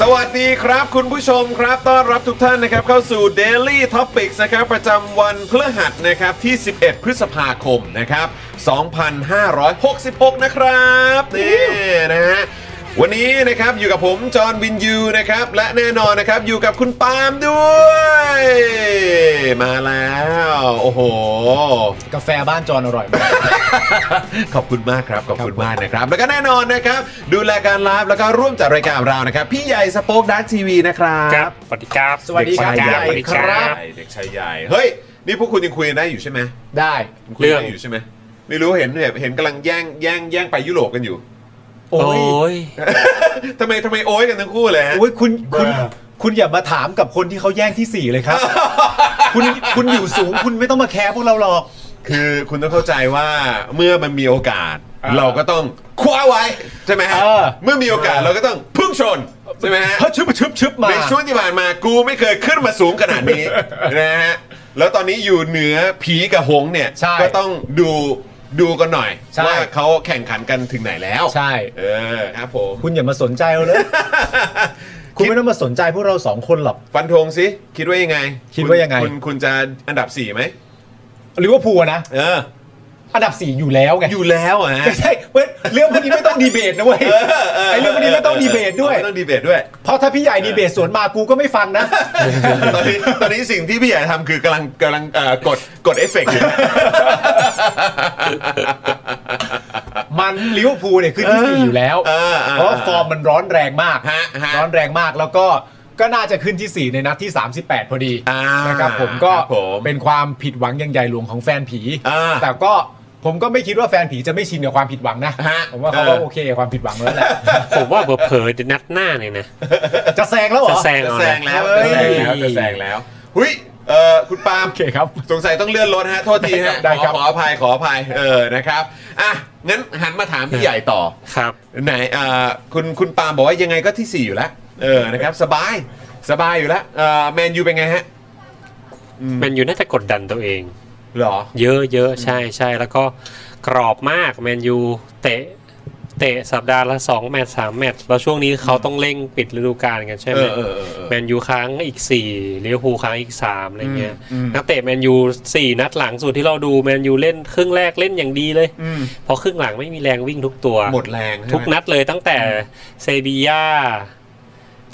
สวัสดีครับคุณผู้ชมครับ ต้อนรับทุกท่านนะครับเข้าสู่ Daily Topics นะครับประจำวันพฤหัสนะครับที่ 11 พฤษภาคมนะครับ 2566 นะครับนี่นะฮะวันนี้นะครับอยู่กับผม จอห์นวินยูนะครับและแน่นอนนะครับอยู่กับคุณปาล์มด้วย มาแล้ว โอ้โห กาแฟบ้านจอนอร่อยมาก ขอบคุณมากครับ ขอบคุณมากนะครับ แล้วก็แน่นอนนะครับ ดูแลการไลฟ์แล้วก็ร่วมจัดรายการเรานะครับ พี่ใหญ่สป็อคดักทีวีนะครับ ครับสวัสดีครับ สวัสดีครับ เด็กชายใหญ่ สวัสดีครับ เด็กชายใหญ่ เฮ้ย นี่พวกคุณยังคุยกันได้อยู่ใช่ไหม ได้ ยังคุยกันได้อยู่ใช่ไหมไม่รู้เห็นแบบเห็นกำลังแย่งแย่งแย่งไปยุโรปกันอยู่ โอ้ โอ้ ย ย ทำไมทำไมโอ้ยกันทั้งคู่เลยฮะ โอ้ยคุณคุณ Bruh คุณอย่ามาถามกับคนที่เขาแย่งที่ 4 เลยครับ คุณคุณอยู่สูงคุณไม่ต้องมาแคร์พวกเราหรอก คือคุณต้องเข้าใจว่าเมื่อมันมีโอกาส เราก็ต้องคว้าไว้ใช่ไหมฮะ เออ เมื่อมีโอกาสเราก็ต้องพุ่งชนใช่ไหมฮะ เฮ้ยชึบชึบชึบมา ในช่วงที่ผ่านมากูไม่เคยขึ้นมาสูงขนาดนี้ นะฮะ แล้วตอนนี้อยู่เหนือผีกับหงส์เนี่ย ใช่ ก็ต้องดูดูกันหน่อย ใช่ ว่าเขาแข่งขันกันถึงไหนแล้ว ใช่ เออครับผม คุณอย่ามาสนใจ เราเลย คุณไม่ต้องมาสนใจพวกเราสองคนหรอก ฟันธงสิ คิดว่ายังไง คิดว่ายังไง คุณคุณจะอันดับ4ี่ไหม หรือว่าพัวนะ เออ อันดับ 4 อยู่แล้วไง อยู่แล้วอ่ะ ฮะ ไม่ใช่เว้ยเรื่องพวกนี้ไม่ต้องดีเบตนะเว้ยไอ้เรื่องพวกนี้ไม่ต้องดีเบตด้วย ไม่ต้องดีเบตด้วย เพราะถ้าพี่ใหญ่ดีเบตสวนมากูก็ไม่ฟังนะ ตอนนี้ตอนนี้สิ่งที่พี่ใหญ่ทำคือกำลังกำลังเอ่อกดกดเอฟเฟก ต์อยู่ มันลิเวอร์พูลเนี่ยขึ้นที่สี่อยู่แล้ว เออเออ เพราะว่าฟอร์มมันร้อนแรงมาก ฮะฮะ ร้อนแรงมากแล้วก็ก็น่าจะขึ้นที่ 4 ในนัดที่ 38 พอดี อ่า นะครับผมก็ ครับผม เป็นความผิดหวังอยังใหญ่หลวงของแฟนผี อ่า แต่ก็ผมก็ไม่คิดว่าแฟนผีจะไม่ชินกับความผิดหวังนะ ฮะ ผมว่าเขาก็ เออ โอเคกับความผิดหวังแล้วแหละ ผมว่าเผลอๆจะนัดหน้าเนี่ยนะ จะแซงแล้วเหร จะ อ แซง จะ เอา แซ นะ งแล้ว เอ้ จะแซยงแล้วจะแซงแล้วหุยเออคุณปาล์ม โอเคครับ สงสัยต้องเลื่อนรถฮะโทษทีฮะ ได้ ข คอรับ ขออภัยขออภัยเออนะครับอ่ะงั้นหันมาถามพี่ใหญ่ต่อ ครับ ไหนอ่าคุณคุณปาล์มบอกว่ายังไงก็ที่ 4 อยู่แล้วเออนะครับสบายสบายอยู่แล้วเออแมนยูเป็นไงฮะ แมนยูน่าจะกดดันตัวเอง หรอ เยอะเยอะใช่ใช่แล้วก็กรอบมากแมนยูเตะเตะสัปดาห์ละ2แมตช์สามแมตช์แล้วช่วงนี้เขาต้องเร่งปิดฤดูกาลกันใช่ไหม เออเออเออเออ แมนยูค้างอีก4เลี้ยวภูลค้างอีก3อะไรเงี้ยนักเตะแมนยู4นัดหลังสุดที่เราดูแมนยูเล่นครึ่งแรกเล่นอย่างดีเลยพอครึ่งหลังไม่มีแรงวิ่งทุกตัว หมดแรงใช่ไหม ทุกนัดเลยตั้งแต่เซบียา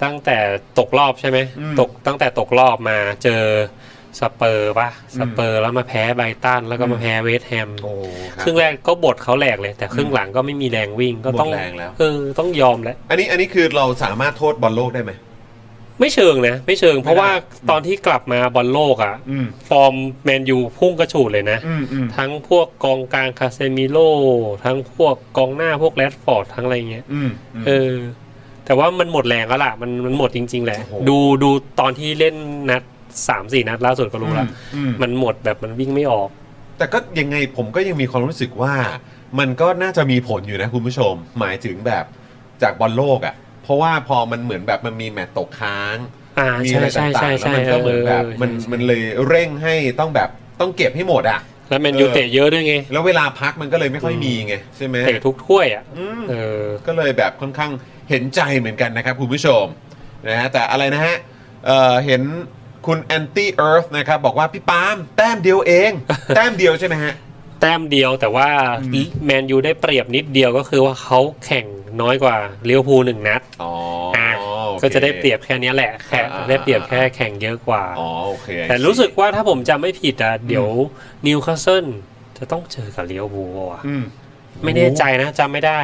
ตั้งแต่ตกรอบใช่ไหม อืม ตกตั้งแต่ตกรอบมาเจอสเปอร์ปะสเปอร์แล้วมาแพ้ไบรตันแล้วก็มาแพ้เวสต์แฮม โอ้ครับ ครึ่งแรกก็บทเขาแหลกเลย แต่ครึ่งหลังก็ไม่มีแรงวิ่งก็ต้อง หมดแรงแล้ว เออต้องยอมแล้ว อันนี้อันนี้คือเราสามารถโทษบอลโลกได้ไหม ไม่เชิงนะ ไม่เชิง เพราะ ไม่ได้ ว่าตอนที่กลับมาบอลโลกอ่ะ อืม ฟอร์มแมนยูพุ่งกระฉูดเลยนะ อืมอืม ทั้งพวกกองกลางคาเซมิโลทั้งพวกกองหน้าพวกแรดฟอร์ดทั้งอะไรเงี้ย อืมอืม เออ แต่ว่ามันหมดแรงแล้วล่ะ มันมันหมดจริง ๆ แหละ โอ้โห ดูดูตอนที่เล่นนัดสามสี่นัดล่าสุดก็รู้ละ อืม มันหมดแบบมันวิ่งไม่ออก แต่ก็ยังไงผมก็ยังมีความรู้สึกว่า มันก็น่าจะมีผลอยู่นะคุณผู้ชม หมายถึงแบบ จากบอลโลกอ่ะ เพราะว่าพอมันเหมือนแบบมันมีแมตตช์ตกค้าง อ่า มี ใช่ อะไร ใช่ ต่างๆ ใช่ใช่แล้วมันก็เหมือนแบบ ออ มันมันเลยเร่งให้ต้องแบบต้องเก็บให้หมดอ่ะ แล้วแมนยู เออ เตะเยอะด้วยไง แล้วเวลาพักมันก็เลยไม่ค่อยมีไงใช่ไหม เตะทุกถ้วยอ่ะ อืม เออ ก็เลยแบบค่อนข้างเห็นใจเหมือนกันนะครับคุณผู้ชมนะฮะแต่อะไรนะฮะเอ่อเห็นคุณแอนตี้เอิร์ธนะครับบอกว่าพี่ปาล์มแต้มเดียวเอง แต้มเดียวใช่ไหมฮะ แต้มเดียวแต่ว่าแมนยูได้เปรียบนิดเดียวก็คือว่าเขาแข่งน้อยกว่าเลี้ยวภูลหนึ่งนัด อ๋อ อ่ะ โอค ก็จะได้เปรียบแค่เนี้ยแหละแค่ อ่า ได้เปรียบแค่แข่งเยอะกว่า อ๋อโอเค แต่รู้สึกว่าถ้าผมจำไม่ผิดอ่ะเดี๋ยวนิวคาสเซิลจะต้องเจอกับเลี้ยวภูลว่ะ อืม ไม่แน่ใจนะจำไม่ได้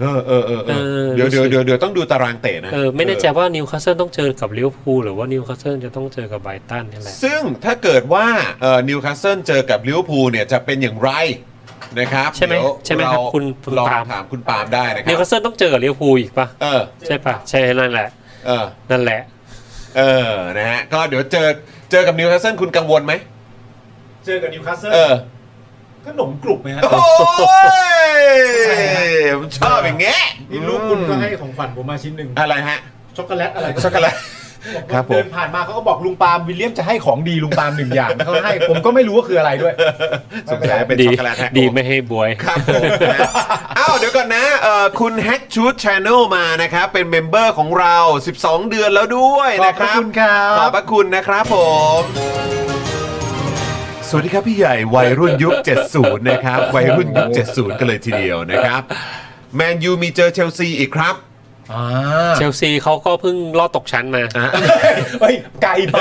เออเออเออเอเอออ เดี๋ยว รู้สึกเดี๋ยวเดี๋ยวเดี๋ยวต้องดูตารางเตะนะ เออไม่แน่ใจว่านิวคาสเซิลต้องเจอกับเลี้ยวภูลหรือว่านิวคาสเซิลจะต้องเจอกับไบรตันนี่แหละ ซึ่งถ้าเกิดว่าเอ่อนิวคาสเซิลเจอกับลิเวอร์พูลเนี่ยจะเป็นอย่างไรนะครับ ใช่ไหม เดี๋ยว ใช่ไหมครับ เา คุณคุณ ลอง ปาล์ม ถามคุณปาล์มได้นะค นิว รั คาสเซิลต้องเจอกับเลี้ยวภูลอีกปะ เออ ใช่ปะใช่นั่นแหละ เออ นั่นแหละ เออ นะฮะ ก็เดี๋ยวเจอ เจอกับนิวคาสเซิลคุณกังวลไหม เจอกับนิวคาสเซิล เออ ก็หนมกรุบไหมฮะ โอ้ยผมชอบอย่างเงี้ย นี่ลูกคุณก็ให้ของขวัญผมมาชิ้นหนึ่ง อะไรฮะ ช็อกโกแลตอะไร ช็อกโกแลต ครับผม เดินผ่านมาเขาก็บอกลุงปาล์มวิลเลียมจะให้ของดีลุงปาล์มหนึ่งอย่างเขาให้ผมก็ไม่รู้ว่าคืออะไรด้วย สงสัยเป็น ดี ช็อกโกแลตแฮก ดีไม่ให้บวย ครับผมนะฮะอ้าว เดี๋ยวก่อนนะเอ่อคุณแฮกชูดชานลมานะครับ เป็นเมมเบอร์ของเรา 12 เดือนแล้วด้วยนะคขอบรับพระคุณครับ ขอบพระคุณนะครับผม สวัสดีครับพี่ใหญ่วัยรุ่นยุค 70 นะครับ วัยรุ่นยุค 70 กันเลยทีเดียวนะครับ แมนยูมีเจอเชลซีอีกครับ อ่า เชลซีเขาก็เพิ่งลอดตกชั้นมา เฮ้ยไก่ไป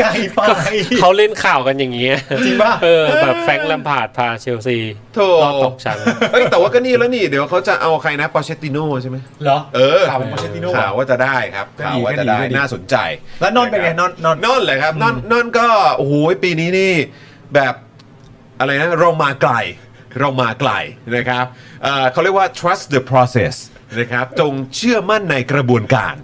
ไก่ไป เขาเล่นข่าวกันอย่างเงี้ย จริงป่ะ เออ แบบแฟรงค์แลมพาร์ดพาเชลซี โถ รอดตกชั้น เอ้ยแต่ว่าก็นี่แล้วนี่ เดี๋ยวเขาจะเอาใครนะปอเชตติโน่ใช่ไหม เหรอ เออ ข่าวของโปเชตติโน่ ข่าวว่าจะได้ครับ ก็ดี ข่าวว่าจะได้ ก็ดีก็ดี น่าสนใจ แล้วนนท์เป็นไงนนท์นนท์ นนท์เลยครับนนท์นนท์ก็โอ้โหปีนี้นี่แบบอะไรนะเรามาไกลเรามาไกลนะครับเอ่อเขาเรียกว่า trust the process นะครับจงเชื่อมั่นในกระบวนการ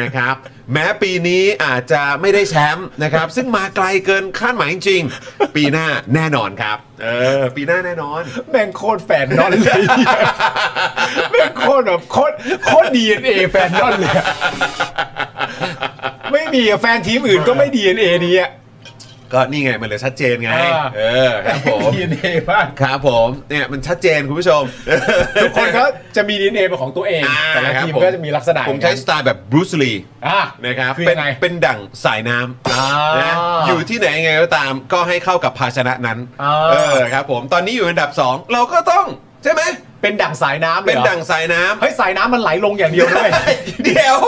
นะครับ แม้ปีนี้อาจจะไม่ได้แชมป์นะครับ ซึ่งมาไกลเกินคาดหมายจริงๆปีหน้าแน่นอนครับเออปีหน้าแน่นอน แม่งโคตรแฟนนอนเลยแม่งโคตรแบบโคตรโคตรดีเอ็นเอแฟนนอนเลยอะไม่มีอะแฟนทีมอื่นก็ไม่ดีเอ็นเอนี้อะ ก็นี่ไง มันเลยชัดเจนไง อ่า เออครับผม ดีเอ็นเอบ้าง ครับผมเนี่ยมันชัดเจนคุณผู้ชม ทุกคนก็จะมีดีเอ็นเอเป็นของตัวเอง อ่า แต่ละ ครับ ทีม ผม ก็จะมีลักษณะ ผมใช้ อย่างสนั้น ไตล์แบบบรูซลี อ่ะ นะครับ คือ เป็ ยั น งไง เป็นดั่งสายน้ อ่า ำนะอยู่ที่ไหนยังไงก็ตามก็ให้เข้ากับภาชนะนั้น อ่า เออครับผมตอนนี้อยู่อันดับ 2 เราก็ต้อง ใช่ไหม เป็นดั่งสายน้ำลย เป็น หรอ ดั่งสายน้ำ เฮ้ยสายน้ำมันไหลลงอย่างเดียว ด้วย เดี๋ยว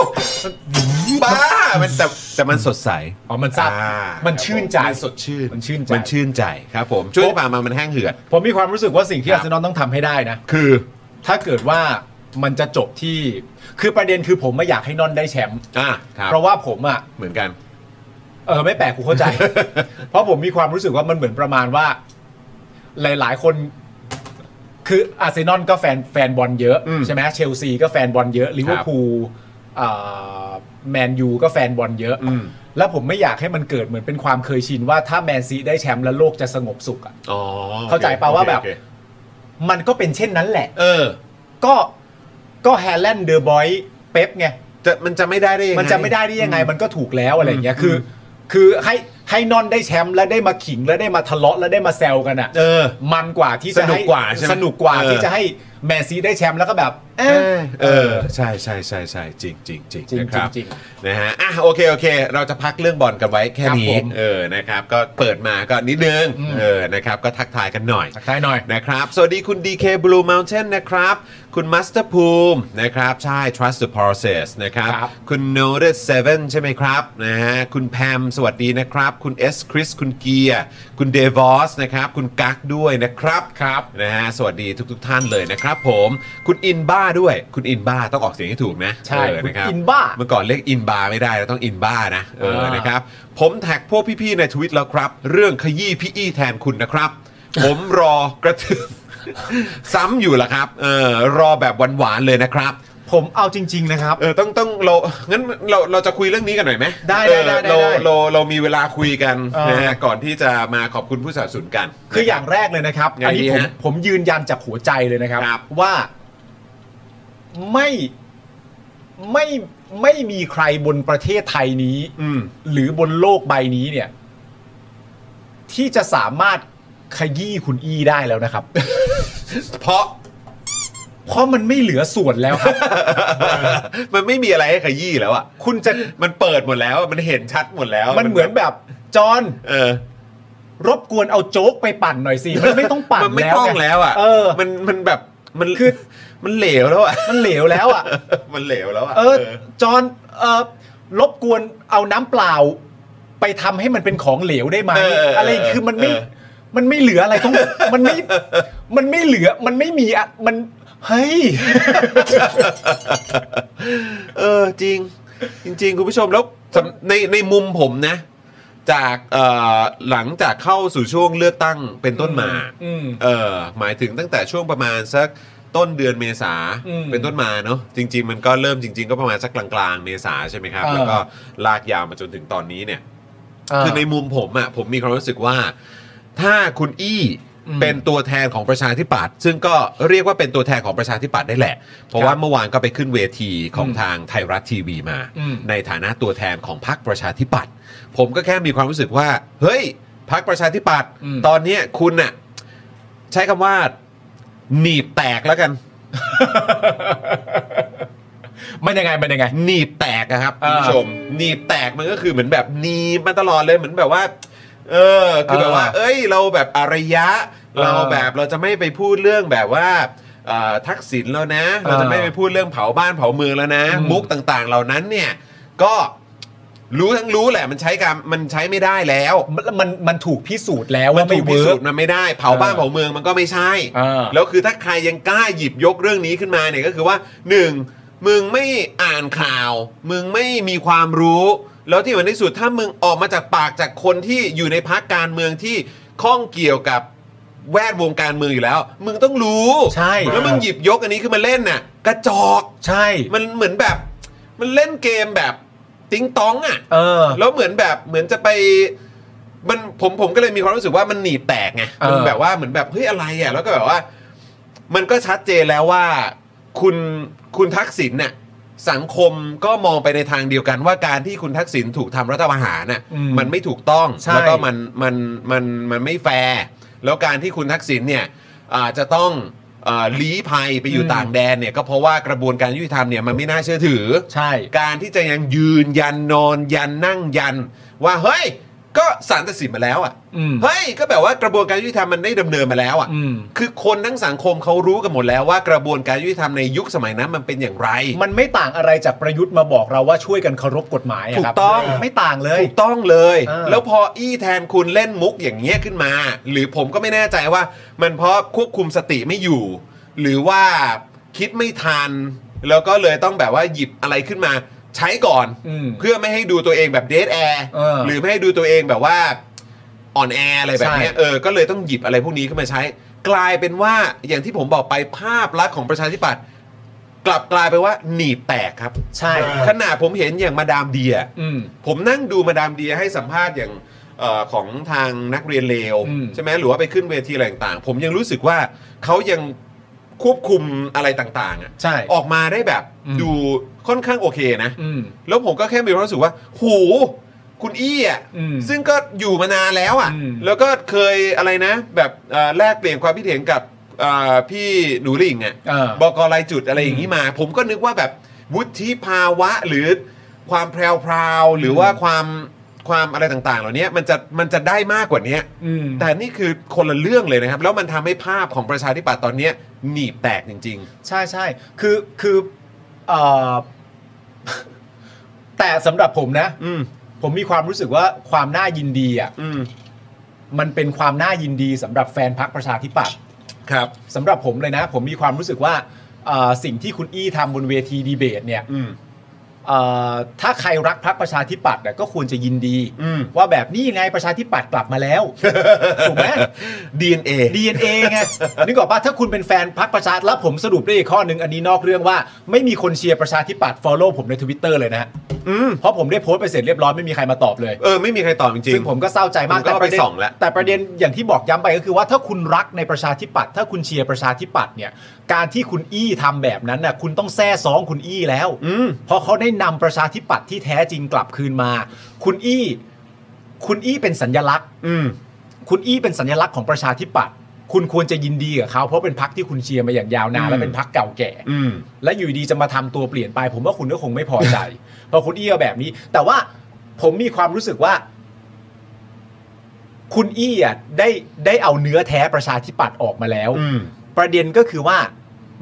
บ้ามันแต่แต่มันสดใส อ๋อมันซาบ อ่า มันชื่นใจ มันสดชื่น มันชื่นใจ มันชื่นใจครับผมช่วงที่ผ่านมามันแห้งเหือด ผมมีความรู้สึกว่าสิ่งที่ ครั อา บ ร์เซนอลต้องทำให้ได้นะ คือ ถ้าเกิดว่ามันจะจบที่คือประเด็นคือผมไม่อยากให้นอนได้แชมป์ อ่ะครับ เพราะว่าผมอ่ะ เหมือนกัน เออไม่แปลกกูเข้า ใจ เพราะผมมีความรู้สึกว่ามันเหมือนประมาณว่า หลาย ๆ คน คืออาร์เซนอลก็แฟนแฟนบอลเยอะ อืม ใช่ไหมเชลซีก็แฟนบอลเยอะลิเวอร์พูลอ่าแมนยูก็แฟนบอลเยอะ อืม แล้วผมไม่อยากให้มันเกิดเหมือนเป็นความเคยชินว่าถ้าแมนซีได้แชมป์แล้วโลกจะสงบสุขอะ อ๋อ เข้าใจป่ะ โอค ว่าแบบ โอเค มันก็เป็นเช่นนั้นแหละ เออ ก็ก็แฮร์แลนด์เดอร์บอยเป๊ปไง จะมันจะไม่ได้ได้ยังไง มันจะไม่ได้ได้ยังไงมันก็ถูกแล้วอะไรอย่างเงี้ย อืม คือ คือให้ให้นอนได้แชมป์แล้วได้มาขิงแล้วได้มาทะเลาะแล้วได้มาแซวกันอ่ะ เออ มันกว่าที่จะ สนุก ให้ กว่าใช่ไหม สนุกกว่า เออ ที่จะให้แมนซีได้แชมป์แล้วก็แบบเอ๊ะ เออเออใช่ใช่ใช่ใช่จริงจริงจริง จริง นะครับ จริงจริ นะฮะอ่ะโอเคโอเค เราจะพักเรื่องบอลกันไว้แค่นี้ ครับผม เออนะครับ ก็เปิดมาก็นิดนึง อืม เออนะครับ ก็ทักทายกันหน่อย ทักทายหน่อย นะครับ สวัสดีคุณ DK Blue Mountain นะครับ คุณ Master ภูมินะครับ ใช่ Trust the process นะครับ ครับ คุณ Noted 7 ใช่ไหมครับ นะฮะ คุณแพมสวัสดีนะครับ คุณ S Chris คุณเกียร์คุณ Devos นะครับ คุณกั๊กด้วยนะครับ ครับ นะฮะ สวัสดีทุกๆทท่านเลยนะครับผม คุณอินบ้าด้วย คุณอินบ้าต้องออกเสียงให้ถูกนะ ใช่ เออ คุณ นะครับ อินบ้า เมื่อก่อนเรียกอินบาร์ไม่ได้แล้วต้องอินบาร์นะเออ อ่าน นะครับ ผมแท็กพวกพี่ ๆ ในทวิตแล้วครับ เรื่องขยี้พี่อี้แทนคุณนะครับ ผมรอกระทืบ ซ้ำอยู่ละครับเออรอแบบหวาน ๆ เลยนะครับ ผมเอาจริง ๆ นะครับ เออต้องต้องเรางั้นเราเราจะคุยเรื่องนี้กันหน่อยไหม ได้ เอ ได้ อ ได้ได้ เรา ได้ เราเรามีเวลาคุยกัน เออ นะฮะก่อนที่จะมาขอบคุณผู้สนับสนุนกัน คืออย่างแรกเลยนะครับ ไง อันนี้ ดี ผม ฮะ ผมยืนยันจากหัวใจเลยนะครับ ครับ ว่า ไม่ไม่ไม่มีใครบนประเทศไทยนี้ อืม หรือบนโลกใบนี้เนี่ย ที่จะสามารถขยี้คุณอี้ได้แล้วนะครับ เพราะ เพราะมันไม่เหลือส่วนแล้ว ครับ มันไม่มีอะไรให้ขยี้แล้วอ่ะ คุณจะ มันเปิดหมดแล้วอะมันเห็นชัดหมดแล้ว มันเหมือนแบบจอห์น เออ รบกวนเอาโจ๊กไปปั่นหน่ อยสิ มันไม่ต้องปั่น มันไม่ แล้ว ต้อง ไง แล้วอ่ะ เออ มันมันแบบมัน คือ มันเหลวแล้วอ่ะ มันเหลวแล้วอ่ะ มันเหลวแล้วอ่ะ เออจอห์นเออรบกวนเอาน้ำเปล่า ไปทำให้มันเป็นของเหลวได้ไหม เเ อะไรคือมันไม่ เ มันไม่เหลืออะไรต้อง มันไม่มันไม่เหลือมันไม่มีอะมันเฮ้ย เออจริง จริง ๆ คุณผู้ชมแล้วสำในในมุมผมนะ จากเอ่อหลังจากเข้าสู่ช่วงเลือกตั้งเป็นต้นมา อืม เออหมายถึงตั้งแต่ช่วงประมาณสักต้นเดือนเมษา อืม เป็นต้นมาเนอะจริง ๆ มันก็เริ่มจริง ๆ ก็ประมาณสักกลางๆ เมษาใช่ไหมครับ เออ แล้วก็ลากยาวมาจนถึงตอนนี้เนี่ย อ่า คือในมุมผมอะผมมีความรู้สึกว่า ถ้าคุณอี้ อืม เป็นตัวแทนของประชาธิปัตย์ซึ่งก็เรียกว่าเป็นตัวแทนของประชาธิปัตย์ได้แหละ เพราะว่าเมื่อวานก็ไปขึ้นเวทีของ อืม ทางไทยรัฐทีวีมา อืม ในฐานะตัวแทนของพรรคประชาธิปัตย์ผมก็แค่มีความรู้สึกว่า เฮ้ยพรรคประชาธิปัตย์ อืม ตอนเนี้ยคุณน่ะใช้คำว่า หนีบแตกแล้วกัน มันยังไงมันยังไง หนีบแตกอะครับ อ่า คุณผู้ชมหนีบแตกมันก็คือเหมือนแบบหนีบมาตลอดเลยเหมือนแบบว่า เออคือแบบว่า อ่า เอ้ยเราแบบอารยะ อ่า เราแบบเราจะไม่ไปพูดเรื่องแบบว่าเอ่อทักษิณแล้วนะ เราจะไม่ไปพูดเรื่องเผาบ้านเผาเมืองแล้วนะ อืม มุกต่างๆ เหล่านั้นเนี่ย ก็รู้ทั้งรู้แหละมันใช้การมันใช้ไม่ได้แล้ว มันมันมันถูกพิสูจน์แล้ว มั ว่าน ไม่ ถูกพิ เวิ สู ร์ก จน์มันไม่ได้เผาบ้าน อ่า เผาเมืองมันก็ไม่ใช่ อ่า แล้วคือถ้าใครยังกล้าหยิบยกเรื่องนี้ขึ้นมาเนี่ยก็คือว่าหนึ่งมึงไม่อ่านข่าว มึงไม่มีความรู้ แล้วที่มันที่สุดถ้ามึงออกมาจากปากจากคนที่อยู่ในพักการเมืองที่ข้องเกี่ยวกับแวดวงการเมืองอยู่แล้ว มึงต้องรู้ ใช่ แล้วมึงหยิบยกอันนี้ขึ้นมาเล่นน่ะกระจอก ใช่ มันเหมือนแบบมันเล่นเกมแบบติ๊งต้องอ่ะ เออ แล้วเหมือนแบบเหมือนจะไปมันผมผมก็เลยมีความรู้สึกว่ามันหนีบแตกไง เออ มันแบบว่าเหมือนแบบเฮ้ยอะไรอ่ะแล้วก็แบบว่า มันก็ชัดเจนแล้วว่า คุณคุณทักษิณเนี่ยสังคมก็มองไปในทางเดียวกันว่าการที่คุณทักษิณถูกทำรัฐประหารน่ะ อืม มันไม่ถูกต้อง ใช่ แล้วก็มันมันมันมันไม่แฟร์แล้วการที่คุณทักษิณเนี่ยอาจจะต้องเอ่อลี้ภัยไปอยู่ต่างแดนเนี่ยก็เพราะว่ากระบวนการยุติธรรมเนี่ยมันไม่น่าเชื่อถือ ใช่ การที่จะยังยืนยันนอนยันนั่งยัน ว่าเฮ้ย ก็สารตัดสินมาแล้วอ่ะ อืม เฮ้ยก็แบบว่ากระบวนการยุติธรรมมันได้ดำเนินมาแล้วอ่ะ อืม คือคนทั้งสังคมเขารู้กันหมดแล้วว่ากระบวนการยุติธรรมในยุคสมัยนั้นมันเป็นอย่างไร มันไม่ต่างอะไรจากประยุทธ์มาบอกเราว่าช่วยกันเคารพกฎหมายะครับ ถูกต้อง ไม่ต่างเลย ถูกต้องเลย เออ แล้วพออี้แทนคุณเล่นมุกอย่างเงี้ยขึ้นมา หรือผมก็ไม่แน่ใจว่า มันเพราะควบคุมสติไม่อยู่ หรือว่าคิดไม่ทัน แล้วก็เลยต้องแบบว่าหยิบอะไรขึ้นมาใช้ก่อน อืม เพื่อไม่ให้ดูตัวเองแบบเดทแอร์ เออ หรือไม่ให้ดูตัวเองแบบว่าอ่อนแออะไรแบบเนี้ย ใช่ เออก็เลยต้องหยิบอะไรพวกนี้ขึ้นมาใช้ กลายเป็นว่าอย่างที่ผมบอกไปภาพลักษณ์ของประชาธิปัตย์กลับกลายไปนว่าหนีบแตกครับ ใช่ ขนาดผมเห็นอย่างมาดามเดีย อืม ผมนั่งดูมาดามเดียให้สัมภาษณ์อย่างเออของทางนักเรียนเลว อืม ใช่ไหมหรือว่าไปขึ้นเวทีอะไรต่างๆ ผมยังรู้สึกว่าเขายังควบคุมอะไรต่างๆอะ ใช่ ออกมาได้แบบ อืม ดูค่อนข้างโอเคนะ อืม แล้วผมก็แค่มีความรู้สึกว่า หู คุณอี้อ่ะ อืม ซึ่งก็อยู่มานานแล้วอ่ะ อืม แล้วก็เคยอะไรนะ แบบเอ่อแลกเปลี่ยนความคิดเห็นกับเอ่อพี่หนูหลิงอ่ะ เออ บอกรายจุดอะไรอย่างนี้มา ผมก็นึกว่าแบบวุฒิภาวะหรือความแพรวพราวหรือว่าความความอะไรต่างๆ เหล่านี้มันจะมันจะได้มากกว่านี้ อืม แต่นี่คือคนละเรื่องเลยนะครับ แล้วมันทำให้ภาพของประชาธิปัตย์ตอนเนี้ยหนีบแตกจริง ใช่ใช่คือคือเอ่อ แต่สำหรับผมนะ ๆ อืม ผมมีความรู้สึกว่าความน่ายินดีอ่ะ อืม มันเป็นความน่ายินดีสำหรับแฟนพักประชาธิปัตย์ ครับ สำหรับผมเลยนะ ผมมีความรู้สึกว่าเอ่อสิ่งที่คุณอี้ทำบนเวทีดีเบตเนี่ย อืม เอ่อถ้าใครรักพรรคประชาธิปัตย์น่ะก็ควรจะยินดี อืม ว่าแบบนี้ไงประชาธิปัตย์กลับมาแล้ว ถูก ไหม DNA DNA ไงนึกออกปะถ้าคุณเป็นแฟนพรรคประชาแล้วผมสรุปได้อีกข้อหนึ่งอันนี้นอกเรื่องว่า ไม่มีคนเชียร์ประชาธิปัตย์ follow ผมในทวิตเตอร์เลยนะฮะ เพราะผมได้โพสต์ไปเสร็จเรียบร้อยไม่มีใครมาตอบเลย เออไม่มีใครตอบจริ ซึ่ ง งผมก็เศร้าใจมาก ผมก็ แต่ประเด็น ไปส่องแล้ว แต่ประเด็นอย่างที่บอกย้ำไปก็คือว่าถ้าคุณรักในประชาธิปัตย์ถ้าคุณเชียร์ประชาธิปัตย์เนี่ย การที่คุณอี้ทำแบบนั้นน่ะคุณต้องแซ่ซ้องคุณอี้แล้วเพราะเขาได้นำประชาธิปัตย์ที่แท้จริงกลับคืนมา คุณอี้ คุณอี้เป็นสัญลักษณ์ อืม คุณอี้เป็นสัญลักษณ์ของประชาธิปัตย์คุณควรจะยินดีกับเขาเพราะเป็นพักที่คุณเชียร์มาอย่างยาวนานและเป็นพักเก่าแก่ อืม และอยู่ดีจะมาทำตัวเปลี่ยนไป ผมว่าคุณก็คงไม่พอใจ เพราะคุณอี้เอาแบบนี้ แต่ว่าผมมีความรู้สึกว่า คุณอี้อ่ะได้ได้เอาเนื้อแท้ประชาธิปัตย์ออกมาแล้ว อืม ประเด็นก็คือว่า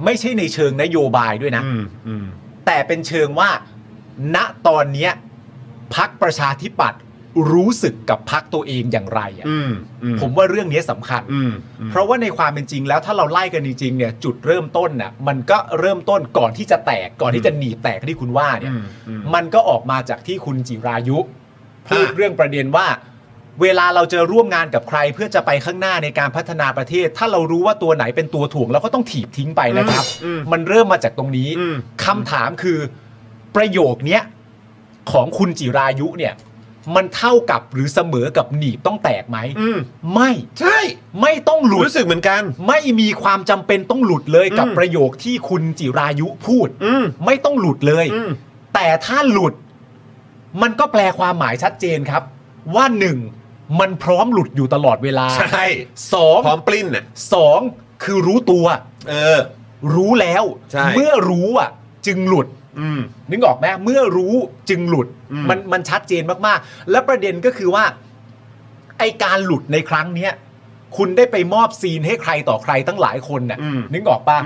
ไม่ใช่ในเชิงนโยบายด้วยนะ อืมอืม แต่เป็นเชิงว่า ณตอนเนี้ยพักประชาธิปัตย์รู้สึกกับพักตัวเองอย่างไรอ่ะ อืมอืม ผมว่าเรื่องนี้สำคัญ อืม เพราะว่าในความเป็นจริงแล้วถ้าเราไล่กันจริงๆเนี่ยจุดเริ่มต้นน่ะมันก็เริ่มต้นก่อนที่จะแตกก่อนที่จะหนีบแตกที่คุณว่าเนี่ย อืมอืม มันก็ออกมาจากที่คุณจิรายุพูด อ่ะ เรื่องประเด็นว่า เวลาเราจะร่วมงานกับใครเพื่อจะไปข้างหน้าในการพัฒนาประเทศ ถ้าเรารู้ว่าตัวไหนเป็นตัวถ่วงเราก็ต้องถีบทิ้งไปนะครับ มันเริ่มมาจากตรงนี้คำถามคือประโยคเนี้ยของคุณจิรายุเนี่ย มันเท่ากับหรือเสมอกับหนีบต้องแตกไหม อืม ไม่ ใช่ ไม่ต้องหลุด รู้สึกเหมือนกัน ไม่มีความจำเป็นต้องหลุดเลยกับ อืม ประโยคที่คุณจิรายุพูด อืม ไม่ต้องหลุดเลย อืม แต่ถ้าหลุด มันก็แปลความหมายชัดเจนครับ ว่าหนึ่งมันพร้อมหลุดอยู่ตลอดเวลา ใช่ สอง พร้อมปลิ้นน่ะ สองคือรู้ตัว เออ รู้แล้ว ใช่ เมื่อรู้อ่ะ จึงหลุด อืม นึกออกไหมเมื่อรู้จึงหลุด อืม มันมันชัดเจนมากๆ และประเด็นก็คือว่า ไอการหลุดในครั้งเนี้ยคุณได้ไปมอบซีนให้ใครต่อใครตั้งหลายคนน่ะนึกออกปะ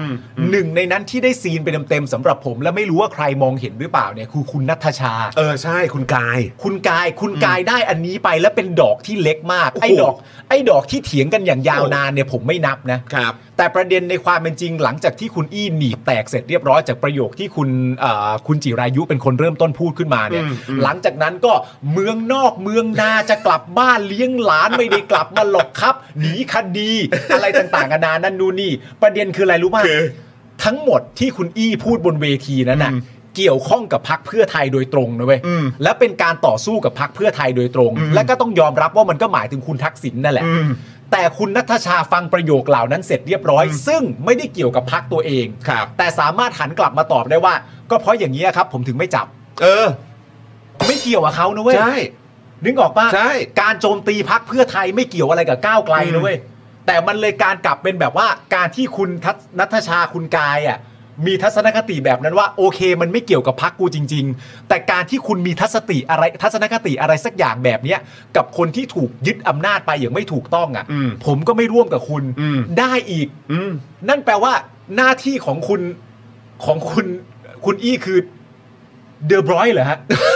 หนึ่งในนั้นที่ได้ซีนไปเต็มๆสำหรับผม และไม่รู้ว่าใครมองเห็นหรือเปล่าเนี่ยคือคุณนัทชา เออใช่คุณกาย คุณกายคุณกายได้อันนี้ไปแล้วเป็นดอกที่เล็กมาก โอ้โห ไอ้ดอก ไอ้ดอกที่เถียงกันอย่างยาวนานเนี่ยผมไม่นับนะ ครับ แต่ประเด็นในความเป็นจริงหลังจากที่คุณอี้หนีบแตกเสร็จเรียบร้อยจากประโยคที่คุณเอ่อคุณจิรายุเป็นคนเริ่มต้นพูดขึ้นมาเนี่ยหลังจากนั้นก็เมืองนอกเมืองนาจะกลับบ้านเลี้ยงหลานไม่ได้กลับมาหรอกครับ หนีคดี อะไรต่างๆนานานั่นนู่นนี่ ประเด็นคืออะไรรู้ไหม คือ ทั้งหมดที่คุณอี้พูดบนเวทีนั้นน่ะเกี่ยวข้องกับพักเพื่อไทยโดยตรงนะเว้ย อืม และเป็นการต่อสู้กับพักเพื่อไทยโดยตรง และก็ต้องยอมรับว่ามันก็หมายถึงคุณทักษิณนั่นแหละ อืม แต่คุณนัทชาฟังประโยคเหล่านั้นเสร็จเรียบร้อย ซึ่งไม่ได้เกี่ยวกับพักตัวเอง ครับ แต่สามารถหันกลับมาตอบได้ว่า ก็เพราะอย่างนี้ยครับ ผมถึงไม่จับ เออ ไม่เกี่ยวกับเขานะเว้ย ใช่ นึกออกปะ ใช่ การโจมตีพักเพื่อไทยไม่เกี่ยวอะไรกับก้าวไกลนะเว้ยแต่มันเลยการกลับเป็นแบบว่าการที่คุณทัศนัทชาคุณกายอ่ะมีทัศนคติแบบนั้นว่าโอเค มันไม่เกี่ยวกับพักกูจริง ๆ แต่การที่คุณมีทัศติอะไรทัศนคติอะไรสักอย่างแบบเนี้ยกับคนที่ถูกยึดอำนาจไปอย่างไม่ถูกต้องอ่ะ อืม ผมก็ไม่ร่วมกับคุณ อืม ได้อีก อืม นั่นแปลว่า หน้าที่ของคุณของคุณ คุณอี้คือเดอบรอยเหรอฮะ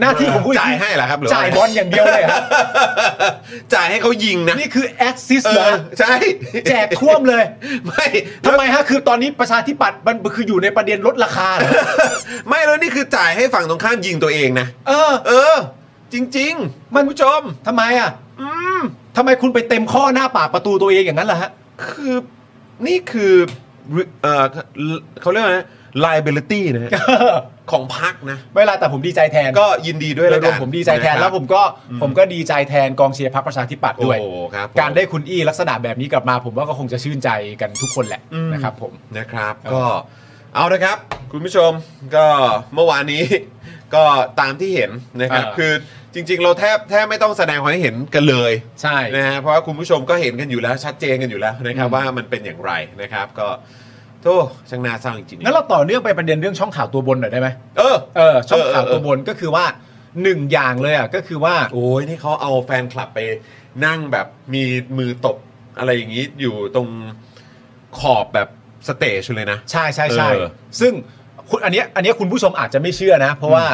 หน้าที่ของคุณ จ่ายให้เหรอครับหรือว่า จ่ายบอลอย่างเดียวเลยฮะ จ่ายให้เขายิงนะ นี่คือแอสซิส เอ เหรอ อ ฮะ ใช่ แจกท่วมเลย ไม่ ทำไมฮะคือตอนนี้ประชาธิปัตย์มันคืออยู่ในประเด็นลดราคาเหร อ ไม่แล้วนี่คือจ่ายให้ฝั่งตรงข้ามยิงตัวเองนะ เออ เออ จริงๆ มัน คุณผู้ชม ทำไมอ่ะทำไมคุณไปเต็มข้อหน้าปากประตูตัวเองอย่างนั้นล่ะฮ ะ คือนี่คือเออเขาเรียกว่าไง liability นะฮะ ของพักนะ ไม่เป็นไรแต่ผมดีใจแทน ก็ยินดีด้วย โด แล้ว ยร กั วม น ผมดีใจแทน นะครับ แล้วผมก็ผมก็ดีใจแทนกองเชียร์พรรคประชาธิปัตย์ด้วย โอ้โหครับผม การได้คุณอี้ลักษณะแบบนี้กลับมา ผมว่าก็คงจะชื่นใจกันทุกคนแหละ อืม นะครับผม นะครับก็เอานะครับ คุณผู้ชมก็เมื่อวานนี้ ก็ตามที่เห็นนะครับ เออ คือจริง ๆ เราแทบแทบไม่ต้องแสดงความเห็นกันเลย ใช่ นะฮะเพราะว่าคุณผู้ชมก็เห็นกันอยู่แล้วชัดเจนกันอยู่แล้วนะครับ อืม ว่ามันเป็นอย่างไรนะครับ ก็โทษช่างน่าเศร้าจริงๆ งั้นเราต่อเนื่องไปประเด็นเรื่องช่องข่าวตัวบนหน่อยได้ไหม เออ เออช่องข่าว เออเออ ตัวบนก็คือว่าหนึ่งอย่างเลยอ่ะก็คือว่า โอ้ยนี่เขาเอาแฟนคลับไปนั่งแบบมีมือตบอะไรอย่างนี้อยู่ตรงขอบแบบสเตจเลยนะ ใช่ใช่ใช่ เออ ซึ่งคุณอันเนี้ยอันเนี้ยคุณผู้ชมอาจจะไม่เชื่อนะ เพราะว่า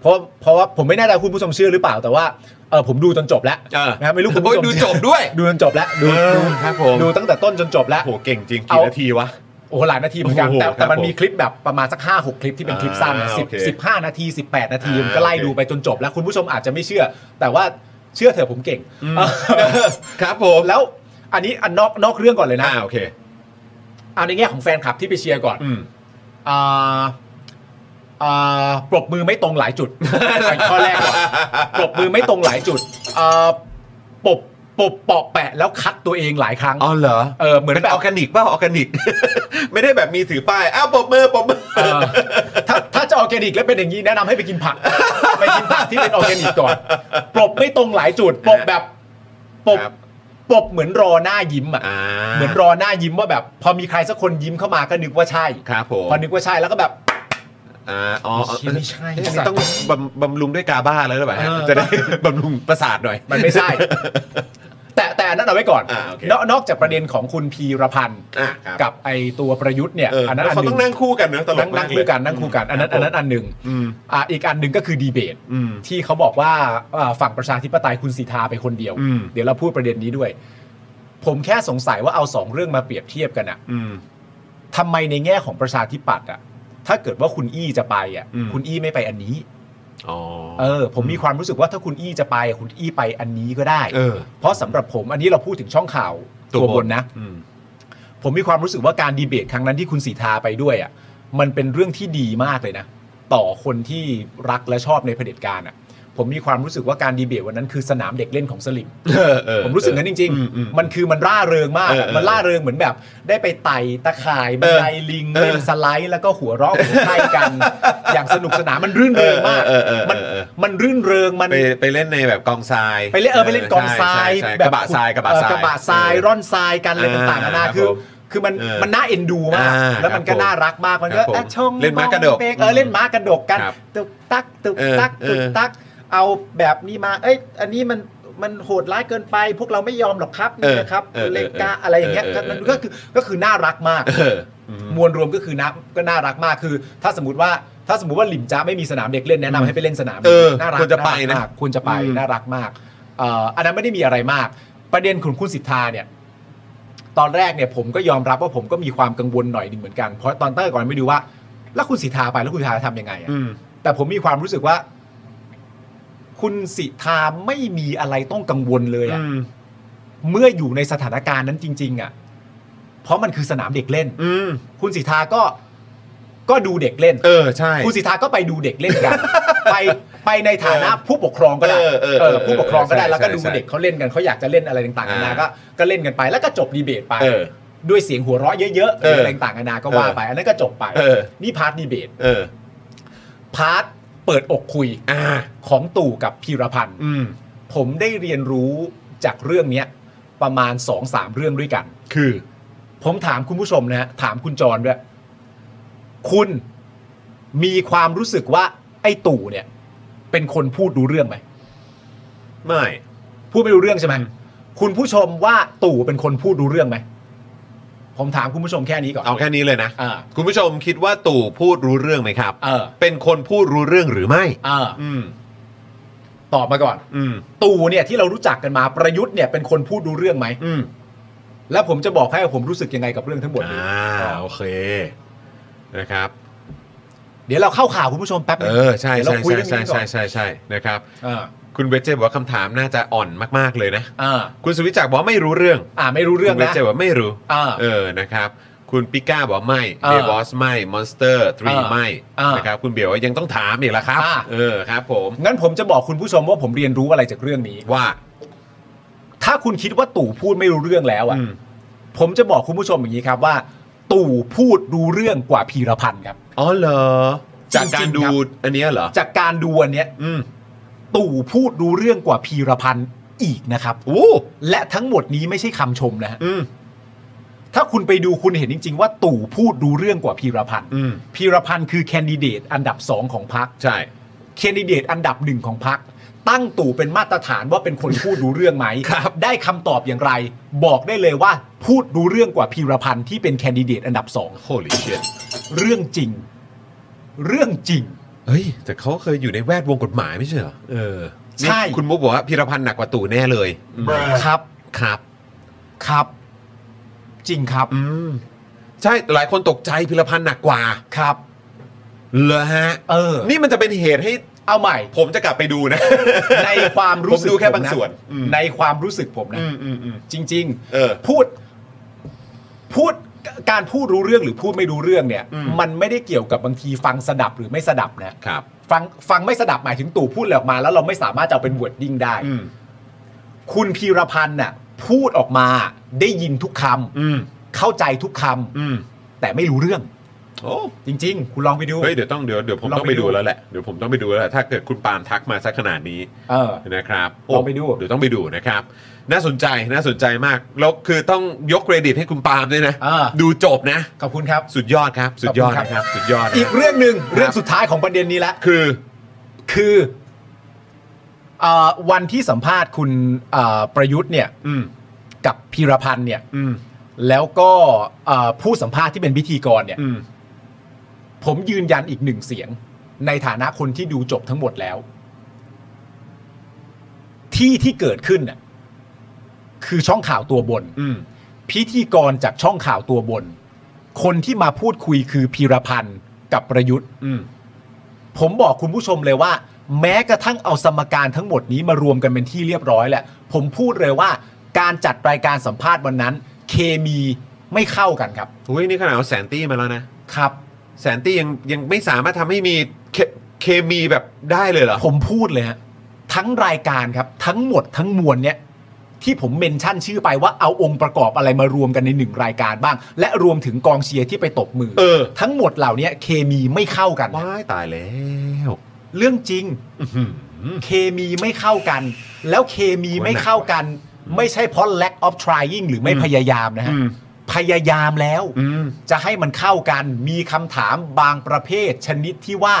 เพราะเพราะว่าผมไม่แน่ใจคุณผู้ชมเชื่อหรือเปล่าแต่ว่าเออผมดูจนจบแล้ว เออ นะครับไม่รู้คุณผู้ชม โอ้ยดูจบด้วย ดูจนจบแล้วดู เออ ดู ครับผม ดูตั้งแต่ต้นจนจบแล้ว โหเก่งจริง เอา กี่ น นาทีวะ โอ้โหหลายนาทีเหมือนกัน โอ้โห แต่แต่มัน ครับผม มีคลิปแบบประมาณสักห้าหกคลิปที่เป็นคลิปสั้นนะ อ่า สิบ โอเค สิบห้านาทีสิบแปดนาที อ่า ผมก็ไล่ โอเค ดูไปจนจบ แล้วคุณผู้ชมอาจจะไม่เชื่อ แต่ว่าเชื่อเถอะผมเก่งเออ ครับผม แล้วอันนี้อันนอกนอกเรื่องก่อนเลยนะ อ่าโอเค เอาในแง่ของแฟนคลับที่ไปเชียร์ก่อน อืม อ่า อ่าปรบมือไม่ตรงหลาย จุด อันข้อแรกก่อนปรบมือไม่ตรงหลายจุดอ่าปบปบเปาะแปะแล้วคัดตัวเองหลายครั้ง อ๋อเหรอ เออเหมือน เป็น แบ อบ อร์แกนิกเปล่าออร์แกนิก ไม่ได้แบบมีถือป้ายอ้าวปรบมือปรบมือ เออถ้าถ้าจะออร์แกนิกแล้วเป็นอย่างนี้แนะนำให้ไปกินผัก ไปกินผักที่เป็นออร์แกนิกก่อนปรบไม่ตรงหลายจุดปรบแบบปรบ ครับ ปรบเหมือนรอหน้ายิ้มอ่ะ อ่า เหมือนรอหน้ายิ้มว่าแบบ พอมีใครสักคนยิ้มเข้ามาก็นึกว่าใช่ ครับผม พอนึกว่าใช่แล้วก็แบบ อ่าอ๋อ เชี่ยไม่ใช่ เอ๊ะอันนี้ต้องบำบำรุงด้วยกาบ้าแล้วหรือเปล่าฮะ เออ จะได้ บำรุงประสาทหน่อย มัน ไม่ใช่ แต่แต่นั่นเอาไว้ก่อน อ่าโอเค นอกนอกจากประเด็นของคุณพีรพันธ์ อ่ะครับ กับไอตัวประยุทธ์เนี่ย เอออ อันนั้น แล้ว อัน เขา หนึ่ต้อง งนั่งคู่กันเนอะตล นั่ ก ง มาก นั่งคู่กันนั่งคู่กันอันนั้นอันนั้นอันหนึ่ง อืม อ่าอีกอันหนึ่งก็คือดีเบต อืม ที่เขาบอกว่าเอ่อฝั่งประชาธิปไตยคุณสีทาไปคนเดียว อืม เดี๋ยวเราพูดประเด็นนี้ด้วย ผมแค่สงสัยว่าเอาสองเรื่องมาเปรียบเทียบกันอะ อืม ทำไมในแง่ของประชาธิปัตย์อะถ้าเกิดว่าคุณอี้จะไปอะ อืม คุณอี้ไม่ไปอันนี้ อ๋อ เออ ผมมีความรู้สึกว่าถ้าคุณอี้จะไปคุณอี้ไปอันนี้ก็ได้ เออ เพราะสำหรับผมอันนี้เราพูดถึงช่องข่าวตัวบนนะ อืม ผมมีความรู้สึกว่าการดีเบตครั้งนั้นที่คุณสีทาไปด้วยอะ่ะมันเป็นเรื่องที่ดีมากเลยนะ ต่อคนที่รักและชอบในเผด็จการอะ่ะ ผมมีความรู้สึกว่าการดีเบตวันนั้นคือสนามเด็กเล่นของสลิม เออเออ ผมรู้สึกงั้นจริง อืมอืม ๆ มันคือมันร่าเริงมาก เออ อะ เออ มันร่าเริงเหมือนแบบ ได้ไปไต่ตะข่ายบันไดลิง เออ เล่นสไลด์แล้วก็หัวเราะหัวไข้กัน อย่างสนุกสนานมันรื่นเริงมาก เออเออเออเออ มัน เออ มันรื่นเริงมัน ไปไปเล่นในแบบกองทราย ไปเล่นเออไปเล่นกองทราย ใช่ใช่ใช่กระบะทรายกระบะทราย เออกระบะทรายร่อนทรายกันอะไรต่างๆ อ่า นานา ครับ คือ ผม คือมัน เออ มันน่าเอ็นดูมาก อ่า แล้วมันก็ ครับผม น่ารักมากมัน คก็รับผม อ่ะชง เล่นม้ากระดก บ้องเงเออเล่นม้ากระดกกัน ครับ ตุกตักตุก เออ ตัก เออ ตุกตักเอาแบบนี้มา เอ้ย อันนี้มันมันโหดร้ายเกินไป พวกเราไม่ยอมหรอกครับนี่นะครับ เออ เล เออเออ ก้าอะไรอย่างเงี้ย เออ ก็ เออ มัน เออ ก็คือก็คือน่ารักมาก เอออืม มวลรวมก็คือนะก็น่ารักมากคือ ถ้าสมมติว่าถ้าสมมติว่าหลิมจ้าไม่มีสนามเด็กเล่นแนะนำให้ไปเล่นสนาม เออ น่ารัก ควรจะไปนะ ารักมากควรจะไป อืม น่ารักมากเอ่ออันนั้นไม่ได้มีอะไรมาก ประเด็นของคุณสิทธาเนี่ย ตอนแรกเนี่ยผมก็ยอมรับว่าผมก็มีความกังวลหน่อยหนึงเหมือนกันเพราะตอนเต้ยก่อนไม่ดูว่า แล้วคุณสิทธาไปแล้วคุณสิทธาทำยังไงอะ อืม แต่ผมมีความรู้สึกว่า คุณสิทธาไม่มีอะไรต้องกังวลเลยอะเมื่ออยู่ในสถานการณ์นั้นจริง ๆอะเพราะมันคือสนามเด็กเล่น อืม คุณสิทธาก็ก็ดูเด็กเล่น เออ ใช่ คุณสิทธาก็ไปดูเด็กเล่น กัน ไปไปในฐานะผู้ปกครองก็ได้ เออเออเออ เออผู้ปกครองก็ได้ ใช่ แล้วก็ดู ใช่ เด็กเขาเล่นกันเขาอยากจะเล่นอะไรต่างๆนานา อ่า ก็ก็เล่นกันไปแล้วก็จบดีเบตไป เออ ด้วยเสียงหัวเราะเยอะๆห เอ รือ อ อะไรต่างๆนานาก็ว่าไป อันนั้นก็จบไป เออ นี่พาร์ทดีเบต เออ พาร์ทเปิดอกคุย อ่า ของตู่กับพีรพันธ์ อืม ผมได้เรียนรู้จากเรื่องเนี้ยประมาณสองสามเรื่องด้วยกัน คือ ผมถามคุณผู้ชมนะฮะถามคุณจรด้วย คุณมีความรู้สึกว่า ไอ้ตู่เนี่ย เป็นคนพูดรู้เรื่องไหม ไม่ พูดไม่รู้เรื่องใช่ไหมคุณผู้ชมว่าตู่เป็นคนพูดรู้เรื่องไหมผมถามคุณผู้ชมแค่นี้ก่อน เอาแค่นี้เลยนะ อ่า คุณผู้ชมคิดว่าตู่พูดรู้เรื่องไหมครับ เออ เป็นคนพูดรู้เรื่องหรือไม่ เออ อืม ตอบมาก่อน อืม ตู่เนี่ยที่เรารู้จักกันมาประยุทธ์เนี่ยเป็นคนพูดรู้เรื่องไหม อืม แล้วผมจะบอกให้ว่าผมรู้สึกยังไงกับเรื่องทั้งหมดนี้ อ่า โอเค นะครับ เดี๋ยวเราเข้าข่าวคุณผู้ชมแป๊บหนึ เอง อ ใช่ เดี๋ยวเรา ใช่ คุย ใช่ เรื่อง ใช่ นี้ก่อ ใช่ น ใช่ใช่นะครับ อ่า คุณเวจเจบอกว่าคำถามน่าจะอ่อนมาก ๆ เลยนะ อ่า คุณสุวิจักรบอกว่าไม่รู้เรื่อง อ่าไม่รู้เรื่อง คุณเวจ นะ เจบอกว่าไม่รู้ อ่า เออ นะครับ คุณปิก้าบอกไม่ อ่า เดบอสไม่มอนสเตอร์ทรี อ่า ไม่ อ่าน นะครับ คุณเบียร์ว่ายังต้องถามอีกแล้วครับ อ่า เออ ครับผม งั้นผมจะบอกคุณผู้ชมว่าผมเรียนรู้อะไรจากเรื่องนี้ ว่า ถ้าคุณคิดว่าตู่พูดไม่รู้เรื่องแล้วอ่ะ อืม ผมจะบอกคุณผู้ชมอย่างนี้ครับว่า ตู่พูดรู้เรื่องกว่าพีรพันธ์ครับ อ๋อเหรอ จากการ จริ ดู งๆครับ อันเนี้ยเหรอ จากการดูวันเนี้ย อืม ตู่พูดรู้เรื่องกว่าพีรพันธ์อีกนะครับ อู้ และทั้งหมดนี้ไม่ใช่คำชมนะฮะ อืม ถ้าคุณไปดูคุณเห็นจริง ๆ ว่าตู่พูดรู้เรื่องกว่าพีรพันธ์ อืม พีรพันธ์คือแคนดิเดตอันดับสองของพรรค ใช่ แคนดิเดตอันดับหนึ่งของพรรคตั้งตู่เป็นมาตรฐานว่าเป็นคนพูดรู้เรื่องไหม ครับ ได้คำตอบอย่างไร บอกได้เลยว่าพูดรู้เรื่องกว่าพีรพันธ์ที่เป็นแคนดิเดตอันดับสอง Holy shit เรื่องจริง เรื่องจริง เฮ้ย แต่เขาเคยอยู่ในแวดวงกฎหมายไม่ใช่เหรอ เออนี่ ใช่ คุณมุกบอกว่าพิรพันธ์หนักกว่าตู่แน่เลยอืม ครับ ครับ ครับ จริงครับ อืม ใช่ หลายคนตกใจพิรพันธ์หนักกว่า ครับ เหรอฮะ เออ นี่มันจะเป็นเหตุให้ เอาใหม่ ผมจะกลับไปดูนะ ในความรู้สึก ผมดูแค่บางส่วน ผมะ อืม ในความรู้สึกผมนะ อืมอืมอืม จริง เออ ๆ พูด พูด การพูดรู้เรื่องหรือพูดไม่รู้เรื่องเนี่ย มันไม่ได้เกี่ยวกับบางทีฟังสดับหรือไม่สดับนะครับ ฟังฟังไม่สดับหมายถึงตู่พูดอะไรออกมา แล้วเราไม่สามารถจะเอาเป็นวอร์ดดิ้งได้ อืม คุณพีรพันธ์น่ะพูดออกมาได้ยินทุกคำ อืม เข้าใจทุกคำ อืม แต่ไม่รู้เรื่อง โอ้ จริง ๆ คุณลองไปดู เฮ้ยเดี๋ยวต้องเดี๋ยวเดี๋ยวผม ลอง ต้องไป ไปดู ดูแล้วแหละเดี๋ยวผมต้องไปดูแล้วแหละถ้าเกิดคุณปาล์มทักมาสักขนาดนี้ เออ นะครับโ ลองไปดู เดี๋ยวต้องไปดูนะครับ น่าสนใจน่าสนใจมาก แล้วคือต้องยกเครดิตให้คุณปาล์มด้วยนะ เออ ดูจบนะ ขอบคุณครับ สุดยอดครับ สุดยอขดอบคุณ นะค ครั รับ บ สุดยอดนะ อีก ครับ เรื่องหนึ่งเรื่องสุดท้ายของประเด็นนี้ละ คือ คือเอ่อวันที่สัมภาษณ์คุณเอ่อประยุทธ์เนี่ย อืม กับพีรพันธ์เนี่ย อืม แล้วก็เอ่อผู้สัมภาษณ์ที่เป็นพิธีกรเนี่ย อืม ผมยืนยันอีกหนึ่งเสียง ในฐานะคนที่ดูจบทั้งหมดแล้ว ที่ที่เกิดขึ้นน่ะคือช่องข่าวตัวบน อืม พิธีกรจากช่องข่าวตัวบน คนที่มาพูดคุยคือพีรพันธ์กับประยุทธ์ อืม ผมบอกคุณผู้ชมเลยว่า แม้กระทั่งเอาสมการทั้งหมดนี้มารวมกันเป็นที่เรียบร้อยแหละ ผมพูดเลยว่า การจัดรายการสัมภาษณ์วันนั้น เคมีไม่เข้ากันครับ อุ้ยนี่ขนาดเอาแสนตี้มาแล้วนะครับ แสนตี้ยังยังไม่สามารถทำให้มีเคเคมีแบบได้เลยเหรอ ผมพูดเลยฮะทั้งรายการครับ ทั้งหมดทั้งมวลเนี่ยที่ผมเมนชั่นชื่อไปว่าเอาองค์ประกอบอะไรมารวมกันในหนึ่งรายการบ้าง และรวมถึงกองเชียร์ที่ไปตบมือ เออ ทั้งหมดเหล่านี้เคมีไม่เข้ากัน ว้ายตายแล้ว เรื่องจริง อื้อหือ เคมีไม่เข้ากัน แล้วเคมีไม่เข้ากัน ไม่ใช่เพราะ lack of trying หรือไม่พยายามนะฮะ อืม พยายามแล้ว อืม จะให้มันเข้ากันมีคำถามบางประเภท ชนิดที่ว่า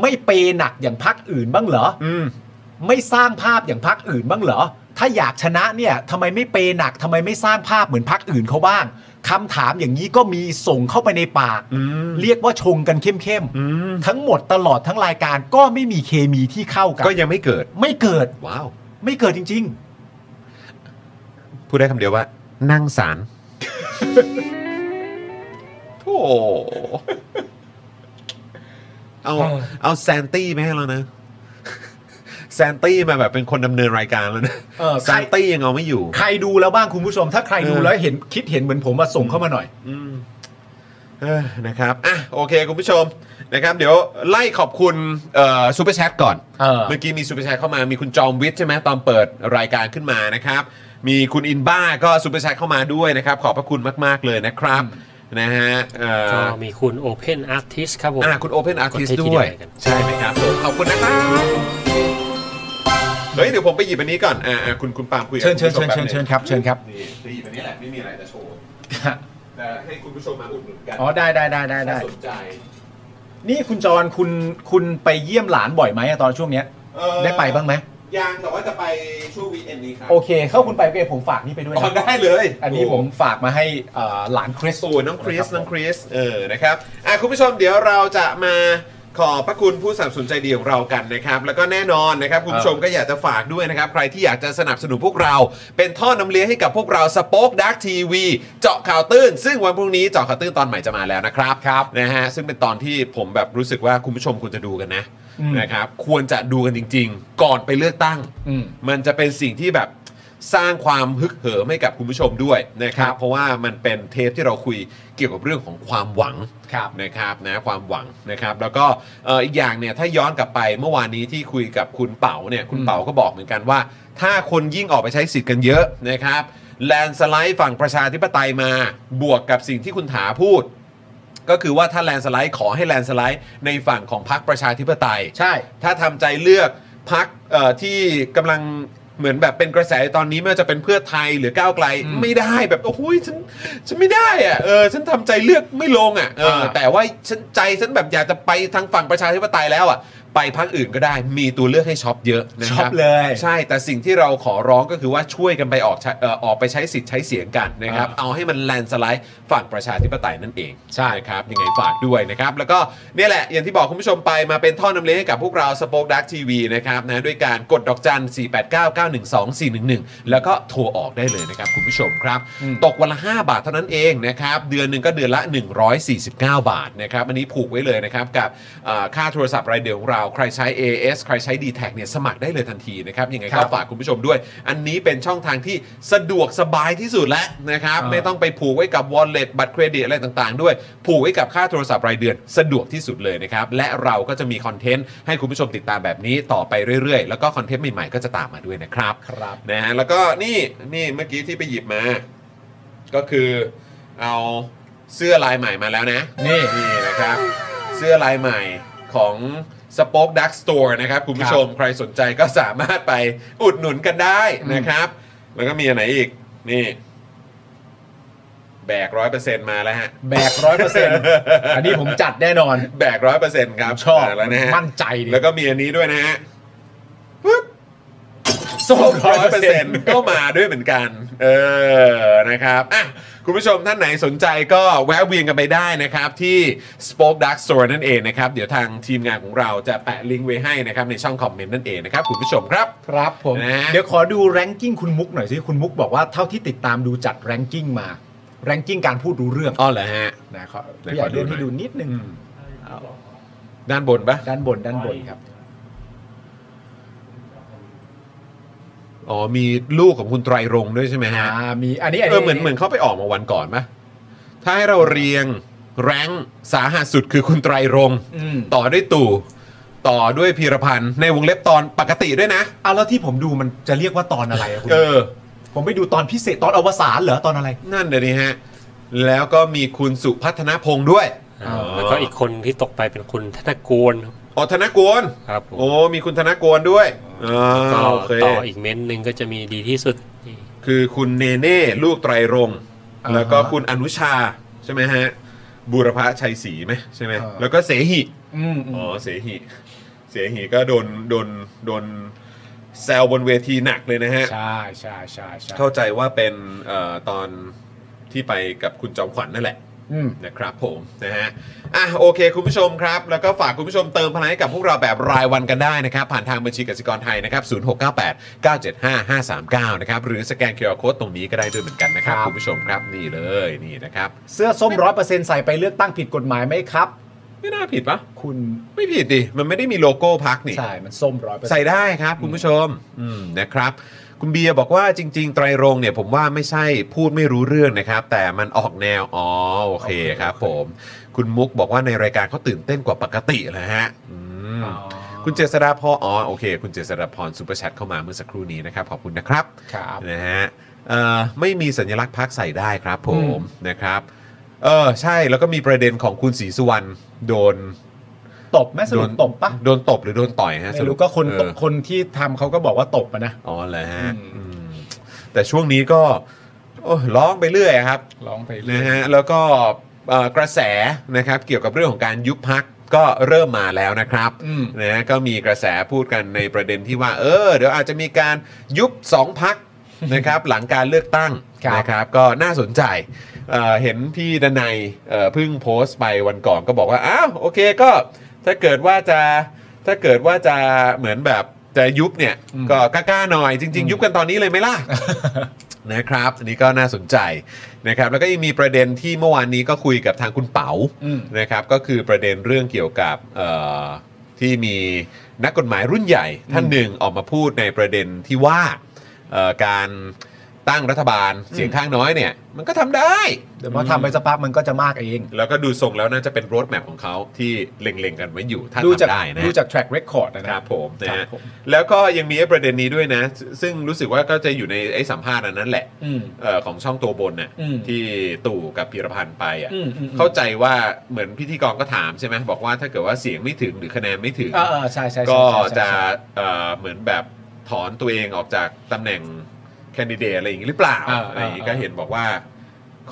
ไม่เปหนักอย่างพักอื่นบ้างเหรอ อืม ไม่สร้างภาพอย่างพักอื่นบ้างเหรอ ถ้าอยากชนะเนี่ยทำไมไม่เปหนักทำไมไม่สร้างภาพเหมือนพักอื่นเขาบ้างคำถามอย่างนี้ก็มีส่งเข้าไปในปาก อืม เรียกว่าชงกันเข้ม อืม ๆ ทั้งหมดตลอดทั้งรายการก็ไม่มีเคมีที่เข้ากัน ก็ยังไม่เกิด ไม่เกิด ว้าว ไม่เกิดจริง พูดได้คำเดียวว่า นั่งสารโธ่เอาเอาแซนตี้ไม่ให้แล้วนะ แซนตี้มาแบบเป็นคนดำเนินรายการแล้วนะ เออ แซ ใคร นตี้ยังเอาไม่อยู่ ๆ ใครดูแล้วบ้างคุณผู้ชม ถ้าใครดู เออ แล้วเห็นคิดเห็นเหมือนผมมาส่งเข้ามาหน่อย อืมเออนะครับ อ่ะ โอเค คุณผู้ชมนะครับ เดี๋ยวไล่ขอบคุณเอ่อซูเปอร์แชทก่อน เออ เมื่อกี้มีซูเปอร์แชทเข้ามา มีคุณจอมวิทย์ใช่ไหมตอนเปิดรายการขึ้นมานะครับ มีคุณอินบ้าก็ซูเปอร์แชทเข้ามาด้วยนะครับ ขอบพระคุณมาก ๆ เลยนะครับ นะฮะเอ่ ก็ อ มีคุณ Open Artist ครับผม อ่ะคุณโอเพนอาร์ติส กดให้ทีเดียว ด้วย กัน ใช่ไหมครับผมขอบคุณนะครับ เฮ้ย เดี๋ยวผมไปหยิบอันนี้ก่อน อ่าคุณคุณปาล์มคุยกับ เชิญเชิญ คุณ เชิญ ผู้ม เชิญเชิญครับเชิญครับ แป๊บนึงนี่จะหยิบอันนี้แหละ ไม่มีอะไรจะโชว์แต่ให้คุณผู้ชมมาอุดหนุนกัน อ๋อได้ได้ได้ได้ได้ ถ้าสนใจ นี่คุณจรคุณคุณไปเยี่ยมหลานบ่อยไหมอะตอนช่วงเนี้ย เอ่อ ได้ไปบ้างไหม ยังแต่ว่าจะไปช่วงวีคเอนด์นี้ครับ โอเค เข้าคุณไปก็ผมฝากนี่ไปด้วย อ๋อ นะ ได้เลย อันนี้ผมฝากมาให้เอ่อหลานคริส โอ้ยน้องคริส น้องคริส เออ นะครับ อ่ะ คุณผู้ชม เดี๋ยวเราจะมาขอบพระคุณผู้สนับสนุนใจดีของเรากันนะครับ แล้วก็แน่นอนนะครับ คุณผู้ชมก็อยากจะฝากด้วยนะครับ ใครที่อยากจะสนับสนุนพวกเรา เป็นท่อนำเลี้ยงให้กับพวกเราสป็อคดักทีวีเจาะข่าวตื้น ซึ่งวันพรุ่งนี้เจาะข่าวตื้นตอนใหม่จะมาแล้วนะครับ ครับ นะฮะ ซึ่งเป็นตอนที่ผมแบบรู้สึกว่าคุณผู้ชมควรจะดูกันนะ อืม นะครับ ควรจะดูกันจริง ๆ ก่อนไปเลือกตั้ง อืม มันจะเป็นสิ่งที่แบบสร้างความฮึกเหิมให้กับคุณผู้ชมด้วยนะครัคบรับ เพราะว่ามันเป็นเทปที่เราคุยเกี่ยวกับเรื่องของความหวัง ครับ นะครับนะความหวังนะครับ แล้วก็เอ่ออีกอย่างเนี่ยถ้าย้อนกลับไปเมื่อวานนี้ที่คุยกับคุณเป๋าเนี่ยคุณ อืม เป๋าก็บอกเหมือนกันว่า ถ้าคนยิ่งออกไปใช้สิทธิ์กันเยอะนะครับแลนสไลด์ฝั่งประชาธิปไตยมาบวกกับสิ่งที่คุณถาพูด ก็คือว่าถ้าแลนสไลด์ขอให้แลนสไลด์ในฝั่งของพรรคประชาธิปไตย ใช่ ถ้าทำใจเลือกพักที่กำลังเหมือนแบบเป็นกระแสตอนนี้ไม่ว่าจะเป็นเพื่อไทยหรือก้าวไกล อืม ไม่ได้แบบโอ้ยฉันฉันไม่ได้อะเออฉันทำใจเลือกไม่ลงอะเออ อ่า แต่ว่าฉันใจฉันแบบอยากจะไปทางฝั่งประชาธิปไตยแล้วอะไปพักอื่นก็ได้มีตัวเลือกให้ช็อปเยอะนะ ช ค อบ รับ เลย ใช่แต่สิ่งที่เราขอร้องก็คือว่าช่วยกันไปออกใช้เอ่อออกไปใช้สิทธิ์ใช้เสียงกันนะครับ อ่า เอาให้มันแลนสไลด์ฝั่งประชาธิปไตยนั่นเองใช่ครับยังไงฝากด้วยนะครับ แล้วก็เนี่ยแหละอย่างที่บอกคุณผู้ชมไปมาเป็นท่อนำเลี้ยงให้กับพวกเราสป็อคดักทีวีนะครับนะด้วยการกดดอกจัน 4 8 9 9 1 2 4 1 1 แล้วก็โทรออกได้เลยนะครับคุณผู้ชมครับ อืม ตกวันละ 5 บาทเท่านั้นเองนะครับเดือนหนึ่งก็เดือนละ 149 บาทนะครับอันนี้ผูกไว้เลยนะครับกับเอ่อค่าโทรศัพท์รายเดือนของเรา ใครใช้ AS ใครใช้ d t แทเนี่ยสมัครได้เลยทันทีนะครับยังไง ครั ก็ บ ฝากคุณผู้ชมด้วย อันนี้เป็นช่องทางที่สะดวกสบายที่สุดแล้วนะครับ เออ ไม่ต้องไปผูกไว้กับ Wallet บัตรเครดิตอะไรต่างๆ ด้วย ผูกไว้กับค่าโทรศัพท์รายเดือนสะดวกที่สุดเลยนะครับ และเราก็จะมีคอนเทนต์ให้คุณผู้ชมติดตามแบบนี้ต่อไปเรื่อยๆ แล้วก็คอนเทนต์ใหม่ๆก็จะตามมาด้วยนะครับ ครับ นะฮะแล้วก็นี่นี่เมื่อกี้ที่ไปหยิบมา ก็คือเอาเสื้อลายใหม่มาแล้วนะ นี่ นี่นะครับ เสื้อลายใหม่ของ Spoke Dark Store นะครับ คุณผู้ชมใครสนใจก็สามารถไปอุดหนุนกันได้นะครับ แล้วก็มีอันไหนอีก นี่ แบกร้อยเปอร์เซ็นต์มาแล้วฮะ แบกร้อยเปอร์เซ็นต์อันนี้ผมจัดแน่นอน แบกร้อยเปอร์เซ็นต์ครับ ชอบ มาแล้วนะฮะ มั่นใจดิ แล้วก็มีอันนี้ด้วยนะฮะ ส้ม ส้ม ร้ ร้ อ อย ย เป เป อ อ ร์ ร์ เซ็ เซ็ น น ต์ ต์ก็มาด้วยเหมือนกัน เออนะครับอ่ะคุณผู้ชมท่านไหนสนใจก็แวะเวียนกันไปได้นะครับ ที่ Spoke Dark Store นั่นเองนะครับ เดี๋ยวทางทีมงานของเราจะแปะลิงก์ไว้ให้นะครับ ในช่องคอมเมนต์นั่นเองนะครับ คุณผู้ชมครับ ครับผม นะ เดี๋ยวขอดูแรงกิ้งคุณมุกหน่อยสิคุณมุกบอกว่าเท่าที่ติดตามดูจัดแรงกิ้งมาแรงกิ้งการพูดรู้เรื่อง อ๋อเหรอฮะ นะขอ ไหน พี่ให ข ญ่ อดู เลื่อน หน่อย ให้ดูนิดนึงเอา ด้านบนปะ ด้านบนด้านบนครับ อ๋อมีลูกของคุณไตรรงค์ด้วยใช่ไหมฮะ อ่ามีอันนี้อัน เอ นี้ อเหมือนเหมือนเขาไปออกมาวันก่อนปะถ้าให้เราเรียงแรงสาหัสสุดคือคุณไตรรงค์ อืม ต่อด้วยตู่ ต่อด้วยพีรพันธ์ในวงเล็บตอนปกติด้วยนะ เอาแล้วที่ผมดูมันจะเรียกว่าตอนอะไรอะคุณ เออ ผมไปดูตอนพิเศษตอนอวสานเหรอตอนอะไร นั่นเดี๋ยวนี้ฮะ แล้วก็มีคุณสุพัฒนพงศ์ด้วย อ่าแล้วก็อีกคนที่ตกไปเป็นคุณธนกูล อ๋อธนกร ครับผม โอ้มีคุณธนกรด้วยอ๋อ ก็ โอเค ต่ออีกเม้นต์หนึ่งก็จะมีดีที่สุดนี่ คือคุณเนเน่ลูกไตรรงค์ อ่าฮะ แล้วก็คุณอนุชา ใช่ไหมฮะ บุรพชัยศรีไหมใช่ไหม อ่า แล้วก็เสหิ อืม อ๋อเสหิ เสหิก็โดนโดนโดนแซวบนเวทีหนักเลยนะฮะ ใช่ใช่ใช่ใช่ เข้าใจว่าเป็นเอ่อตอนที่ไปกับคุณจอมขวัญนั่นแหละ อืม นะครับผมนะฮะอ่ะโอเค คุณผู้ชมครับ แล้วก็ฝากคุณผู้ชมเติมพลังให้กับพวกเราแบบรายวันกันได้นะครับ ผ่านทางบัญชีกสิกรไทยนะครับ 0698 975 539 นะครับ หรือสแกนเคอร์โคตรงนี้ก็ได้ด้วยเหมือนกันนะครับ ครับ คุณผู้ชมครับนี่เลยนี่นะครับ เสื้อส้มร้อยเปอร์เซ็นต์ใส่ไปเลือกตั้งผิดกฎหมายไหมครับ ไม่น่าผิดปะ คุณ ไม่ผิดดิ มันไม่ได้มีโลโก้พักนี่ ใช่มันส้มร้อยเปอร์เซ็นต์ ใส่ได้ครับคุณผู้ชมอืมนะครับ คุณเบียร์บอกว่าจริง ๆ ไตรรงค์เนี่ยผมว่าไม่ใช่พูดไม่รู้เรื่องนะครับ แต่มันออกแนว อ๋อ โอเคครับผม คุณมุกบอกว่าในรายการเขาตื่นเต้นกว่าปกติเลยฮะอืม อ๋อ คุณเจษฎาพรอ๋อโอเค คุณเจษฎาพรซูเปอร์แชทเข้ามาเมื่อสักครู่นี้นะครับ ขอบคุณนะครับ ครับ นะฮะเอ่อไม่มีสัญลักษณ์พักใส่ได้ครับผมนะครับเออใช่แล้วก็มีประเด็นของคุณศรีสุวรรณโดน ตบไหมส โด รุป น ตบปะ โดนตบหรือโดนต่อยฮะ ไม่ สรุ รู้ ป ก็คน เอ ต อ บคนที่ทำเขาก็บอกว่าตบอะนะ อ๋อเหรอฮะ อืม อืมแต่ช่วงนี้ก็โอ้ยร้องไปเรื่อยอะครับ ร้องไปเรื่อนะย ฮะแล้วก็เอ่อกระแสนะครับเกี่ยวกับเรื่องของการยุบพักก็เริ่มมาแล้วนะครับ อืม นะฮะก็มีกระแสพูดกันในประเด็นที่ว่า เออ เดี๋ยวอาจจะมีการยุบสองพัก นะครับหลังการเลือกตั้ง ครับ นะครับก็น่าสนใจเอ่อเห็นพี่ดนัยเอ่อเพิ่งโพสต์ไปวันก่อนก็บอกว่าอ้าวโอเคก็ถ้าเกิดว่าจะถ้าเกิดว่าจะเหมือนแบบจะยุบเนี่ยก็กล้าๆหน่อยจริง ๆ ยุบกันตอนนี้เลยไหม ล่ะ นะครับอันนี้ก็น่าสนใจนะครับแล้วก็ยังมีประเด็นที่เมื่อวานนี้ก็คุยกับทางคุณเป๋า อืม นะครับก็คือประเด็นเรื่องเกี่ยวกับเอ่อที่มีนักกฎหมายรุ่นใหญ่ท่านหนึ่งออกมาพูดในประเด็นที่ว่าเอ่อการตั้งรัฐบาลเสียงข้างน้อยเนี่ยมันก็ทำได้ เดี๋ยวพอทำไปสักพักมันก็จะมากเอง แล้วก็ดูทรงแล้วน่าจะเป็นรถแมพของเขาที่เล็งๆกันไว้อยู่ถ้า ดูจาก ทำได้นะ ดูจาก track record นะ ค ค รั รั บบ ผมนะ ครั ฮะ บผม แล้วก็ยังมีไอ้ประเด็นนี้ด้วยนะ ซึ่งรู้สึกว่าก็จะอยู่ในไอ้สัมภาษณ์อันนั้นแหละ อืม เออของช่องตัวบนน่ะ อืม ที่ตู่กับพีรพันธ์ไปอ่ะ อืมอืมอืม เข้าใจว่าเหมือนพิธีกรก็ถามใช่ไหมบอกว่าถ้าเกิดว่าเสียงไม่ถึงหรือคะแนนไม่ถึง อ่าๆใช่ใช่ใช่ ก็ ใช่ใช่ จะ ใช่ เอ่อเหมือนแบบถอนตัวเองออกจากตำแหน่งแคนดิเดตอะไรอย่างนี้หรือเปล่า อ่า อะไรอย่างนี้ อ่า ก็เห็นบอกว่า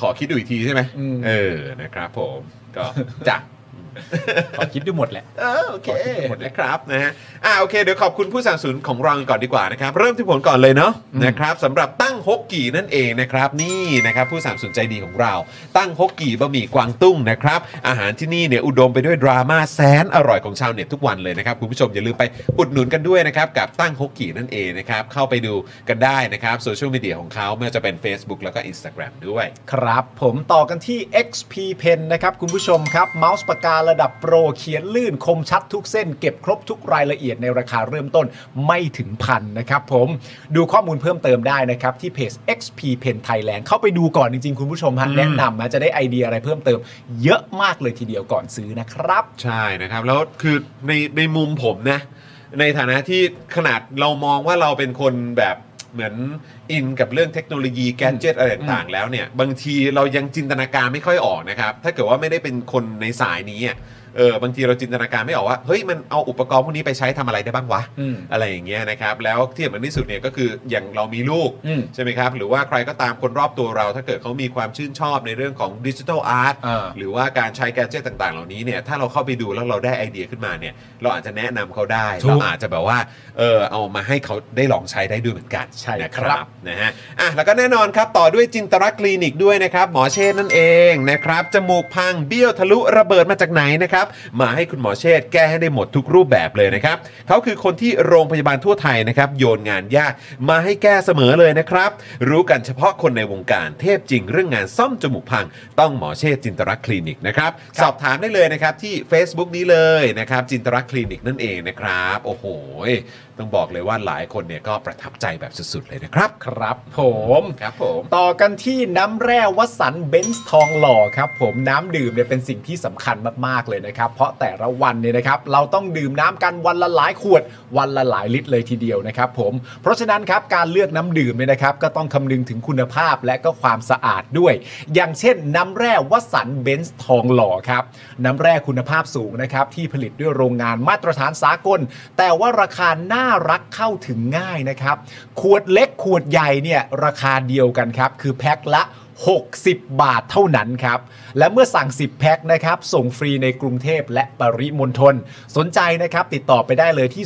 ขอคิดดูอีกทีใช่ไหม อืม เออนะครับผมก็ จ้ะ ขอคิดดูหมดแหละ เออโอเค ขอคิดหมดเลย นะครับนะฮะอ่าโอเคเดี๋ยวขอบคุณผู้สนับสนุนของเรากันก่อนดีกว่านะครับ เริ่มที่ผลก่อนเลยเนาะนะครับสำหรับตั้งฮกกี่นั่นเองนะครับ นี่นะครับผู้สนับสนุนใจดีของเรา ตั้งฮกกี่บะหมี่กวางตุ้งนะครับ อาหารที่นี่เนี่ยอุดมไปด้วยดราม่าแสนอร่อยของชาวเน็ตทุกวันเลยนะครับคุณผู้ชมอย่าลืมไปอุดหนุนกันด้วยนะครับกับตั้งฮกกี่นั่นเองนะครับเข้าไปดูกันได้นะครับโซเชียลมีเดียของเขาไม่ว่าจะเป็น Facebook แล้วก็ Instagram ด้วย ครับผมต่อกันที่ XP Pen นะครับ คุณผู้ชมครับ เมาส์ปากกา ระดับโปรเขียนลื่นคมชัดทุกเส้น เก็บครบทุกรายละเอียดในราคาเริ่มต้นไม่ถึงพันนะครับผมดูข้อมูลเพิ่ม때 เติมได้นะครับ ที่เพจ XP Pen Thailand เข้าไปดูก่อนจริง ๆ คุณผู้ชมฮะแนะนำนะจะได้ไอเดียอะไรเพิ่มเติม เยอะมากเลยทีเดียวก่อนซื้อนะครับ ใช่นะครับ แล้วคือในในมุมผมนะ ในฐานะที่ขนาดเรามองว่าเราเป็นคนแบบเหมือนอินกับเรื่องเทคโนโลยีแกจเจตอะไรต่างๆแล้วเนี่ย บางทีเรายังจินตนาการไม่ค่อยออกนะครับ ถ้าเกิดว่าไม่ได้เป็นคนในสายนี้อะเออบางทีเราจินตนาการไม่ออกว่าเฮ้ยมันเอาอุปกรณ์พวกนี้ไปใช้ทำอะไรได้บ้างวะ อืม อะไรอย่างเงี้ยนะครับ แล้วที่สำคัญที่สุดเนี่ยก็คืออย่างเรามีลูก อืม ใช่ไหมครับ หรือว่าใครก็ตามคนรอบตัวเรา ถ้าเกิดเขามีความชื่นชอบในเรื่องของดิจิทัลอาร์ต อ่า หรือว่าการใช้แกดเจิตต่าง ๆ เหล่านี้เนี่ยถ้าเราเข้าไปดูแล้วเราได้ไอเดียขึ้นมาเนี่ยเราอาจจะแนะนำเขาได้ เราอาจจะแบบว่าเออเอามาให้เขาได้ลองใช้ได้ด้วยเหมือนกัน ใช่ นะคครั รับบ นะฮะอ่ะแล้วก็แน่นอนครับ ต่อด้วยจินตรักษณ์คลินิกด้วยนะครับ หมอเชษฐ์นั่นเองนะครับจมูกพังเบี้ยวทะลุระเบิดมาจากไหนนะครับมาให้คุณหมอเชษฐ์แก้ให้ได้หมดทุกรูปแบบเลยนะครับเขาคือคนที่โรงพยาบาลทั่วไทยนะครับโยนงานยากมาให้แก้เสมอเลยนะครับ รู้กันเฉพาะคนในวงการเทพจริงเรื่องงานซ่อมจมูกพัง ต้องหมอเชษฐ์จินตรักษณ์คลินิกนะครับสอบถามได้เลยนะครับที่ Facebook นี้เลยนะครับจินตรักษณ์คลินิกนั่นเองนะครับโอ้โหต้องบอกเลยว่าหลายคนเนี่ยก็ประทับใจแบบสุดๆเลยนะครับ ครับผม ครับผม ต่อกันที่น้ำแร่วัสันเบนซ์ทองหล่อครับผมน้ำดื่มเนี่ยเป็นสิ่งที่สำคัญมากๆเลยนะครับ เพราะแต่ละวันเนี่ยนะครับเราต้องดื่มน้ำกันวันละหลายขวด วันละหลายลิตรเลยทีเดียวนะครับผมเพราะฉะนั้นครับการเลือกน้ำดื่มเนี่ยนะครับก็ต้องคำนึงถึงคุณภาพและก็ความสะอาดด้วย อย่างเช่น น้ำแร่วัสันเบนซ์ทองหล่อครับน้ำแร่คุณภาพสูงนะครับที่ผลิตด้วยโรงงานมาตรฐานสากล แต่ว่าราคาน่ารักเข้าถึงง่ายนะครับขวดเล็กขวดใหญ่เนี่ยราคาเดียวกันครับ คือแพ็คละ 60 บาทเท่านั้นครับ และเมื่อสั่ง 10 แพ็คนะครับ ส่งฟรีในกรุงเทพและปริมณฑลสนใจนะครับ ติดต่อไปได้เลยที่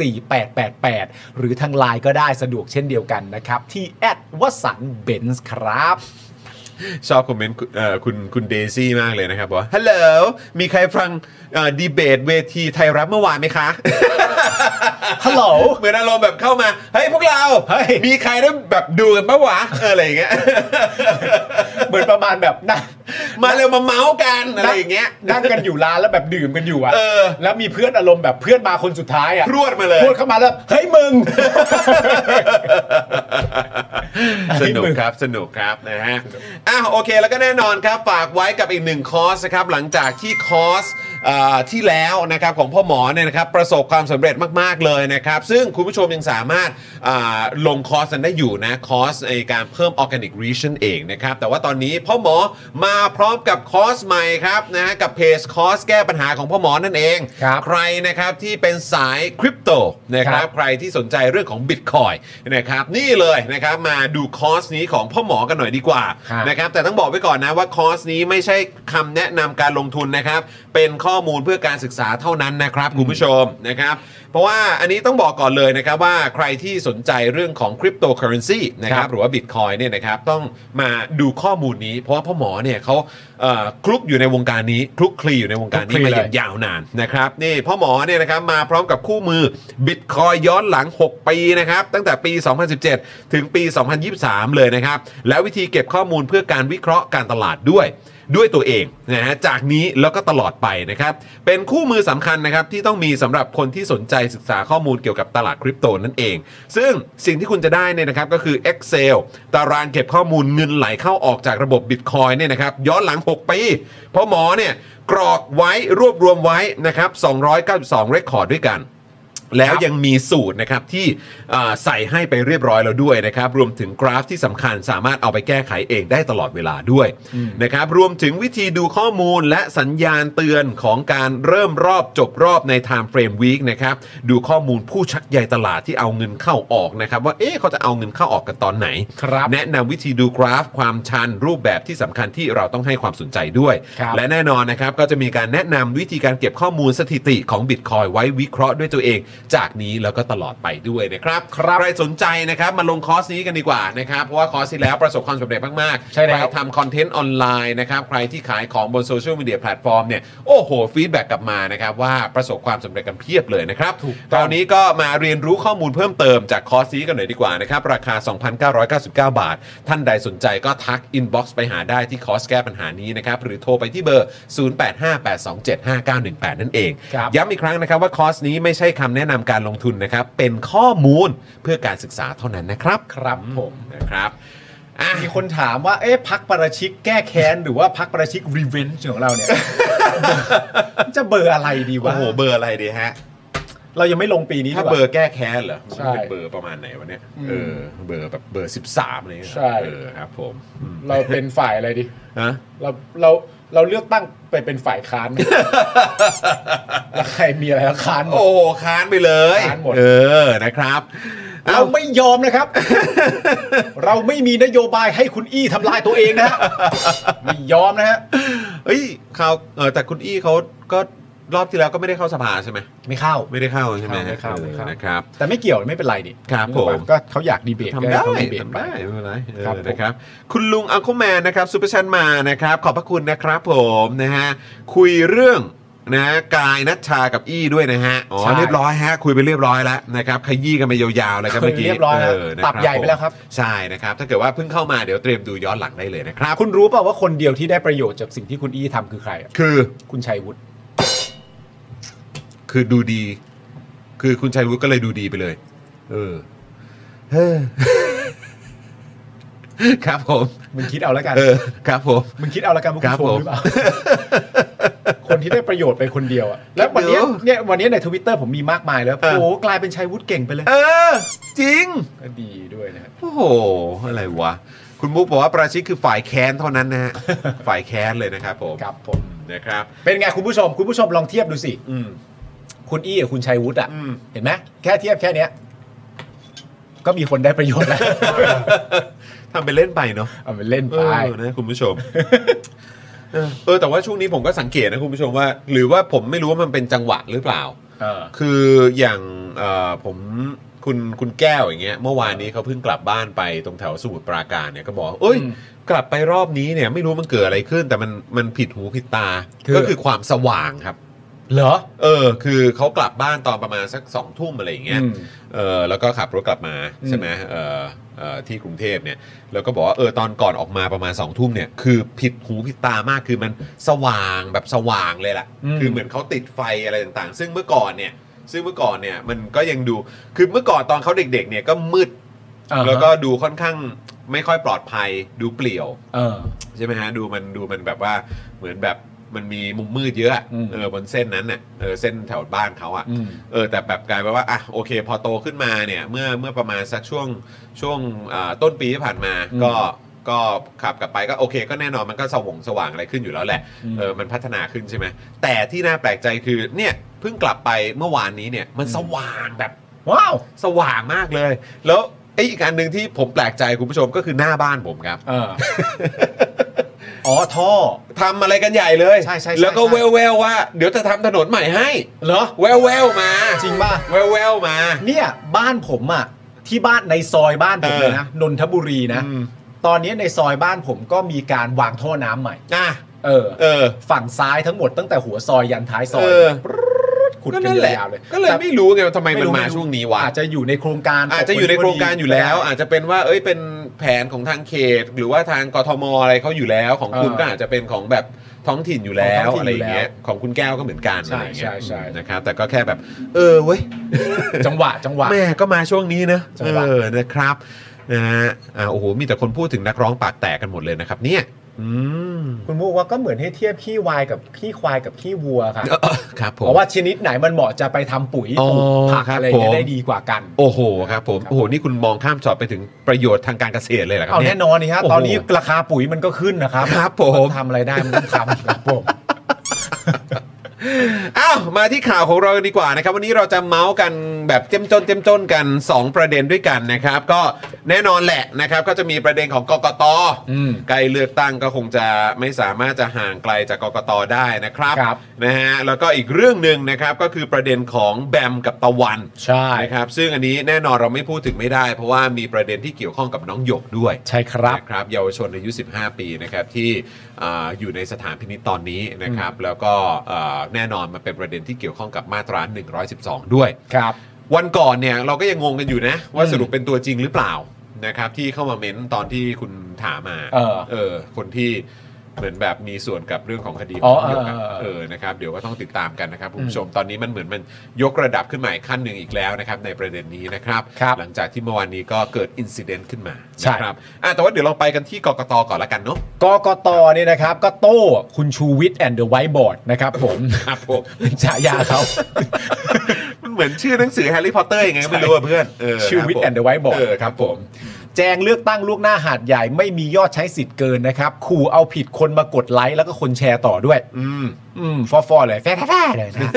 0909714888 หรือทางไลน์ก็ได้สะดวกเช่นเดียวกันนะครับ ที่แอดวสันเบนซ์ครับ ชอบคอมเมนต์คุณเอ่อคุณคุณเดซี่มากเลยนะครับบอกว่าฮัลโหลมีใครฟังดีเบตเวทีไทยรัฐเมื่อวานไหมคะ ฮัลโหล เหมือนอารมณ์แบบเข้ามา เฮ้ย พวกเรา เฮ้ย มีใครได้แบบดูกันปะวะเอออะไรอย่างเงี้ย เหมือนประมาณแบบนั่ง มาเร็วมาเมาส์กันอะไรอย่างเงี้ย นั่งกันอยู่ร้านแล้วแบบดื่มกันอยู่อะ เออ แล้วมีเพื่อนอารมณ์แบบเพื่อนมาคนสุดท้ายอะ พรวดมาเลย พูดเข้ามาแล้วเฮ้ยมึง สนุกครับสนุกครับนะฮะอ่ะโอเคแล้วก็แน่นอนครับฝากไว้กับอีกหนึ่งคอร์สนะครับหลังจากที่คอร์สเอ่อที่แล้วนะครับของพ่อหมอเนี่ยนะครับประสบความสำเร็จมาก ๆ เลยนะครับ ซึ่งคุณผู้ชมยังสามารถอ่าลงคอร์สนั้นได้อยู่นะคอร์สในการเพิ่มออร์แกนิกรีชนเองนะครับ แต่ว่าตอนนี้พ่อหมอมาพร้อมกับคอร์สใหม่ครับนะฮะกับเพจคอร์สแก้ปัญหาของพ่อหมอนั่นเอง ครับ ใครนะครับที่เป็นสายคริปโตนะครับ ใครที่สนใจเรื่องของบิตคอยนะครับนี่เลยนะครับมาดูคอร์สนี้ของพ่อหมอกันหน่อยดีกว่า ครับ นะครับแต่ต้องบอกไว้ก่อนนะว่าคอร์สนี้ไม่ใช่คำแนะนำการลงทุนนะครับ เป็นข้อมูลเพื่อการศึกษาเท่านั้นนะครับ คุณผู้ชมนะครับ เพราะว่าอันนี้ต้องบอกก่อนเลยนะครับว่าใครที่สนใจเรื่องของคริปโตเคอเรนซีนะค ครั รับบ หรือว่าบิตคอยเนี่ยนะครับต้องมาดูข้อมูลนี้ เพราะว่าพ่อหมอเนี่ยเขาเอ่อคลุกอยู่ในวงการนี้คลุกคลีอยู่ในวงการนี้มาอย่าง ยาวนานนะครับนี่พ่อหมอเนี่ยนะครับมาพร้อมกับคู่มือบิตคอยย้อนหลัง 6 ปีนะครับตั้งแต่ปี 2017 ถึงปี 2023 เลยนะครับ แล้ววิธีเก็บข้อมูลเพื่อการวิเคราะห์การตลาดด้วย ด้วยตัวเองนะฮะจากนี้แล้วก็ตลอดไปนะครับ เป็นคู่มือสำคัญนะครับที่ต้องมีสำหรับคนที่สนใจศึกษาข้อมูลเกี่ยวกับตลาดคริปโตนั่นเอง ซึ่งสิ่งที่คุณจะได้เนี่ยนะครับก็คือ Excel ตารางเก็บข้อมูลเงินไหลเข้าออกจากระบบ Bitcoin เนี่ยนะครับย้อนหลัง 6 ปีเพราะหมอเนี่ย กรอกไว้รวบรวมไว้นะครับ 292 เรคคอร์ดด้วยกัน แล้วยังมีสูตรนะครับที่อ่าใส่ให้ไปเรียบร้อยแล้วด้วยนะครับ รวมถึงกราฟที่สำคัญสามารถเอาไปแก้ไขเองได้ตลอดเวลาด้วยนะครับ รวมถึงวิธีดูข้อมูลและสัญญาณเตือนของการเริ่มรอบจบรอบใน Time Frame Week นะครับ ดูข้อมูลผู้ชักใยตลาดที่เอาเงินเข้าออกนะครับ ว่าเอ๊ะเขาจะเอาเงินเข้าออกกันตอนไหน ครับ แนะนำวิธีดูกราฟความชันรูปแบบที่สำคัญที่เราต้องให้ความสนใจด้วย ครับ และแน่นอนนะครับก็จะมีการแนะนำวิธีการเก็บข้อมูลสถิติของบิตคอยไว้วิเคราะห์ด้วยตัวเอง จากนี้แล้วก็ตลอดไปด้วยนะครับครับใครสนใจนะครับมาลงคอร์สนี้กันดีกว่านะครับเพราะว่าคอร์สที่แล้วประสบความสำเร็จมากๆ ใช่แล้ว ใครทำคอนเทนต์ออนไลน์นะครับใครที่ขายของบนโซเชียลมีเดียแพลตฟอร์มเนี่ยโอ้โหฟีดแบ็กกลับมานะครับว่าประสบความสำเร็จกันเพียบเลยนะครับถูกคราวนี้ก็มาเรียนรู้ข้อมูลเพิ่มเติมจากคอร์สนี้กันหน่อยดีกว่านะครับราคา 2,999 บาท ท่านใดสนใจก็ทักอินบ็อกซ์ไปหาได้ที่คอร์สแก้ปัญหานี้นะครับหรือโทรไปที่เบอร์ 0858275918 นั่นเอง ครับ ย้ำอีกครั้งนะครับว่าคอร์สนี้ไม่ใช่คำแนะนำการลงทุนนะครับเป็นข้อมูลเพื่อการศึกษาเท่านั้นนะครับ ครับผม นะครับอ่ะ มีคนถามว่าเอ๊ะพักประชิกแก้แค้น หรือว่าพักประชิกรีเวนจ์ของเรา เนี่ย จะเบอร์อะไรดีวะ โอ้โห เบอร์อะไรดีฮะ เรายังไม่ลงปีนี้ ถ้า ดีกว่ เบอร์แก้แค้นเหรอ ใช่ มันเป็นเบอร์ประมาณไหนวะเนี่ย อืม เออ เบอร์แบบเบอร์ 13อะไรเงี้ย ใช่ เออครับผมอืม เราเป็นฝ่ายอะไรดี ฮะ เราเราเราเลือกตั้งไปเป็นฝ่ายค้านไหม แล้วใครมีอะไรแล้วค้านหมด โอ้โหค้านไปเลย ค้านหมด เออ นะครับ เราไม่ยอมนะครับ เราไม่มีนโยบายให้คุณอี้ทำลายตัวเอง นะฮะ ไม่ยอมนะฮะ เอ้ยข่าวเออแต่คุณอี้เขาก็รอบที่แล้วก็ไม่ได้เข้าสภาใช่ไหม ไม่เข้า ไม่ได้เข้าใช่ไหม ไม่เข้าไม่เข้า ออนะครับ แต่ไม่เกี่ยวไม่เป็นไรนี่ ครับผม ก็เขาอยากดีเบต ทำได้ ก็ให้เขาดีเบต ทำ ป ได้ ไม่เป็นไรเออ ครับผม นะครับคุณลุงอัลโคแมนนะครับซูเปอร์ชันมานะครับ ขอบพระคุณนะครับผมนะฮะคุยเรื่องนะกายนัชชากับอี้ด้วยนะฮะอ๋อ ใช่ เรียบร้อยฮะคุยไปเรียบร้อยแล้วนะครับขยี้กันไปยาวๆเลยครับเมื่อกี้ เรียบร้อยแล้ว นะค ตับใหญ่ไปแล้วครับ ผมใช่นะครับ ถ้าเกิดว่าเพิ่งเข้ามาเดี๋ยวเตรียมดูย้อนหลังได้เลยนะครับ คุณรู้เปล่าว่าคนเดียวที่ได้ประโยชน์จากสิ่งที่คุณอี้ทำคือใครอะ คือ คุณชัยวุฒิ คือดูดี คือคุณชัยวุฒิก็เลยดูดีไปเลย เออเฮ้อ ครับผม มึงคิดเอาแล้วกัน เออครับผม มึงคิดเอาแล้วกันว่า ค คุ รั ณ บ ชมหรือเปล่า คนที่ได้ประโยชน์ไปคนเดียวอะแล้ววันเนี้ย เดี๋ยว เนี่ยวันเนี้ยในทวิตเตอร์ผมมีมากมายแล้วโอ้โหกลายเป็นชัยวุฒิเก่งไปเลย เออ จริง ก็ดีด้วยนะฮะ โอ้โห อะไรวะ คุณมุกบอกว่าประชิดคือฝ่ายแค้นเท่านั้นนะฮ ะ ฝ่ายแค้นเลยนะครับผม ครับผม นะครับ เป็นไงคุณผู้ชม คุณผู้ชมลองเทียบดูสิ อืม คุณอี้กับคุณชัยวุฒิอ่ะ อืม เห็นไหมแค่เทียบแค่เนี้ย ก็มีคนได้ประโยชน์แล้ว ทำไปเล่นไปเนาะ เอาไปเล่น เอ ไป อนะคุณผู้ ชม เออเออ แต่ว่าช่วงนี้ผมก็สังเกตนะคุณผู้ชมว่า หรือว่าผมไม่รู้ว่ามันเป็นจังหวะหรือเปล่า เออ คืออย่างเอ่อผมคุณคุณแก้วอย่างเงี้ยเมื่อวานนี้เขาเพิ่งกลับบ้านไปตรงแถวสมุทรปราการเนี่ยก็บอกว่าเอ้ย อืม กลับไปรอบนี้เนี่ยไม่รู้มันเกิดอะไรขึ้น แต่มันมันผิดหูผิดตา คือ ก็คือความสว่างครับ เหรอ เออ คือเขากลับบ้านตอนประมาณสักสองทุ่มอะไรอย่างเงี้ย อืม เออแล้วก็ขับรถกลับมา อืม ใช่ไหมเออเออที่กรุงเทพเนี่ย แล้วก็บอกว่าเออตอนก่อนออกมาประมาณ2องทุ่มเนี่ย คือผิดหูผิดตามาก คือมันสว่างแบบสว่างเลยล่ะ คือเหมือนเขาติดไฟอะไรต่างๆ ซึ่งเมื่อก่อนเนี่ย ซึ่งเมื่อก่อนเนี่ยมันก็ยังดู คือเมื่อก่อนตอนเขาเด็กๆเนี่ยก็มืด อ่าฮะ แล้วก็ดูค่อนข้างไม่ค่อยปลอดภัย ดูเปลี่ยว เออ ใช่ไหมฮะดูมันดูมันแบบว่าเหมือนแบบมันมีมุมมืดเยอะอะ อืม เออบนเส้นนั้นน่ะเออเส้นแถวบ้านเขาอ่ะ อืม เออแต่แบบกลายเป็นว่าอ่ะโอเค พอโตขึ้นมาเนี่ยเมื่อเมื่อประมาณสักช่วงช่วงอ่าต้นปีที่ผ่านมา อืม ก็ก็ขับกลับไปก็โอเค ก็แน่นอนมันก็สว่างสว่างอะไรขึ้นอยู่แล้วแหละ อืม เออมันพัฒนาขึ้นใช่ไหมแต่ที่น่าแปลกใจคือเนี่ยเพิ่งกลับไปเมื่อวานนี้เนี่ยมันสว่างแบบ ว้าว สว่างมากเลย แล้วไอ้อีกอันหนึ่งที่ผมแปลกใจคุณผู้ชมก็คือหน้าบ้านผมครับ เออ อ๋อท่อ ทำอะไรกันใหญ่เลย ใช่ใช่ใช่ แล้วก็แววแววๆว่า เดี๋ยวจะทำถนนใหม่ให้ เหรอ แววแววๆมา จริงป่ะ แววแววๆมา เนี่ยบ้านผมอ่ะ ที่บ้านในซอยบ้านผมเลยนะนนทบุรีนะ อืม ตอนนี้ในซอยบ้านผมก็มีการวางท่อน้ำใหม่ อ่ะ เออ เออ ฝั่งซ้ายทั้งหมดตั้งแต่หัวซอยยันท้ายซอย เออ ปรึ๊ดขุด ก็ กัน นั่นแหละ ยาวๆเลย ก็เลยไม่รู้ไงว่าทำไมมันมา ไรู้ ช่วงนี้วะ อาจจะอยู่ในโครงการ อาจจะอยู่ในโครงการอยู่แล้ว อาจจะเป็นว่าเอ้ยเป็นแผนของทางเขต หรือว่าทางกทมอะไรเขาอยู่แล้ว ของคุณก็อาจจะเป็นของแบบท้องถิ่นอยู่แล้วอะไรอย่างเงี้ยของคุณแก้วก็เหมือนกันอะไรอย่างเงี้ย ใช่ใช่ใช่ นะครับแต่ก็แค่แบบ เออเว้ย จังหวะจังหวะ แม่ก็มาช่วงนี้นะ จังหวะ เออนะครับนะฮะอ่าโอ้โหมีแต่คนพูดถึงนักร้องปากแตกกันหมดเลยนะครับ เนี่ย อืม คุณมูว่าก็เหมือนให้เทียบขี้วายกับขี้ควายกับขี้วัวค่ะ เออครับผม เพราะว่าชนิดไหนมันเหมาะจะไปทำปุ๋ย อ๋อ ปลูกผัก ครับ อะไรอย่างเงี้ ผ ย ม ได้ดีกว่ากัน โอ้โหครับผม ครับ โอ้โหนี่คุณมองข้ามช็อตไปถึงประโยชน์ทางการเกษตรเลยเหรอครั เอา บเนี่ แน่ ย นอนนี่ฮะ โอ้โห ตอนนี้ราคาปุ๋ยมันก็ขึ้นนะครับ ครับผม นทำอะไรได้มันต้องทำครับผม อ่ะ าวมาที่ข่าวของเราดีกว่านะครับ วันนี้เราจะเมาส์กันแบบเจ้มจนเจ้มจนกัน 2 ประเด็นด้วยกันนะครับ ก็แน่นอนแหละนะครับ ก็จะมีประเด็นของกกต อืม ใกล้เลือกตั้งก็คงจะไม่สามารถจะห่างไกลจากกกตได้นะครับ ครับ นะฮะแล้วก็อีกเรื่องหนึ่งนะครับก็คือประเด็นของแบมกับตะวัน ใช่ นะครับซึ่งอันนี้แน่นอนเราไม่พูดถึงไม่ได้ เพราะว่ามีประเด็นที่เกี่ยวข้องกับน้องหยกด้วย ใช่ครับ นะครับเยาวชนอายุ 15 ปีนะครับที่อาอยู่ในสถานพินิจตอนนี้นะครับแล้วก็เอ่อแน่นอนมันเป็นประเด็นที่เกี่ยวข้องกับมาตรา 112 ด้วย ครับ วันก่อนเนี่ยเราก็ยังงงกันอยู่นะ ว่า อืม สรุปเป็นตัวจริงหรือเปล่านะครับที่เข้ามาเม้นตอนที่คุณถามมา เออ คนที่เหมือนแบบมีส่วนกับเรื่องของคดีข อ๋ อง อ หยกเออะอเออ เออนะครับเดี๋ยวก็ต้องติดตามกันนะครับคุณ อืม ผู้ชมตอนนี้มันเหมือนมันยกระดับขึ้นมาอีกขั้นหนึ่งอีกแล้วนะครับในประเด็นนี้นะครับ ครับ หลังจากที่เมื่อวานนี้ก็เกิดอินซิเดนต์ขึ้นมา ใช่ นะครับอ่ะแต่ว่าเดี๋ยวเราไปกันที่กกตก่อนละกันเนาะ กกตเนี่ยนะครับ ก็โต้คุณชูวิทย์แอนด์เดอะไวท์บอร์ดนะครับผม ครับผม ฉายาเขา มันเหมือนชื่อหนังสือแฮร์รี่พอตเตอร์ยังไงก็ไม่รู้อะเพื่อนเ ชื่อวิทย์แอนด์เดอะไวท์บอร์ด เออครับผม แจงเลือกตั้งล่วงหน้าหาดใหญ่ไม่มียอดใช้สิทธิ์เกินนะครับขู่เอาผิดคนมากดไลค์แล้วก็คนแชร์ต่อด้วย อืม อืมฟอฟอเลยแฟ่แฟ่เลยนะ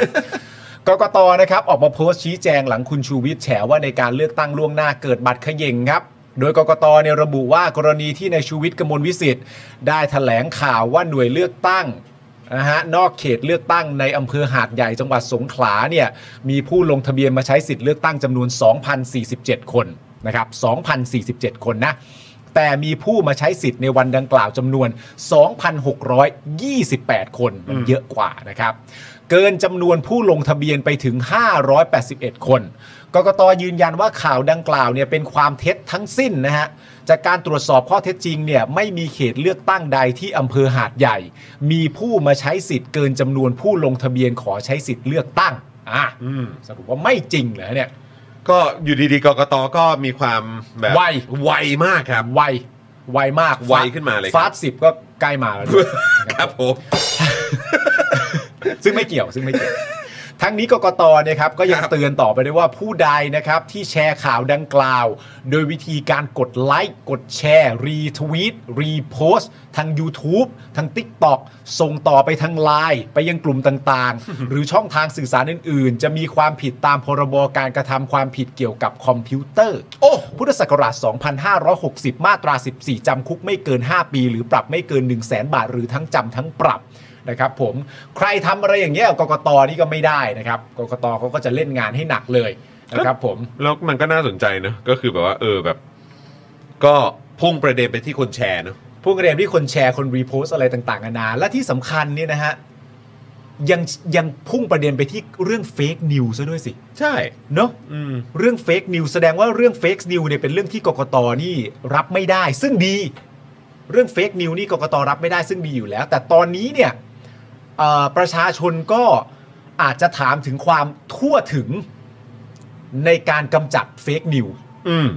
กกตนะครับ ออกมาโพสต์ชี้แจงหลังคุณชูวิทย์แฉว่าในการเลือกตั้งล่วงหน้าเกิดบัตรเขย่งครับ โดยกกตเนี่ยระบุว่ากรณีที่ในายชูวิทย์กมลวิสิทธิ์ได้แถลงข่าวว่าหน่วยเลือกตั้งนะฮะนอกเขตเลือกตั้งในอำเภอหาดใหญ่จังหวัดสงขลาเนี่ยมีผู้ลงทะเบียนมาใช้สิทธิ์เลือกตั้งจำนวน 2,047 คนนะครับ2,047 คนนะ แต่มีผู้มาใช้สิทธิ์ในวันดังกล่าวจำนวน 2,628 คนมันเยอะกว่านะครับ เกินจำนวนผู้ลงทะเบียนไปถึง 581 คน กกตยืนยันว่าข่าวดังกล่าวเนี่ยเป็นความเท็จทั้งสิ้นนะฮะ จากการตรวจสอบข้อเท็จจริงเนี่ยไม่มีเขตเลือกตั้งใดที่อำเภอหาดใหญ่ มีผู้มาใช้สิทธิ์เกินจำนวนผู้ลงทะเบียนขอใช้สิทธิ์เลือกตั้งอ่ะ อืม สรุปว่าไม่จริงเหรอเนี่ย ก็อยู่ดีๆกกตก็มีความแบบ ไว ไวมากครับ ไวไวมาก ไวขึ้นมาเลยครับ ฟาสสิบก็ใกล้มาแล้วด้วย ครับผม ซึ่งไม่เกี่ยวซึ่งไม่เกี่ยว ทั้งนี้กกตเนี่ยครับก็ยังเตือนต่อไปด้วยว่าผู้ใดนะครับที่แชร์ข่าวดังกล่าว โดยวิธีการกดไลค์กดแชร์รีทวีตรีโพสต์ทาง YouTube ทาง TikTok ส่งต่อไปทางไลน์ไปยังกลุ่มต่าง ๆ หรือช่องทางสื่อสารอื่นๆ จะมีความผิดตามพรบการกระทำความผิดเกี่ยวกับคอมพิวเตอร์ โอ้พุทธศักราช 2560 มาตรา 14จำคุกไม่เกิน 5 ปี หรือปรับไม่เกิน 1 0 0 0 0แบาท หรือทั้งจำทั้งปรับ นะครับผมใครทำอะไรอย่างเงี้ยกับกกตนี่ก็ไม่ได้นะครับกกตเขาก็จะเล่นงานให้หนักเลยนะครับผม แล้วมันก็น่าสนใจเนอะก็คือแบบว่า เออแบบ ก็พุ่งประเด็นไปที่คนแชร์เนอะ ผู้กระเรียนที่คนแชร์คนรีโพสต์อะไรต่างๆนานาและที่สำคัญเนี่ยนะฮะยังยังพุ่งประเด็นไปที่เรื่องเฟกนิวซะด้วยสิ ใช่ เนาะ อืม เรื่องเฟกนิวแสดงว่าเรื่องเฟกนิวเนี่ยเป็นเรื่องที่กกตนี่รับไม่ได้ ซึ่งดีเรื่องเฟกนิวนี่กกตรับไม่ได้ซึ่งดีอยู่แล้ว แต่ตอนนี้เนี่ยเอ่อประชาชนก็อาจจะถามถึงความทั่วถึงในการกำจัดเฟกนิว อืม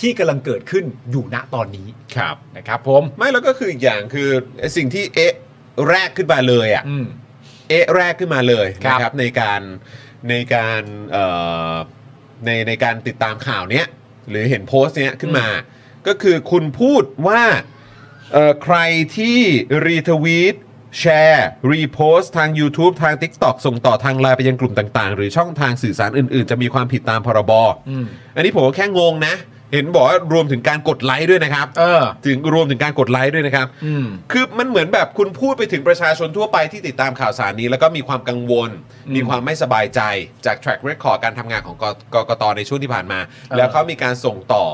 ที่กำลังเกิดขึ้นอยู่ณตอนนี้ ครับ นะครับผม ไม่แล้วก็คืออีกอย่างคือสิ่งที่เอ๊ะแรกขึ้นมาเลยอ่ะ อืม เอะแรกขึ้นมาเลย ครับ นะครับในการในการเอ่อในในการติดตามข่าวเนี้ยหรือเห็นโพสต์เนี้ยขึ้นมา ก็คือคุณพูดว่าเอ่อใครที่รีทวีตแชร์รีโพสต์ทาง YouTube ทาง TikTok ส่งต่อทางไลน์ไปยังกลุ่มต่างๆ หรือช่องทางสื่อสารอื่นๆ จะมีความผิดตามพรบ อืม อันนี้ผมก็แค่งงนะ เห็นบอกว่ารวมถึงการกดไลค์ด้วยนะครับ เออ ถึงรวมถึงการกดไลค์ด้วยนะครับ อืม คือมันเหมือนแบบคุณพูดไปถึงประชาชนทั่วไปที่ติดตามข่าวสารนี้ แล้วก็มีความกังวล อืม มีความไม่สบายใจจาก track record การทำงานของกกกตในช่วงที่ผ่านมา ออ แล้วเขามีการส่งต่อ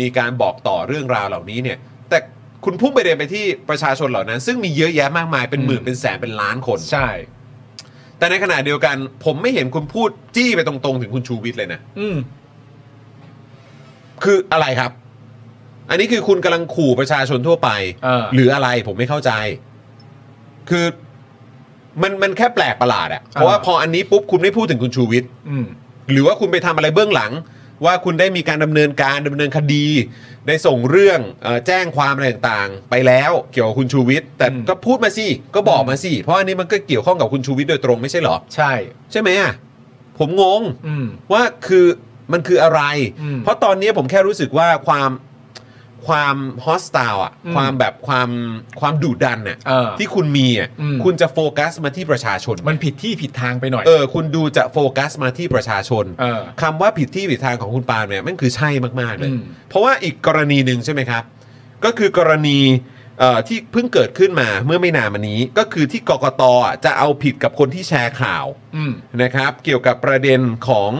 มีการบอกต่อเรื่องราวเหล่านี้เนี่ย แต่คุณพุ่งไปเด็นไปที่ประชาชนเหล่านั้น ซึ่งมีเยอะแยะมากมายเป็นหมื่นเป็นแสนเป็นล้านคน ใช่ แต่ในขณะเดียวกัน ผมไม่เห็นคุณพูดจี้ไปตรงๆ ถึงคุณชูวิทย์เลยนะ อืม คืออะไรครับ อันนี้คือคุณกำลังขู่ประชาชนทั่วไป เออ หรืออะไรผมไม่เข้าใจ คือมันมันแค่แปลกประหลาดอะเพราะว่าพออันนี้ปุ๊บคุณไม่พูดถึงคุณชูวิทย์ อืม หรือว่าคุณไปทำอะไรเบื้องหลัง ว่าคุณได้มีการดำเนินการดำเนินคดี ได้ส่งเรื่องเออแจ้งความอะไรต่างๆ ไปแล้วเกี่ยวกับคุณชูวิทย์แต่ อืม ก็พูดมาสิก็บอกมาสิเพราะอันนี้มันก็เกี่ยวข้องกับคุณชูวิทย์โดยตรงไม่ใช่เหรอ ใช่ ใช่ไหมอะผมงง อืม ว่าคือมันคืออะไร อืม เพราะตอนนี้ผมแค่รู้สึกว่าความ ความฮอสตาลอ่ะ อืม ความแบบความความดุดันเนี่ย เออ ที่คุณมีอ่ะ อืม คุณจะโฟกัสมาที่ประชาชน มันผิดที่ผิดทางไปหน่อย เออคุณดูจะโฟกัสมาที่ประชาชน เออ คำว่าผิดที่ผิดทางของคุณปาล์มเนี่ยมันคือใช่มากๆเลย อืม เพราะว่าอีกกรณีหนึ่งใช่ไหมครับ ก็คือกรณีเอ่อที่เพิ่งเกิดขึ้นมาเมื่อไม่นานมานี้ ก็คือที่กกตอ่ะจะเอาผิดกับคนที่แชร์ข่าว อืม นะครับ เกี่ยวกับประเด็นของ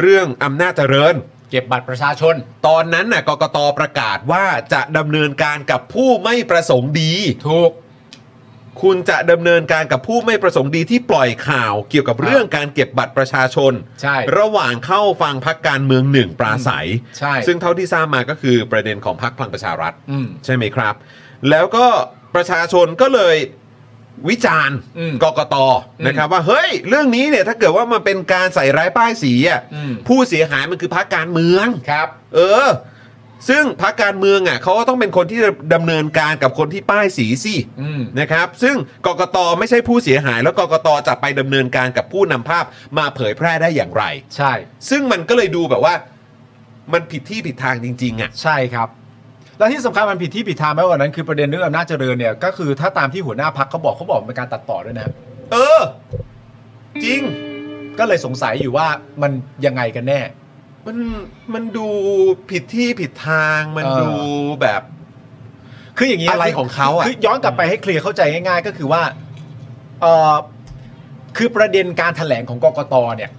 เรื่องอำนาจเจริญ เก็บบัตรประชาชน ตอนนั้นน่ะกกตประกาศว่าจะดำเนินการกับผู้ไม่ประสงค์ดี ถูก คุณจะดำเนินการกับผู้ไม่ประสงค์ดีที่ปล่อยข่าว เกี่ยวกับเรื่องการเก็บบัตรประชาชน ใช่ ระหว่างเข้าฟังพักการเมืองหนึ่งปราศัย ใช่ ซึ่งเท่าที่ทราบมาก็คือประเด็นของพักพลังประชารัฐ อืม ใช่ไหมครับ แล้วก็ประชาชนก็เลยวิจารณ์ อืม กกตนะครับว่าเฮ้ย เรื่องนี้เนี่ยถ้าเกิดว่ามันเป็นการใส่ร้ายป้ายสีอ่ะ อืม ผู้เสียหายมันคือพักการเมือง ครับ เออ ซึ่งพักการเมืองอ่ะเขาก็ต้องเป็นคนที่ดำเนินการกับคนที่ป้ายสีสิ อืม นะครับ ซึ่งกกตไม่ใช่ผู้เสียหาย แล้วกกตจะไปดำเนินการกับผู้นำภาพมาเผยแพร่ได้อย่างไร ใช่ ซึ่งมันก็เลยดูแบบว่า มันผิดที่ผิดทางจริง ๆ อ่ะ ใช่ครับ และที่สำคัญมันผิดที่ผิดทางไหมวันนั้นคือประเด็นเรื่องอำนาจเจริญเนี่ยก็คือถ้าตามที่หัวหน้าพักเขาบอกเขาบอกเป็นการตัดต่อด้วยนะ เออ จริง ก็เลยสงสัยอยู่ว่ามันยังไงกันแน่ มันมันดูผิดที่ผิดทางมัน เออ ดูแบบ คืออย่างนี้ อะไรของเขาอะ คือย้อนกลับไปให้เคลียร์เข้าใจง่ายๆ ก็คือว่าเอ่อคือประเด็นการแถลงของกกตเนี่ย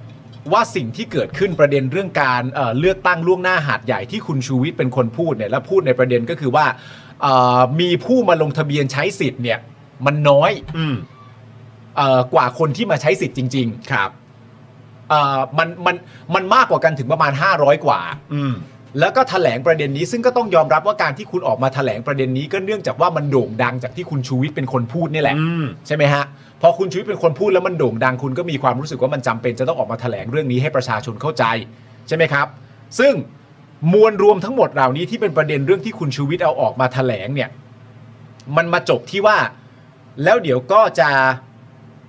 ว่าสิ่งที่เกิดขึ้นประเด็นเรื่องการเอ่อเลือกตั้งล่วงหน้าหาดใหญ่ที่คุณชูวิทย์เป็นคนพูดเนี่ยและพูดในประเด็นก็คือว่าเอ่อมีผู้มาลงทะเบียนใช้สิทธิ์เนี่ยมันน้อย อืม เอ่อกว่าคนที่มาใช้สิทธิ์จริง ๆ ครับ เอ่อมันมันมันมากกว่ากันถึงประมาณ 500 กว่า อืม แล้วก็ถแถลงประเด็นนี้ ซึ่งก็ต้องยอมรับว่าการที่คุณออกมาถแถลงประเด็นนี้ก็เนื่องจากว่ามันโด่งดังจากที่คุณชูวิทย์เป็นคนพูดนี่แหละ อืม ใช่ไหมฮะพอคุณชูวิทย์เป็นคนพูดแล้วมันโด่งดังคุณก็มีความรู้สึกว่ามันจำเป็นจะต้องออกมาถแถลงเรื่องนี้ให้ประชาชนเข้าใจใช่ไหมครับ ซึ่งมวลรวมทั้งหมดเหล่านี้ที่เป็นประเด็นเรื่องที่คุณชูวิทย์เอาออกมาถแถลงเนี่ย มันมาจบที่ว่า แล้วเดี๋ยวก็จะ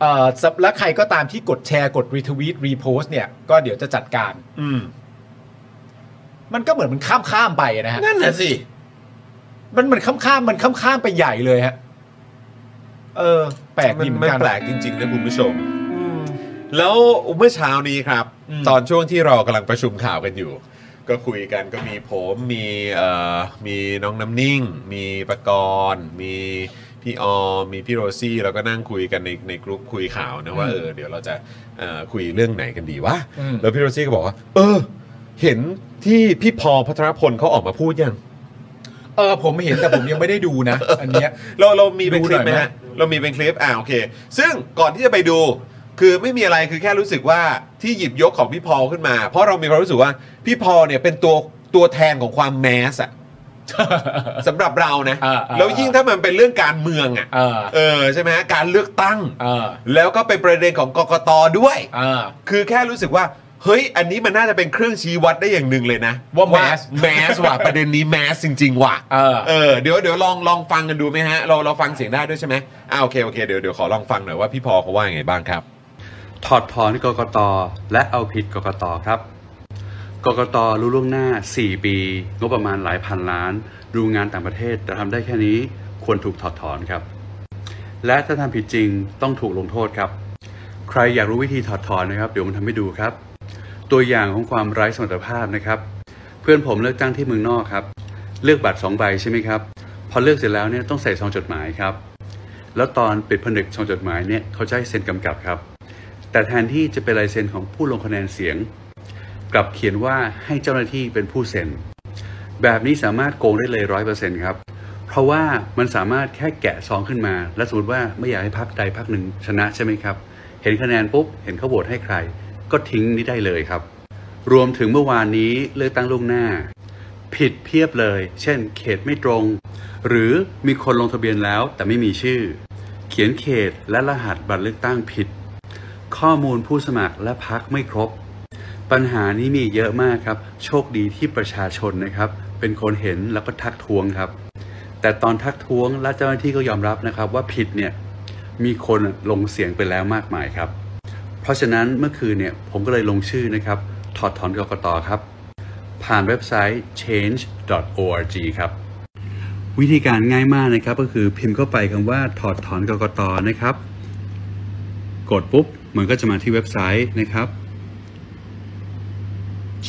เอ่อสับแล้วใครก็ตามที่กดแชร์กดรีทวีตรีโพสเนี่ย ก็เดี๋ยวจะจัดการ อืม มันก็เหมือนมันข้ามข้ามๆไปนะฮะ นั่นน่ะสิ มันมันข้ามข้ามๆมันข้ามข้ามๆไปใหญ่เลยฮะเออ แปลก มั ดี น เหมือ มัน นกัน แปลกจริงๆนะคุณผู้ชม แล้วเมื่อเช้านี้ครับ อืม ตอนช่วงที่เรากำลังประชุมข่าวกันอยู่ ก็คุยกันก็มีผมมีเอ่อมีน้องน้ำนิ่ง มีประกรณ์มีพี่ออมมีพี่โรซี่เราก็นั่งคุยกันในในกลุ่มคุยข่าวนะว่า อืม เออเดี๋ยวเราจะเอ่อคุยเรื่องไหนกันดีวะ อืม แล้วพี่โรซี่ก็บอกว่า เออ เห็นที่พี่พอลพัทรพลเขาออกมาพูดยัง เออ ผมเห็นแต่ผมยังไม่ได้ดูนะ อันเนี้ย เราเรามีเป็นคลิปไหม ดูหน่อยไหม ฮะเรามีเป็นคลิปอ่าโอเค ซึ่งก่อนที่จะไปดู คือไม่มีอะไรคือแค่รู้สึกว่าที่หยิบยกของพี่พอลขึ้นมา เพราะเรามีความรู้สึกว่าพี่พอลเนี่ยเป็นตัวตัวแทนของความแมส อะสำหรับเรานะ อ่าอ่า แล้วยิ่งถ้ามันเป็นเรื่องการเมืองอะ เออ เออใช่ไหมฮะการเลือกตั้ง เออ แล้วก็เป็นประเด็นของกกตด้วย เออ คือแค่รู้สึกว่า เฮ้ย อันนี้มันน่าจะเป็นเครื่องชี้วัดได้อย่างหนึ่งเลยนะ ว่าแมส แมส ว่ะ ประเด็นนี้แมสจริง ๆ ว่ะ เออ เออเดี๋ยวเดี๋ยวลองลองฟังกันดูไหมฮะ เราเราฟังเสียงได้ด้วยใช่ไหมอ่าโอเคโอเคเดี๋ยวเดี๋ยวขอลองฟังหน่อยว่าพี่พอเขาว่ายังไงบ้างครับ ถอดถอนกกต และเอาผิดกกตครับ กกตรู้ล่วงหน้า 4 ปี งบประมาณหลายพันล้าน ดูงานต่างประเทศ แต่ทำได้แค่นี้ควรถูกถอดถอนครับ และถ้าทำผิดจริงต้องถูกลงโทษครับ ใครอยากรู้วิธีถอดถอนนะครับ เดี๋ยวผมทำให้ดูครับ ตัวอย่างของความไร้สมรรถภาพนะครับ เพื่อนผมเลือกตั้งที่เมืองนอกครับ เลือกบัตรสองใบใช่ไหมครับ พอเลือกเสร็จแล้วเนี่ยต้องใส่ซองจดหมายครับ แล้วตอนปิดผนึกซองจดหมายเนี่ยเขาจะให้เซ็นกำกับครับ แต่แทนที่จะเป็นลายเซ็นของผู้ลงคะแนนเสียง กลับเขียนว่าให้เจ้าหน้าที่เป็นผู้เซ็น แบบนี้สามารถโกงได้เลยร้อยเปอร์เซ็นครับ เพราะว่ามันสามารถแค่แกะซองขึ้นมา และสมมติว่าไม่อยากให้พักใดพักหนึ่งชนะใช่ไหมครับ เห็นคะแนนปุ๊บ เห็นเขาโหวตให้ใคร ก็ทิ้งนี้ได้เลยครับ รวมถึงเมื่อวานนี้เลือกตั้งล่วงหน้า ผิดเพียบเลย เช่น เขตไม่ตรง หรือมีคนลงทะเบียนแล้วแต่ไม่มีชื่อ เขียนเขตและรหัสบัตรเลือกตั้งผิด ข้อมูลผู้สมัครและพักไม่ครบ ปัญหานี้มีเยอะมากครับ โชคดีที่ประชาชนนะครับ เป็นคนเห็นแล้วก็ทักท้วงครับ แต่ตอนทักท้วงและเจ้าหน้าที่ก็ยอมรับนะครับ ว่าผิดเนี่ยมีคนลงเสียงไปแล้วมากมายครับ เพราะฉะนั้นเมื่อคืนเนี่ยผมก็เลยลงชื่อนะครับ ถอดถอนกกตครับ ผ่านเว็บไซต์ change.org ครับ วิธีการง่ายมากนะครับ ก็คือพิมพ์เข้าไปคำว่าถอดถอนกกตนะครับ กดปุ๊บ มันก็จะมาที่เว็บไซต์นะครับ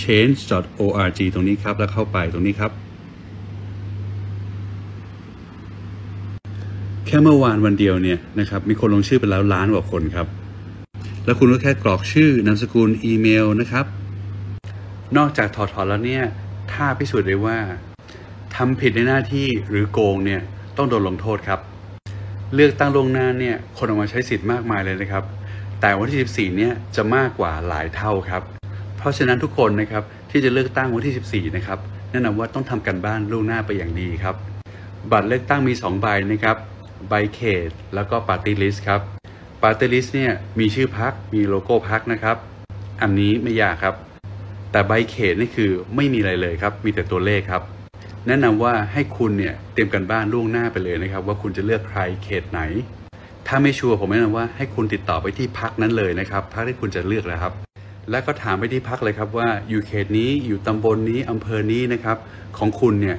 change.org ตรงนี้ครับ แล้วเข้าไปตรงนี้ครับ แค่เมื่อวานวันเดียวเนี่ยนะครับมีคนลงชื่อไปแล้วล้านกว่าคนครับ แล้วคุณก็แค่กรอกชื่อนามสกุลอีเมลนะครับ นอกจากถอดถอนแล้วเนี่ย ถ้าพิสูจน์ได้ว่าทำผิดในหน้าที่หรือโกงเนี่ยต้องโดนลงโทษครับ เลือกตั้งล่วงหน้าเนี่ยคนออกมาใช้สิทธิ์มากมายเลยนะครับ แต่วันที่ 14 เนี่ยจะมากกว่าหลายเท่าครับ เพราะฉะนั้นทุกคนนะครับที่จะเลือกตั้งวันที่ 14 นะครับแนะนำว่าต้องทำกันบ้านล่วงหน้าไปอย่างดีครับ บัตรเลือกตั้งมี 2 ใบนะครับ ใบเขตแล้วก็ปาร์ตี้ลิสต์ครับ ปาร์ตี้ลิสต์เนี่ยมีชื่อพักมีโลโก้พักนะครับ อันนี้ไม่ยากครับ แต่ใบเขตนี่คือไม่มีอะไรเลยครับ มีแต่ตัวเลขครับ แนะนำว่าให้คุณเนี่ยเตรียมกันบ้านล่วงหน้าไปเลยนะครับ ว่าคุณจะเลือกใครเขตไหน ถ้าไม่ชัวร์ผมแนะนำว่าให้คุณติดต่อไปที่พักนั้นเลยนะครับพักที่คุณจะเลือกนะครับ และก็ถามไปที่พักเลยครับว่าอยู่เขตนี้อยู่ตำบลนี้อำเภอนี้นะครับ ของคุณเนี่ย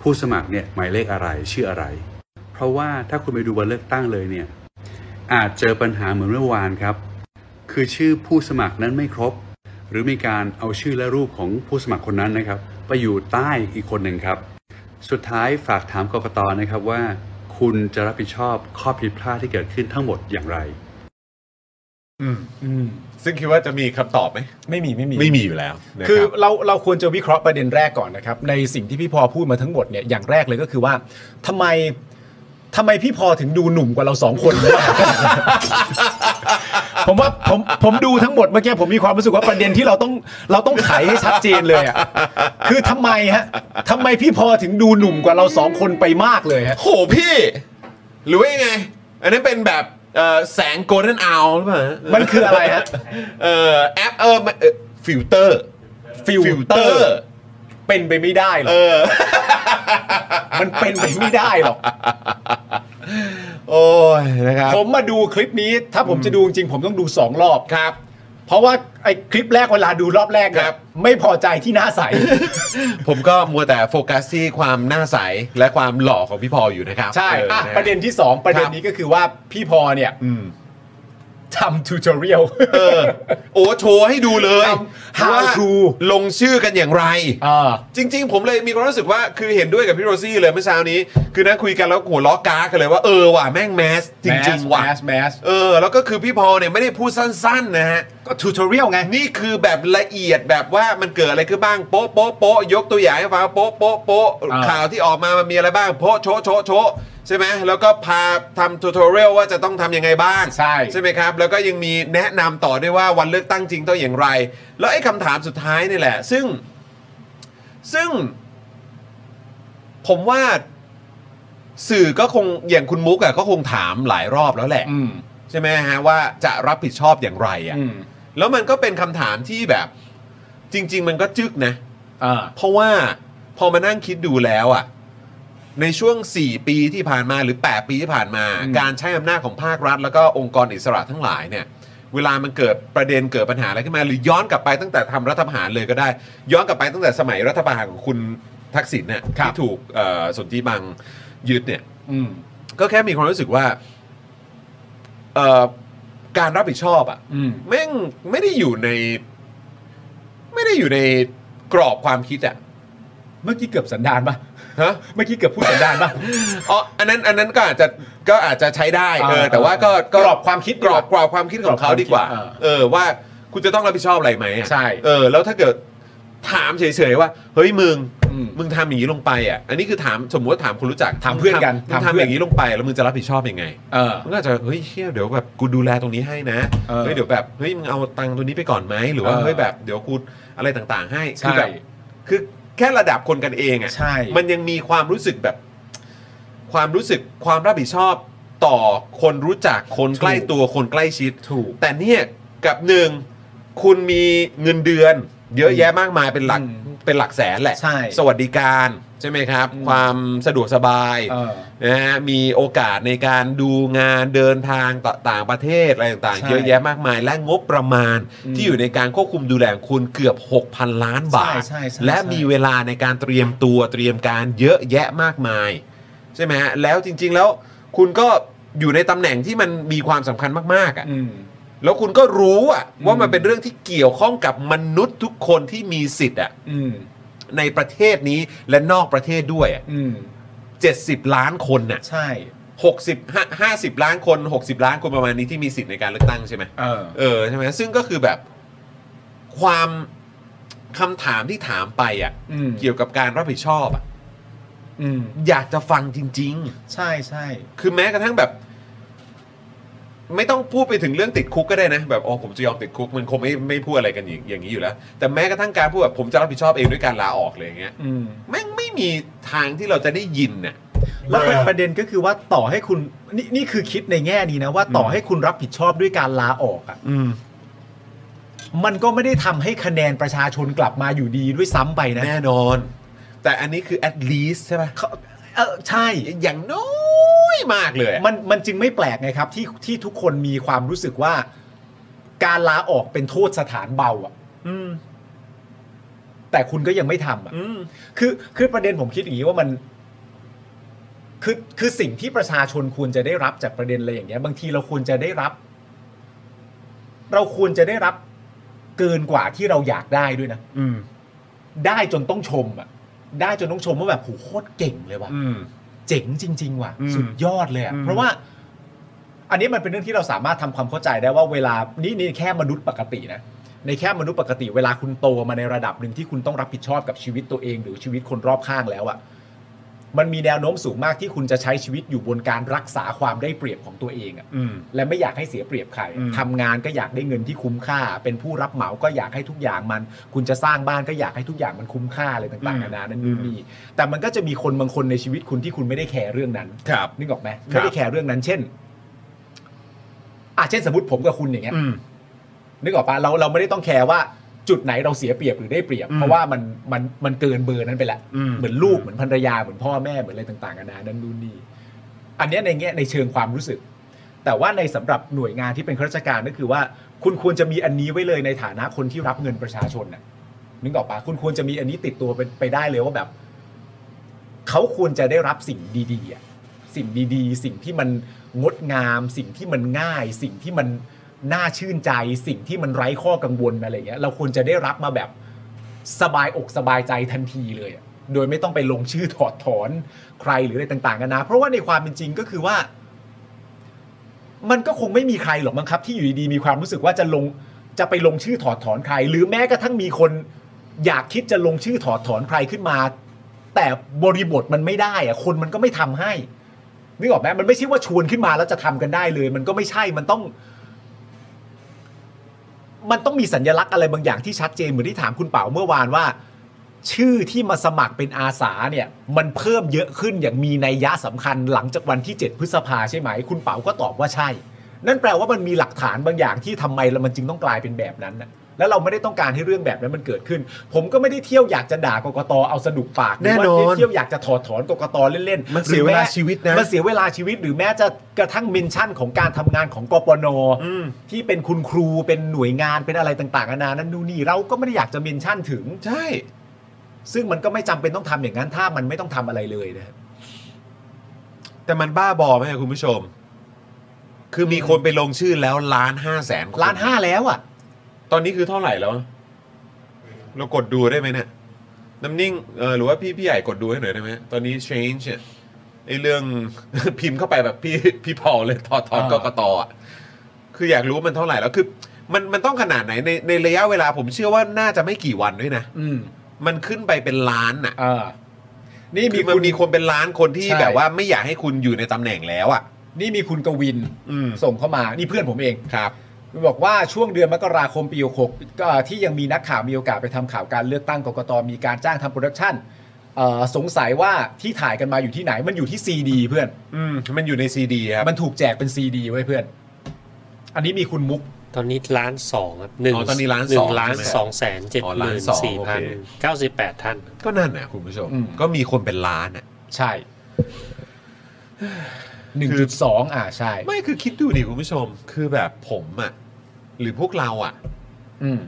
ผู้สมัครเนี่ยหมายเลขอะไรชื่ออะไร เพราะว่าถ้าคุณไปดูวันเลือกตั้งเลยเนี่ยอาจเจอปัญหาเหมือนเมื่อวานครับ คือชื่อผู้สมัครนั้นไม่ครบ หรือมีการเอาชื่อและรูปของผู้สมัครคนนั้นนะครับ ไปอยู่ใต้อีกคนหนึ่งครับ สุดท้ายฝากถามกกตนะครับว่า คุณจะรับผิดชอบข้อผิดพลาดที่เกิดขึ้นทั้งหมดอย่างไร อืม ซึ่งคิดว่าจะมีคำตอบไหม ไม่มีไม่มี ไม่มีอยู่แล้วนะ คือ รับ เราเราควรจะวิเคราะห์ประเด็นแรกก่อนนะครับ ในสิ่งที่พี่พอพูดมาทั้งหมดเนี่ยอย่างแรกเลยก็คือว่าทำไมทำไมพี่พอถึงดูหนุ่มกว่าเราสองคน ผมว่าผมผมดูทั้งหมดเมื่อกี้ผมมีความรู้สึกว่าประเด็นที่เราต้องเราต้องไขให้ชัดเจนเลยอะคือทำไมฮะทำไมพี่พอถึงดูหนุ่มกว่าเราสองคนไปมากเลยฮะ โหพี่ หรือว่ายังไง อันนั้นเป็นแบบเอ่อแสงโกลเด้นอาวหรือเปล่าฮะ มันคืออะไรฮะ เอ่อแอปเออมันเอ่อฟิลเตอร์ ฟิลเตอร์ เป็นไปไม่ได้หรอก เออ มันเป็นไปไม่ได้หรอก โอ้ยนะครับ ผมมาดูคลิปนี้ถ้าผมจะดูจริงๆผมต้องดูสองรอบ ครับ เพราะว่าไอ้คลิปแรกเวลาดูรอบแรกเนี่ย ครับ ไม่พอใจที่หน้าใส ผมก็มัวแต่โฟกัสที่ความหน้าใส และความหล่อของพี่พออยู่นะครับ ใช่ ออ อ่ะ ฮ ประเด็นที่ 2 ประเด็นนี้ก็คือว่าพี่พอเนี่ย อืม ทำทูตอเรียล เออ โอ้โชว์ให้ดูเลย ทำ how ว่า to ลงชื่อกัน อย่างไร จริง ๆ ผมเลยมีความรู้สึกว่าคือเห็นด้วยกับพี่โรซี่เลยเมื่อเช้านี้ คือนั่งคุยกันแล้วหัวล้อกากกันเลยว่าเออว่ะแม่งแมสจริงๆว่ะ แมสแมส เออ แล้วก็คือพี่พอลเนี่ยไม่ได้พูดสั้น ๆ นะฮะ ก็ทูตอเรียลไง นี่คือแบบละเอียดแบบว่ามันเกิดอะไรขึ้นบ้างโป๊ะโป๊ะโป๊ะยกตัวอย่างให้ฟังโป๊ะโป๊ะโป๊ะ อ่า ข่าวที่ออกมามันมีอะไรบ้างโป๊ะโชะโชะโชะใช่ไหมแล้วก็พาทำทูตอเรียลว่าจะต้องทำยังไงบ้าง ใช่ ใช่ไหมครับ แล้วก็ยังมีแนะนำต่อด้วยว่าวันเลือกตั้งจริงต้องอย่างไร แล้วไอ้คำถามสุดท้ายนี่แหละ ซึ่ง ซึ่ง ผมว่าสื่อก็คงอย่างคุณมุกอะก็คงถามหลายรอบแล้วแหละ อืม ใช่ไหมฮะว่าจะรับผิดชอบอย่างไรอะ อืม แล้วมันก็เป็นคำถามที่แบบ จริง ๆ มันก็จึกนะ อ่า เพราะว่าพอมานั่งคิดดูแล้วอะในช่วง 4 ปีที่ผ่านมาหรือ 8 ปีที่ผ่านมา การใช้อำนาจของภาครัฐ แล้วก็องค์กรอิสระทั้งหลายเนี่ย เวลามันเกิดประเด็นเกิดปัญหาอะไรขึ้นมา หรือย้อนกลับไปตั้งแต่ทำรัฐประหารเลยก็ได้ ย้อนกลับไปตั้งแต่สมัยรัฐประหารของคุณทักษิณเนี่ยที่ถูกเอ่อสนธิบังยึดเนี่ย อืม ก็แค่มีความรู้สึกว่าเอ่อการรับผิดชอบอะ อืม แม่งไม่ได้อยู่ใน ไม่ได้อยู่ในกรอบความคิดอะ เมื่อกี้เกือบสันดานปะ ฮะ เมื่อกี้เกือบพูดสันดานปะ อ๋อ อันนั้น อันนั้นก็อาจจะ ก็อาจจะใช้ได้ เออ อ่า แต่ว่าก็ กรอบความคิด กรอบกรอบความคิดของเขาดีกว่า กรอบความคิด เออ ว่าคุณจะต้องรับผิดชอบอะไรไหมอะ ใช่ เออ แล้วถ้าเกิดถามเฉยๆว่า เฮ้ยมึง อืม มึงทำอย่างนี้ลงไปอ่ะ อันนี้คือถามสมมติว่าถามคนรู้จัก ถามเพื่อนกัน มึง ถาม ทำ เพื่ออน ย่างนี้ลงไปแล้วมึงจะรับผิดชอบยังไง เออ มันก็อาจจะเฮ้ยเชี่ยเดี๋ยวแบบกูดูแลตรงนี้ให้นะ เออ เฮ้ยเดี๋ยวแบบเฮ้ยมึงเอาตังค์ตัวนี้ไปก่อนไหมหรือว่า เออ เฮ้ยแบบเดี๋ยวกูอะไรต่างๆ ให้ ใช่ คืแบบคือแค่ระดับคนกันเองอ่ะ ใช่ มันยังมีความรู้สึกแบบ ความรู้สึกความรับผิดชอบต่อคนรู้จักคนใกล้ตัวคนใกล้ชิด ถูก แต่เนี่ยกับหนึ่งคุณมีเงินเดือน เยอะแยะมากมายเป็นหลัก อืม เป็นหลักแสนแหละ ใช่ สวัสดิการ ใช่ไหมครับ ความสะดวกสบาย เออ นะฮะมีโอกาสในการดูงานเดินทางต่อต่างประเทศอะไรต่าง ใช่ ๆ เยอะแยะมากมาย และงบประมาณ อืม ที่อยู่ในการควบคุมดูแลของคุณเกือบ 6,000 ล้านบาท ใช่ใช่ใช่ และ ใช่ มีเวลาในการเตรียมตัวเตรียมการเยอะแยะมากมาย ใช่ไหมฮะแล้วจริง ๆ แล้วคุณก็อยู่ในตำแหน่งที่มันมีความสำคัญมากๆอ่ะ อืม แล้วคุณก็รู้อะ อืม ว่ามันเป็นเรื่องที่เกี่ยวข้องกับมนุษย์ทุกคนที่มีสิทธิ์อะ อืม ในประเทศนี้และนอกประเทศด้วยอะ อืม 70 ล้านคนน่ะ ใช่ 60ห้าห้าสิบล้านคน 60 ล้านคนประมาณนี้ที่มีสิทธิ์ในการเลือกตั้งใช่ไหม เออ เออใช่ไหมซึ่งก็คือแบบความคำถามที่ถามไปอะ อืม เกี่ยวกับการรับผิดชอบอะ อืม อยากจะฟังจริง ใช่ใช่ ๆ คือแม้กระทั่งแบบ ไม่ต้องพูดไปถึงเรื่องติดคุกก็ได้นะ แบบอ๋อผมจะยอมติดคุกมันคงไม่ไม่พูดอะไรกันอย่างอย่างนี้อยู่แล้ว แต่แม้กระทั่งการพูดแบบผมจะรับผิดชอบเองด้วยการลาออกเลยอย่างเงี้ย อืม แม่งไม่มีทางที่เราจะได้ยินเนี่ย แล้วประประเด็นก็คือว่าต่อให้คุณนี่นี่คือคิดในแง่นี้นะว่าต่อให้คุณรับผิดชอบด้วยการลาออกอ่ะมันก็ไม่ได้ทำให้คะแนนประชาชนกลับมาอยู่ดีด้วยซ้ำไปนะ แน่นอน แต่อันนี้คือ at least ใช่ปะ เขาเออใช่ อย่างน้อยมากเลยอะ มันมันจึงไม่แปลกไงครับที่ที่ทุกคนมีความรู้สึกว่า การลาออกเป็นโทษสถานเบาอ่ะแต่คุณก็ยังไม่ทำอ่ะคือคือประเด็นผมคิดอย่างนี้ว่ามัน คือคือสิ่งที่ประชาชนควรจะได้รับจากประเด็นอะไรอย่างเงี้ย บางทีเราควรจะได้รับ เราควรจะได้รับเกินกว่าที่เราอยากได้ด้วยนะได้จนต้องชมอ่ะ ได้จนต้องชมว่าแบบโหโคตรเก่งเลยว่ะ อืม เจ๋งจริง ๆ ว่ะ อืม สุดยอดเลยอะ อืม เพราะว่า อันนี้มันเป็นเรื่องที่เราสามารถทำความเข้าใจได้ว่าเวลานี่นี่แค่มนุษย์ปกตินะในแค่มนุษย์ปกติ เวลาคุณโตมาในระดับหนึ่งที่คุณต้องรับผิดชอบกับชีวิตตัวเอง หรือชีวิตคนรอบข้างแล้วอะมันมีแนวโน้มสูงมากที่คุณจะใช้ชีวิตอยู่บนการรักษาความได้เปรียบของตัวเองอะ อืม และไม่อยากให้เสียเปรียบใคร อืม ทำงานก็อยากได้เงินที่คุ้มค่า เป็นผู้รับเหมาก็อยากให้ทุกอย่างมัน คุณจะสร้างบ้านก็อยากให้ทุกอย่างมันคุ้มค่าอะไรต่างๆนานานั่นนู่นนี่แต่มันก็จะมีคนบางคนในชีวิตคุณที่คุณไม่ได้แคร์เรื่องนั้น ครับ นึกออกไหม ครั ไม่ บ ได้แคร์เรื่องนั้น เช่นอ่ะเช่นสมมติผมกับคุณอย่างเงี้ย อืม นึกออกปะเราเราไม่ได้ต้องแคร์ว่าจุดไหนเราเสียเปรียบหรือได้เปรียบ อืม เพราะว่ามันมันมันเกินเบอร์นั้นไปแล้ว อืม เหมือนลูกเหมือนภรรยาเหมือนพ่อแม่เหมือนอะไรต่างๆกันานานั่นนู่นนี่อันเนี้ยในแง่ในเชิงความรู้สึก แต่ว่าในสำหรับหน่วยงานที่เป็นข้าราชการก็คือว่า คุณควรจะมีอันนี้ไว้เลยในฐานะคนที่รับเงินประชาชนน่ะนึกออกปะคุณควรจะมีอันนี้ติดตัวไปไปได้เลยว่าแบบ เขาควรจะได้รับสิ่งดีๆอะสิ่งดีๆ สิ่งที่มันงดงาม สิ่งที่มันง่าย สิ่งที่มันน่าชื่นใจ สิ่งที่มันไร้ข้อกังวลอะไรเงี้ย เราควรจะได้รับมาแบบสบายอกสบายใจทันทีเลยอะโดยไม่ต้องไปลงชื่อถอดถอนใครหรืออะไรต่างๆกันานะ เพราะว่าในความเป็นจริงก็คือว่า มันก็คงไม่มีใครหรอกมั้งครับ ที่อยู่ดีๆมีความรู้สึกว่าจะลงจะไปลงชื่อถอดถอนใคร หรือแม้กระทั่งมีคน อยากคิดจะลงชื่อถอดถอนใครขึ้นมา แต่บริบทมันไม่ได้อะคนมันก็ไม่ทำให้นึกออกไหมมันไม่ใช่ว่าชวนขึ้นมาแล้วจะทำกันได้เลย มันก็ไม่ใช่มันต้อง มันต้องมีสัญลักษณ์อะไรบางอย่างที่ชัดเจนเหมือนที่ถามคุณเป๋าเมื่อวานว่า ชื่อที่มาสมัครเป็นอาสาเนี่ย มันเพิ่มเยอะขึ้นอย่างมีนัยยะสำคัญหลังจากวันที่ 7 พฤษภาใช่ไหม คุณเป๋าก็ตอบว่าใช่ นั่นแปลว่ามันมีหลักฐานบางอย่างที่ทำไมแล้วมันจึงต้องกลายเป็นแบบนั้นนะแล้วเราไม่ได้ต้องการให้เรื่องแบบนั้นมันเกิดขึ้น ผมก็ไม่ได้เที่ยวอยากจะด่ากกตเอาสนุกปากหรืว่า แน่นอน เที่ยวอยากจะถอดถอนกกตเล่นๆ มันเสีหรืยอแ เวลาชีวิตนะ มันเสียเวลาชีวิตหรือแม้จะกระทั่งเมนชั่นของการทำงานของกปน อืม ที่เป็นคุณครูเป็นหน่วยงานเป็นอะไรต่างๆนานานั้นดูนนี่เราก็ไม่ได้อยากจะเมนชั่นถึง ใช่ ซึ่งมันก็ไม่จำเป็นต้องทำอย่างนั้นถ้ามันไม่ต้องทำอะไรเลยนะ แต่มันบ้าบอไหมอะคุณผู้ชม คือมีคนไปลงชื่อแล้วล้านห้าแสนค ล้านห้าแล้วอ่ะ ตอนนี้คือเท่าไหร่แล้ว เรากดดูได้ไหมเนี่ยน้ำนิ่งเออหรือว่าพี่พี่ใหญ่กดดูให้หน่อยได้ไหมตอนนี้ change เนี่ยไอเรื่อง พิมพ์เข้าไปแบบพี่พี่พอเลยทอทอน อ่า กกตอะคืออยากรู้มันเท่าไหร่แล้วคือ มันมันต้องขนาดไหนในในระยะเวลาผมเชื่อว่าน่าจะไม่กี่วันด้วยนะ อืม มันขึ้นไปเป็นล้านอ่ะ อ่านี่ คื มี อมัน คุณ มีคนเป็นล้านคนที่ ใช่ แบบว่าไม่อยากให้คุณอยู่ในตำแหน่งแล้วอ่ะ นี่มีคุณกวิน อืม ส่งเข้ามานี่เพื่อนผมเอง ครับ บอกว่าช่วงเดือนมกราคมปี66ก็ที่ยังมีนักข่าวมีโอกาสไปทำข่าวการเลือกตั้งกกตมีการจ้างทำโปรดักชั่นเอ่อสงสัยว่าที่ถ่ายกันมาอยู่ที่ไหนมันอยู่ที่ซีดีเพื่อน อืมมันอยู่ในซีดีครับ มันถูกแจกเป็นซีดีไว้เพื่อน อันนี้มีคุณมุก ตอนนี้ล้านสองครับหนึ่ง อ๋อตอนนี้ล้าน ห ส นึ่ อง งล้าน ใช่ไหม สองแสนเจ็ด อ๋อ ห ล้าน มื่น สอง สี่ โอ พั เค นเก้าสิบแปดท่าน ก็นั่นนะคุณผู้ชม อืม ก็มีคนเป็นล้านอ่ะ ใช่หนึ่งจุดสองอ่าใช่ ไม่คือคิดดูดิคุณผู้ชม คือแบบผมอ่ะ หรือพวกเราอ่ะ อืม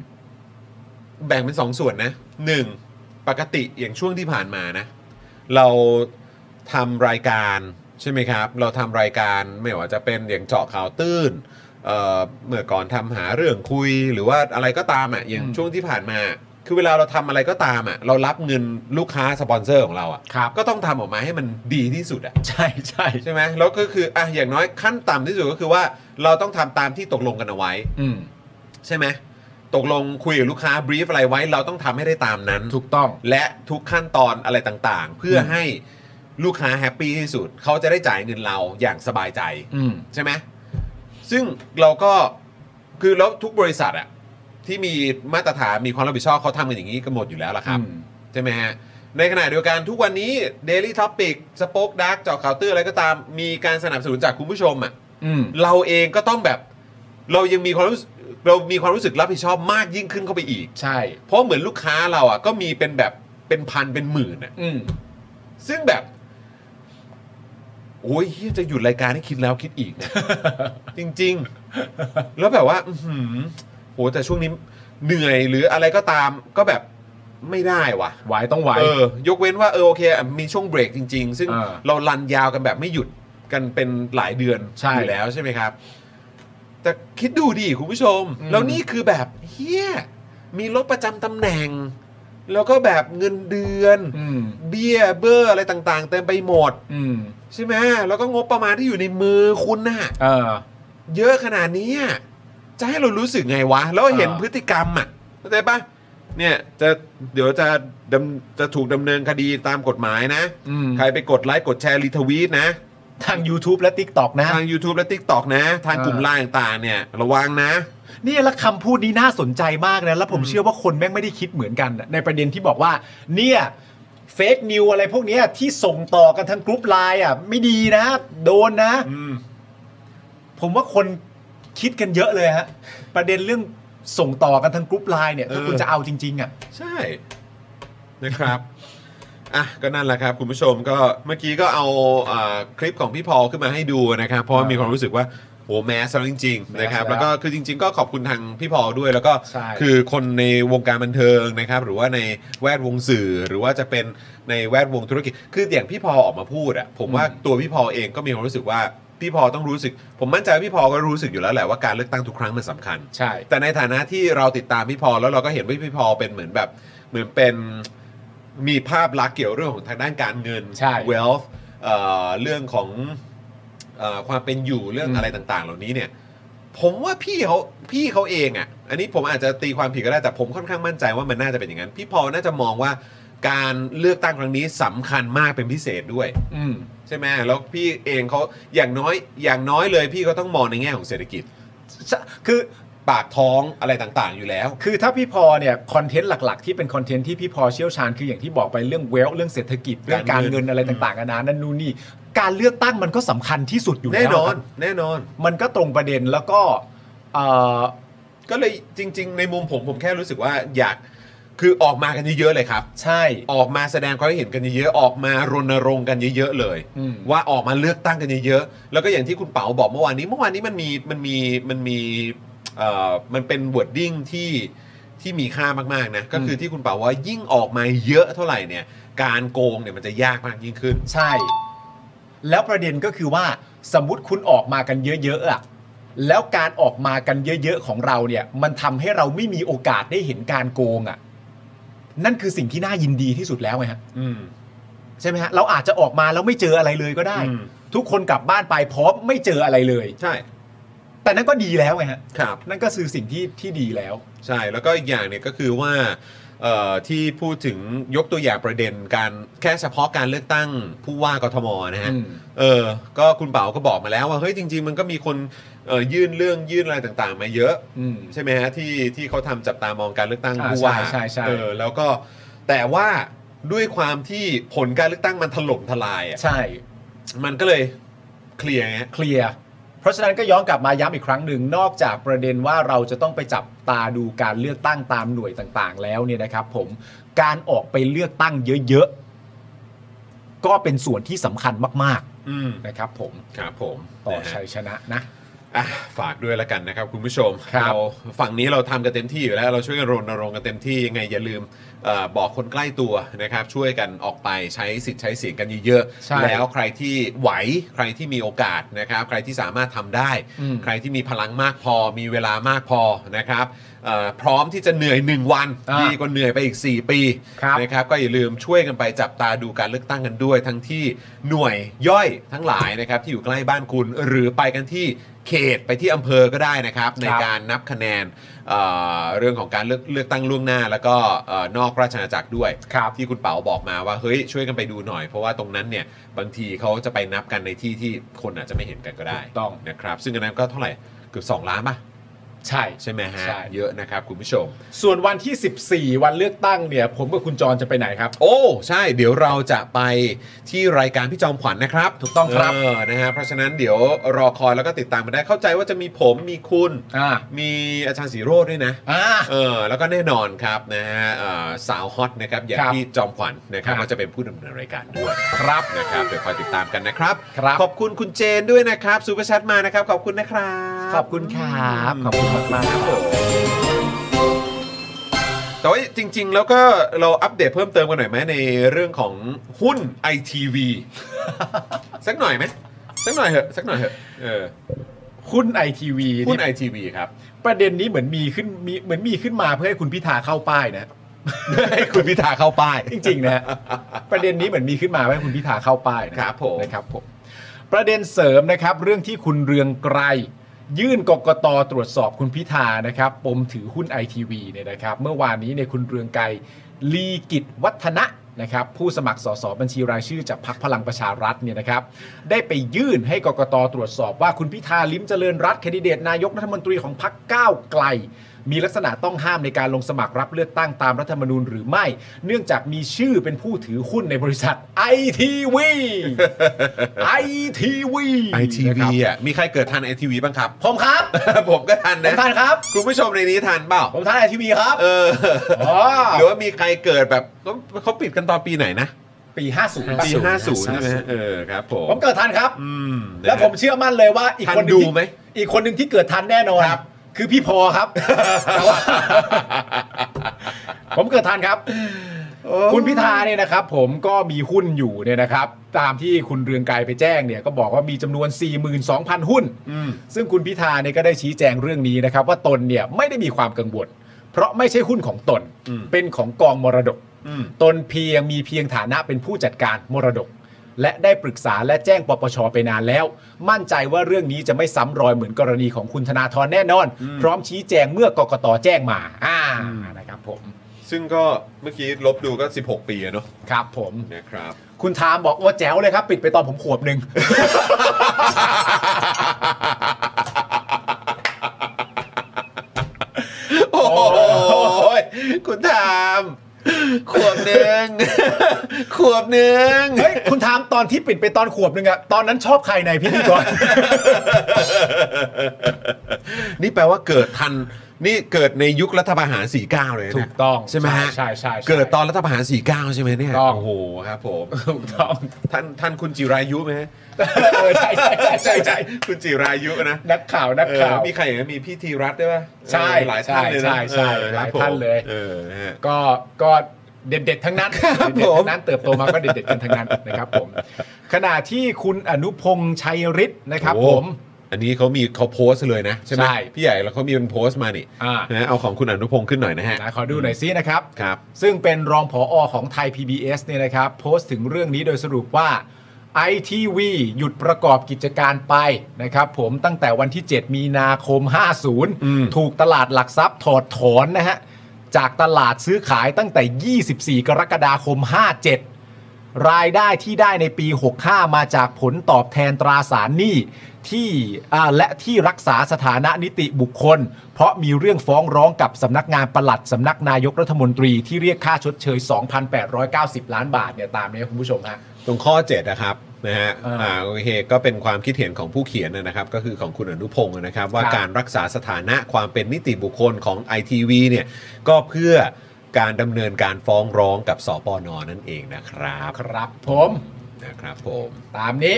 แบ่งเป็นสองส่วนนะหนึ่งปกติอย่างช่วงที่ผ่านมานะ เราทำรายการใช่ไหมครับ เราทำรายการไม่ว่าจะเป็นอย่างเจาะข่าวตื้นเอ่อเมื่อก่อนทำหาเรื่องคุยหรือว่าอะไรก็ตามอ่ะอย่าง อืม ช่วงที่ผ่านมา คือเวลาเราทำอะไรก็ตามอ่ะเรารับเงินลูกค้าสปอนเซอร์ของเราอ่ะ ครับ ก็ต้องทำออกมาให้มันดีที่สุดอ่ะ ใช่ใช่ ใช่ไหมแล้วก็คืออ่ะอย่างน้อยขั้นต่ำที่สุดก็คือว่าเราต้องทำตามที่ตกลงกันเอาไว้ อืม ใช่ไหมตกลงคุยกับลูกค้าบรีฟอะไรไว้ เราต้องทำให้ได้ตามนั้น ถูกต้อง และทุกขั้นตอนอะไรต่างๆ เพื่อให้ลูกค้าแฮปปี้ที่สุด เขาจะได้จ่ายเงินเราอย่างสบายใจ อืม ใช่ไหมซึ่งเราก็คือแล้วทุกบริษัทอะที่มีมาตรฐานมีความรับผิดชอบเขาทำกันอย่างนี้กันหมดอยู่แล้วล่ะครับ อืม ใช่ไหมฮะ ในขณะเดียวกันทุกวันนี้ Daily Topic สป็อกดักเจาะข่าวตื้ออะไรก็ตามมีการสนับสนุนจากคุณผู้ชมอะ อืม เราเองก็ต้องแบบเรายังมีความรู้สึกเรามีความรู้สึกรับผิดชอบมากยิ่งขึ้นเข้าไปอีก ใช่ เพราะเหมือนลูกค้าเราอ่ะก็มีเป็นแบบเป็นพันเป็นหมื่นอ่ะ อืม ซึ่งแบบ โอ้ยเหี้ยจะหยุดรายการให้คิดแล้วคิดอีกนะ จริง ๆ แล้วแบบว่า อือหือโหแต่ช่วงนี้เหนื่อยหรืออะไรก็ตามก็แบบไม่ได้ว่ะ ไหวต้องไหว เออยกเว้นว่าเออโอเคอ่ะมีช่วงเบรกจริง ๆ ซึ่ง อ่า เรารันยาวกันแบบไม่หยุดกันเป็นหลายเดือน ใช่ อยู่แล้วใช่ไหมครับ แต่คิดดูดิคุณผู้ชม อืม แล้วนี่คือแบบเฮียมีรถประจำตำแหน่ง แล้วก็แบบเงินเดือน อืม เบี้ยเบอร์อะไรต่างๆ เต็มไปหมด อืม ใช่ไหมแล้วก็งบประมาณที่อยู่ในมือคุณน่ะ เออ เยอะขนาดนี้อ่ะจะให้เรารู้สึกไงวะ แล้วเห็น เออ พฤติกรรมอ่ะเข้าใจปะเนี่ยจะเดี๋ยวจะดำจะถูกดำเนินคดีตามกฎหมายนะ อืม ใครไปกดไลค์กดแชร์รีทวีตนะ ทาง YouTube และ TikTok นะ ทาง YouTube และ TikTok นะ ทาง เออ กลุ่มไลน์ต่างๆ เนี่ย ระวังนะ นี่แล้วคำพูดนี้น่าสนใจมากนะ แล้วผมเชื่อว่าคนแม่งไม่ได้คิดเหมือนกันน่ะในประเด็นที่บอกว่า เนี่ยเฟกนิวอะไรพวกเนี้ยที่ส่งต่อกันทางกรุ๊ปไลน์อ่ะ ไม่ดีนะ โดนนะ ผมว่าคนคิดกันเยอะเลยฮะ ประเด็นเรื่องส่งต่อกันทางกรุ๊ปไลน์เนี่ย ถ้าคุณ เออ จะเอาจริง ๆ อ่ะ ใช่นะครับ อ่ะก็นั่นแหละครับ คุณผู้ชมก็เมื่อกี้ก็เอาอาคลิปของพี่พอลขึ้นมาให้ดูนะครับ เพราะว่ามีความรู้สึกว่าโหแมสแล้วจริงๆนะครับ แมสแล้ว แล้วก็คือจริง ๆ ก็ขอบคุณทางพี่พอลด้วย แล้วก็ ใช่ คือคนในวงการบันเทิงนะครับ หรือว่าในแวดวงสื่อหรือว่าจะเป็นในแวดวงธุรกิจ คืออย่างพี่พอลออกมาพูดอะผมว่าตัวพี่พอลเองก็มีความรู้สึกว่าพี่พอลต้องรู้สึก ผมมั่นใจว่าพี่พอลก็รู้สึกอยู่แล้วแหละว่าการเลือกตั้งทุกครั้งมันสำคัญ ใช่ แต่ในฐานะที่เราติดตามพี่พอลแล้วเราก็เห็นว่าพี่พอลเป็นเหมือนแบบเหมือนเป็นมีภาพลักษณ์เกี่ยวเรื่องของทางด้านการเงิน ใช่ wealth เอ่อเรื่องของเออความเป็นอยู่เรื่อง อืม อะไรต่างๆ เหล่านี้เนี่ย ผมว่าพี่เขาพี่เขาเองอะ่ะ อันนี้ผมอาจจะตีความผิดก็ได้แต่ผมค่อนข้างมั่นใจว่ามันน่าจะเป็นอย่างนั้น พี่พอลน่าจะมองว่าการเลือกตั้งครั้งนี้สำคัญมากเป็นพิเศษด้วย อืม ใช่ไหมแล้วพี่เองเขาอย่างน้อยอย่างน้อยเลย พี่ก็ต้องมองในแง่ของเศรษฐกิจ คือ ปากท้องอะไรต่างๆอยู่แล้ว คือถ้าพี่พอเนี่ยคอนเทนต์หลักๆ ที่เป็นคอนเทนต์ที่พี่พอเชี่ยวชาญคืออย่างที่บอกไปเรื่องเวลเรื่องเศรษฐกิจเรื่องการเงินอะไรต่างๆนานานั่นนู่นนี่การเลือกตั้งมันก็สำคัญที่สุดอยู่แล้ว แน่นอน ครับ แน่นอน มันก็ตรงประเด็นแล้วก็เอ่อ ก็เลยจริง ๆ ในมุมผมผมแค่รู้สึกว่าอยากคือออกมากันเยอะๆเลยครับ ใช่ ออกมาแสดงความคิดเห็นกันเยอะๆออกมารณรงค์กันเยอะๆเลย อืม ว่าออกมาเลือกตั้งกันเยอะๆแล้วก็อย่างที่คุณเป๋าบอกเมื่อวานนี้เมื่อวานนี้มันมีมันมีมันมีเอ่อมันเป็นวอร์ดดิ้งที่ที่มีค่ามากๆนะก็คืออ ม ที่คุณเป๋าว่ายิ่งออกมาเยอะเท่าไหร่เนี่ยการโกงเนี่ยมันจะยากมากยิ่งขึ้น ใช่ แล้วประเด็นก็คือว่าสมมติคุณออกมากันเยอะๆอะแล้วการออกมากันเยอะๆของเราเนี่ย มันทำให้เราไม่มีโอกาสได้เห็นการโกงอะนั่นคือสิ่งที่น่ายินดีที่สุดแล้วไงฮะ อืม ใช่ไหมฮะเราอาจจะออกมาแล้วไม่เจออะไรเลยก็ได้ อืม ทุกคนกลับบ้านไปพร้อมไม่เจออะไรเลย ใช่ แต่นั่นก็ดีแล้วไงฮะ ครับ นั่นก็คือสิ่งที่ที่ดีแล้ว ใช่แล้วก็อีกอย่างเนี่ยก็คือว่าเอ่อที่พูดถึงยกตัวอย่างประเด็นการแค่เฉพาะการเลือกตั้งผู้ว่ากทมนะฮะ อืม เออก็คุณเป๋าก็บอกมาแล้วว่าเฮ้ยจริง ๆ มันก็มีคนเอ่อยื่นเรื่องยื่นอะไรต่างๆ มาเยอะ อืม ใช่ไหมฮะที่ที่เขาทำจับตามองการเลือกตั้ง อ่า ผู้ว่า ใช่ใช่ใช่ เออแล้วก็แต่ว่าด้วยความที่ผลการเลือกตั้งมันถล่มทลายอ่ะ ใช่ มันก็เลยเคลียร์ไง เคลียร์ เพราะฉะนั้นก็ย้อนกลับมาย้ำอีกครั้งหนึ่งนอกจากประเด็นว่าเราจะต้องไปจับตาดูการเลือกตั้งตามหน่วยต่างๆ แล้วเนี่ยนะครับ ผมการออกไปเลือกตั้งเยอะๆก็เป็นส่วนที่สำคัญมาก อืม ๆนะครับ ผม ครับผม ต่อ นะฮะ ชัยชนะนะ อ่ะฝากด้วยละกันนะครับคุณผู้ชม ครับ เราฝั่งนี้เราทำกันเต็มที่อยู่แล้ว เราช่วยกันรณรงค์กันเต็มที่ยังไงอย่าลืมเออบอกคนใกล้ตัวนะครับช่วยกันออกไปใช้สิทธิ์ใช้เสียงกันเยอะ ใช่ ๆแล้วใครที่ไหวใครที่มีโอกาสนะครับใครที่สามารถทำได้ อืม ใครที่มีพลังมากพอ มีเวลามากพอนะครับเอ่อพร้อมที่จะเหนื่อย 1 วัน อ่า ดีกว่าเหนื่อยไปอีก 4 ปี ครับ นะครับก็อย่าลืมช่วยกันไปจับตาดูการเลือกตั้งกันด้วย ทั้งที่หน่วยย่อยทั้งหลายนะครับที่อยู่ใกล้บ้านคุณ หรือไปกันที่เขตไปที่อำเภอก็ได้นะครับ ในการนับคะแนนเอ่อเรื่องของการเลือกเลือกตั้งล่วงหน้า แล้วก็เอ่อนอกราชอาณาจักรด้วย ครับ ที่คุณเป๋าบอกมาว่าเฮ้ยช่วยกันไปดูหน่อย เพราะว่าตรงนั้นเนี่ยบางทีเขาจะไปนับกันในที่ที่คนอาจจะไม่เห็นกันก็ได้ ถูกต้อง นะครับซึ่งอันนั้นก็เท่าไหร่เกือบ2 ล้านป่ะ ใช่ ใช่ไหมฮะ ใช่ เยอะนะครับคุณผู้ชม ส่วนวันที่ 14 วันเลือกตั้งเนี่ย ผมกับคุณจรจะไปไหนครับ โอ้ใช่เดี๋ยวเราจะไปที่รายการพี่จอมขวัญนะครับ ถูกต้องครับ เออนะฮะเพราะฉะนั้นเดี๋ยวรอคอยแล้วก็ติดตามมาได้เข้าใจว่าจะมีผมมีคุณ อ่า มีอาจารย์สีโรดด้วยนะ อ่า เออแล้วก็แน่นอนครับนะฮะเอ่อสาวฮอตนะครับอย่าง ครับ พี่จอมขวัญนะครับ ครับ ก็จะเป็นผู้ดำเนินรายการด้วย ครับ นะครับเดี๋ยวคอยติดตามกันนะครับ ครับ ขอบคุณคุณเจนด้วยนะครับซูเปอร์แชทมานะครับ ขอบคุณนะครับ ขอบคุณครับขอบคุณมากๆครับผม แต่ว่าจริง ๆ แล้วก็เราอัปเดตเพิ่มเติมกันหน่อยไหมในเรื่องของหุ้นไอทีวีสักหน่อยไหมสักหน่อยเหอะสักหน่อยเหอะเออ คุณไอทีวี หุ้น นี่ ไอทีวีครับ ประเด็นนี้เหมือนมีขึ้นมีเหมือนมีขึ้นมาเพื่อให้คุณพิธาเข้าป้ายนะ ให้ คุณพิธาเข้าป้าย จริงๆนะฮะประเด็นนี้เหมือนมีขึ้นมาไว้คุณพิธาเข้าป้ายนะครับ ผม นะครับผมประเด็นเสริมนะครับเรื่องที่คุณเรืองไกรยื่นกกตตรวจสอบคุณพิธานะครับปมถือหุ้นไอทีวีเนี่ยนะครับเมื่อวานนี้ในยคุณเรืองไกรลีกิจวัฒนะนะครับผู้สมัครสสบัญชีรายชื่อจากพรรคพลังประชารัฐเนี่ยนะครับได้ไปยื่นให้กกตตรวจสอบว่าคุณพิธาลิ้มเจริญรัตน์แคนดิเดตนายกรัฐมนตรีของพรรคก้าวไกล มีลักษณะต้องห้ามในการลงสมัครรับเลือกตั้งตามรัฐธรรมนูญหรือไม่ เนื่องจากมีชื่อเป็นผู้ถือหุ้นในบริษัทไอทีวีไอทีวี ไอทีวีอ่ะมีใครเกิดทันไอทีวีบ้างครับ ผมครับ ผมก็ทัน ผม นะ ทานครับ คุณผู้ชมในนี้ทันเปล่า ผมทานไอทีวีครับ เออ อ๋อ หรือว่ามีใครเกิดแบบเขาเขาปิดกันตอนปีไหนนะ ปี 50 ปี50 ใช่ไหมเออครับผม ผมเกิดทันครับ อืมนะฮะ แล้วผมเชื่อมั่นเลยว่าอีกคนหนึ่ง ทันดูไหม ที่อีกคนหนึ่งที่เกิดทันแน่นอนครับ คือพี่พอ ครับแต่ว่า ผมเกิดทันครับ คุณพิธาเนี่ยนะครับ ผมก็มีหุ้นอยู่เนี่ยนะครับ ตามที่คุณเรืองไกรไปแจ้งเนี่ยก็บอกว่ามีจำนวน 42,000 หุ้น อืม ซึ่งคุณพิธาเนี่ยก็ได้ชี้แจงเรื่องนี้นะครับ ว่าตนเนี่ยไม่ได้มีความกังวลเพราะไม่ใช่หุ้นของตน อืม เป็นของกองมรดก อืม ตนเพียงมีเพียงฐานะเป็นผู้จัดการมรดก และได้ปรึกษาและแจ้งปปชไปนานแล้ว มั่นใจว่าเรื่องนี้จะไม่ซ้ำรอยเหมือนกรณีของคุณธนาธรแน่นอน พร้อมชี้แจงเมื่อกกตแจ้งมา อ่า อืม นะครับผม ซึ่งก็เมื่อกี้ลบดูก็ 16 ปีอะเนาะ ครับผม นะครับ คุณทามบอกว่าแจ๋วเลยครับ ปิดไปตอนผมขวบหนึ่ง โอ้ยคุณทามขวบหนึ่งขวบหนึ่ง เฮ้ยคุณทามตอนที่ปิดไปตอนขวบหนึ่งอะตอนนั้นชอบใครในพิธีกร นี่แปลว่าเกิดทัน นี่เกิดในยุครัฐประหาร 49 เลยนะ ถูกต้อง ใช่ไหมฮะ ใช่ใช่ใช่ เกิดตอนรัฐประหาร 49 ใช่ไหมเนี่ย ถูกต้อง โอ้โหครับผม ถูกต้อง ท่านท่านคุณจิรายุไหมฮะ เออใช่ใช่ใช่ใช่ใช่ คุณจิรายุนะ นักข่าวนัก เอ ข่าว อมีใครอีกนะมีพี่ธีรัตน์ด้วยป่ะ ใช่ เออหลายท่านเลยนะ ใช่ใช่ใช่ เออ หลาย ครับผม ท่านเลย เออนะฮะ ก็ก็เด็ดๆทั้งนั้น ครับ เด็ด ผๆมทั้งนั้นเติบโตมาก็เด็ดๆกันทั้งนั้นนะครับผมขณะที่คุณอนุพงษ์ชัยฤทธิ์นะครับ โอ้ ผม อันนี้เขามีเขาโพสต์เลยนะใช่ไหม ใช่ พี่ใหญ่แล้วเขามีเป็นโพสต์มานี่ อ่าน นะเอาของคุณอนุพงศ์ขึ้นหน่อยนะฮะ นะขอดูหน่อยซินะครับ ครับ ซึ่งเป็นรองผออของไทย PBS เนี่ยนะครับ โพสต์ถึงเรื่องนี้โดยสรุปว่า ITV หยุดประกอบกิจการไปนะครับผมตั้งแต่วันที่ 7 มีนาคม 50 ถูกตลาดหลักทรัพย์ถอดถอนนะฮะ จากตลาดซื้อขายตั้งแต่ 24 กรกฎาคม 57 รายได้ที่ได้ในปี 65 มาจากผลตอบแทนตราสารหนี้ที่อ่าและที่รักษาสถานะนิติบุคคล เพราะมีเรื่องฟ้องร้องกับสำนักงานปลัดสำนักนายกรัฐมนตรีที่เรียกค่าชดเชย 2,890 ล้านบาทเนี่ยตามเนี้คุณผู้ชมฮะ ตรงข้อ7นะครับ นะฮะ เอออ่ ่าโอเคก็เป็นความคิดเห็นของผู้เขียนนะครับ ก็คือของคุณอนุพงศ์นะครับ ว่า ครับ การรักษาสถานะความเป็นนิติบุคคลของ ITV เนี่ยก็เพื่อการดำเนินการฟ้องร้องกับสปนนั่นเองนะครับ ครับผม นะครับผม ตามนี้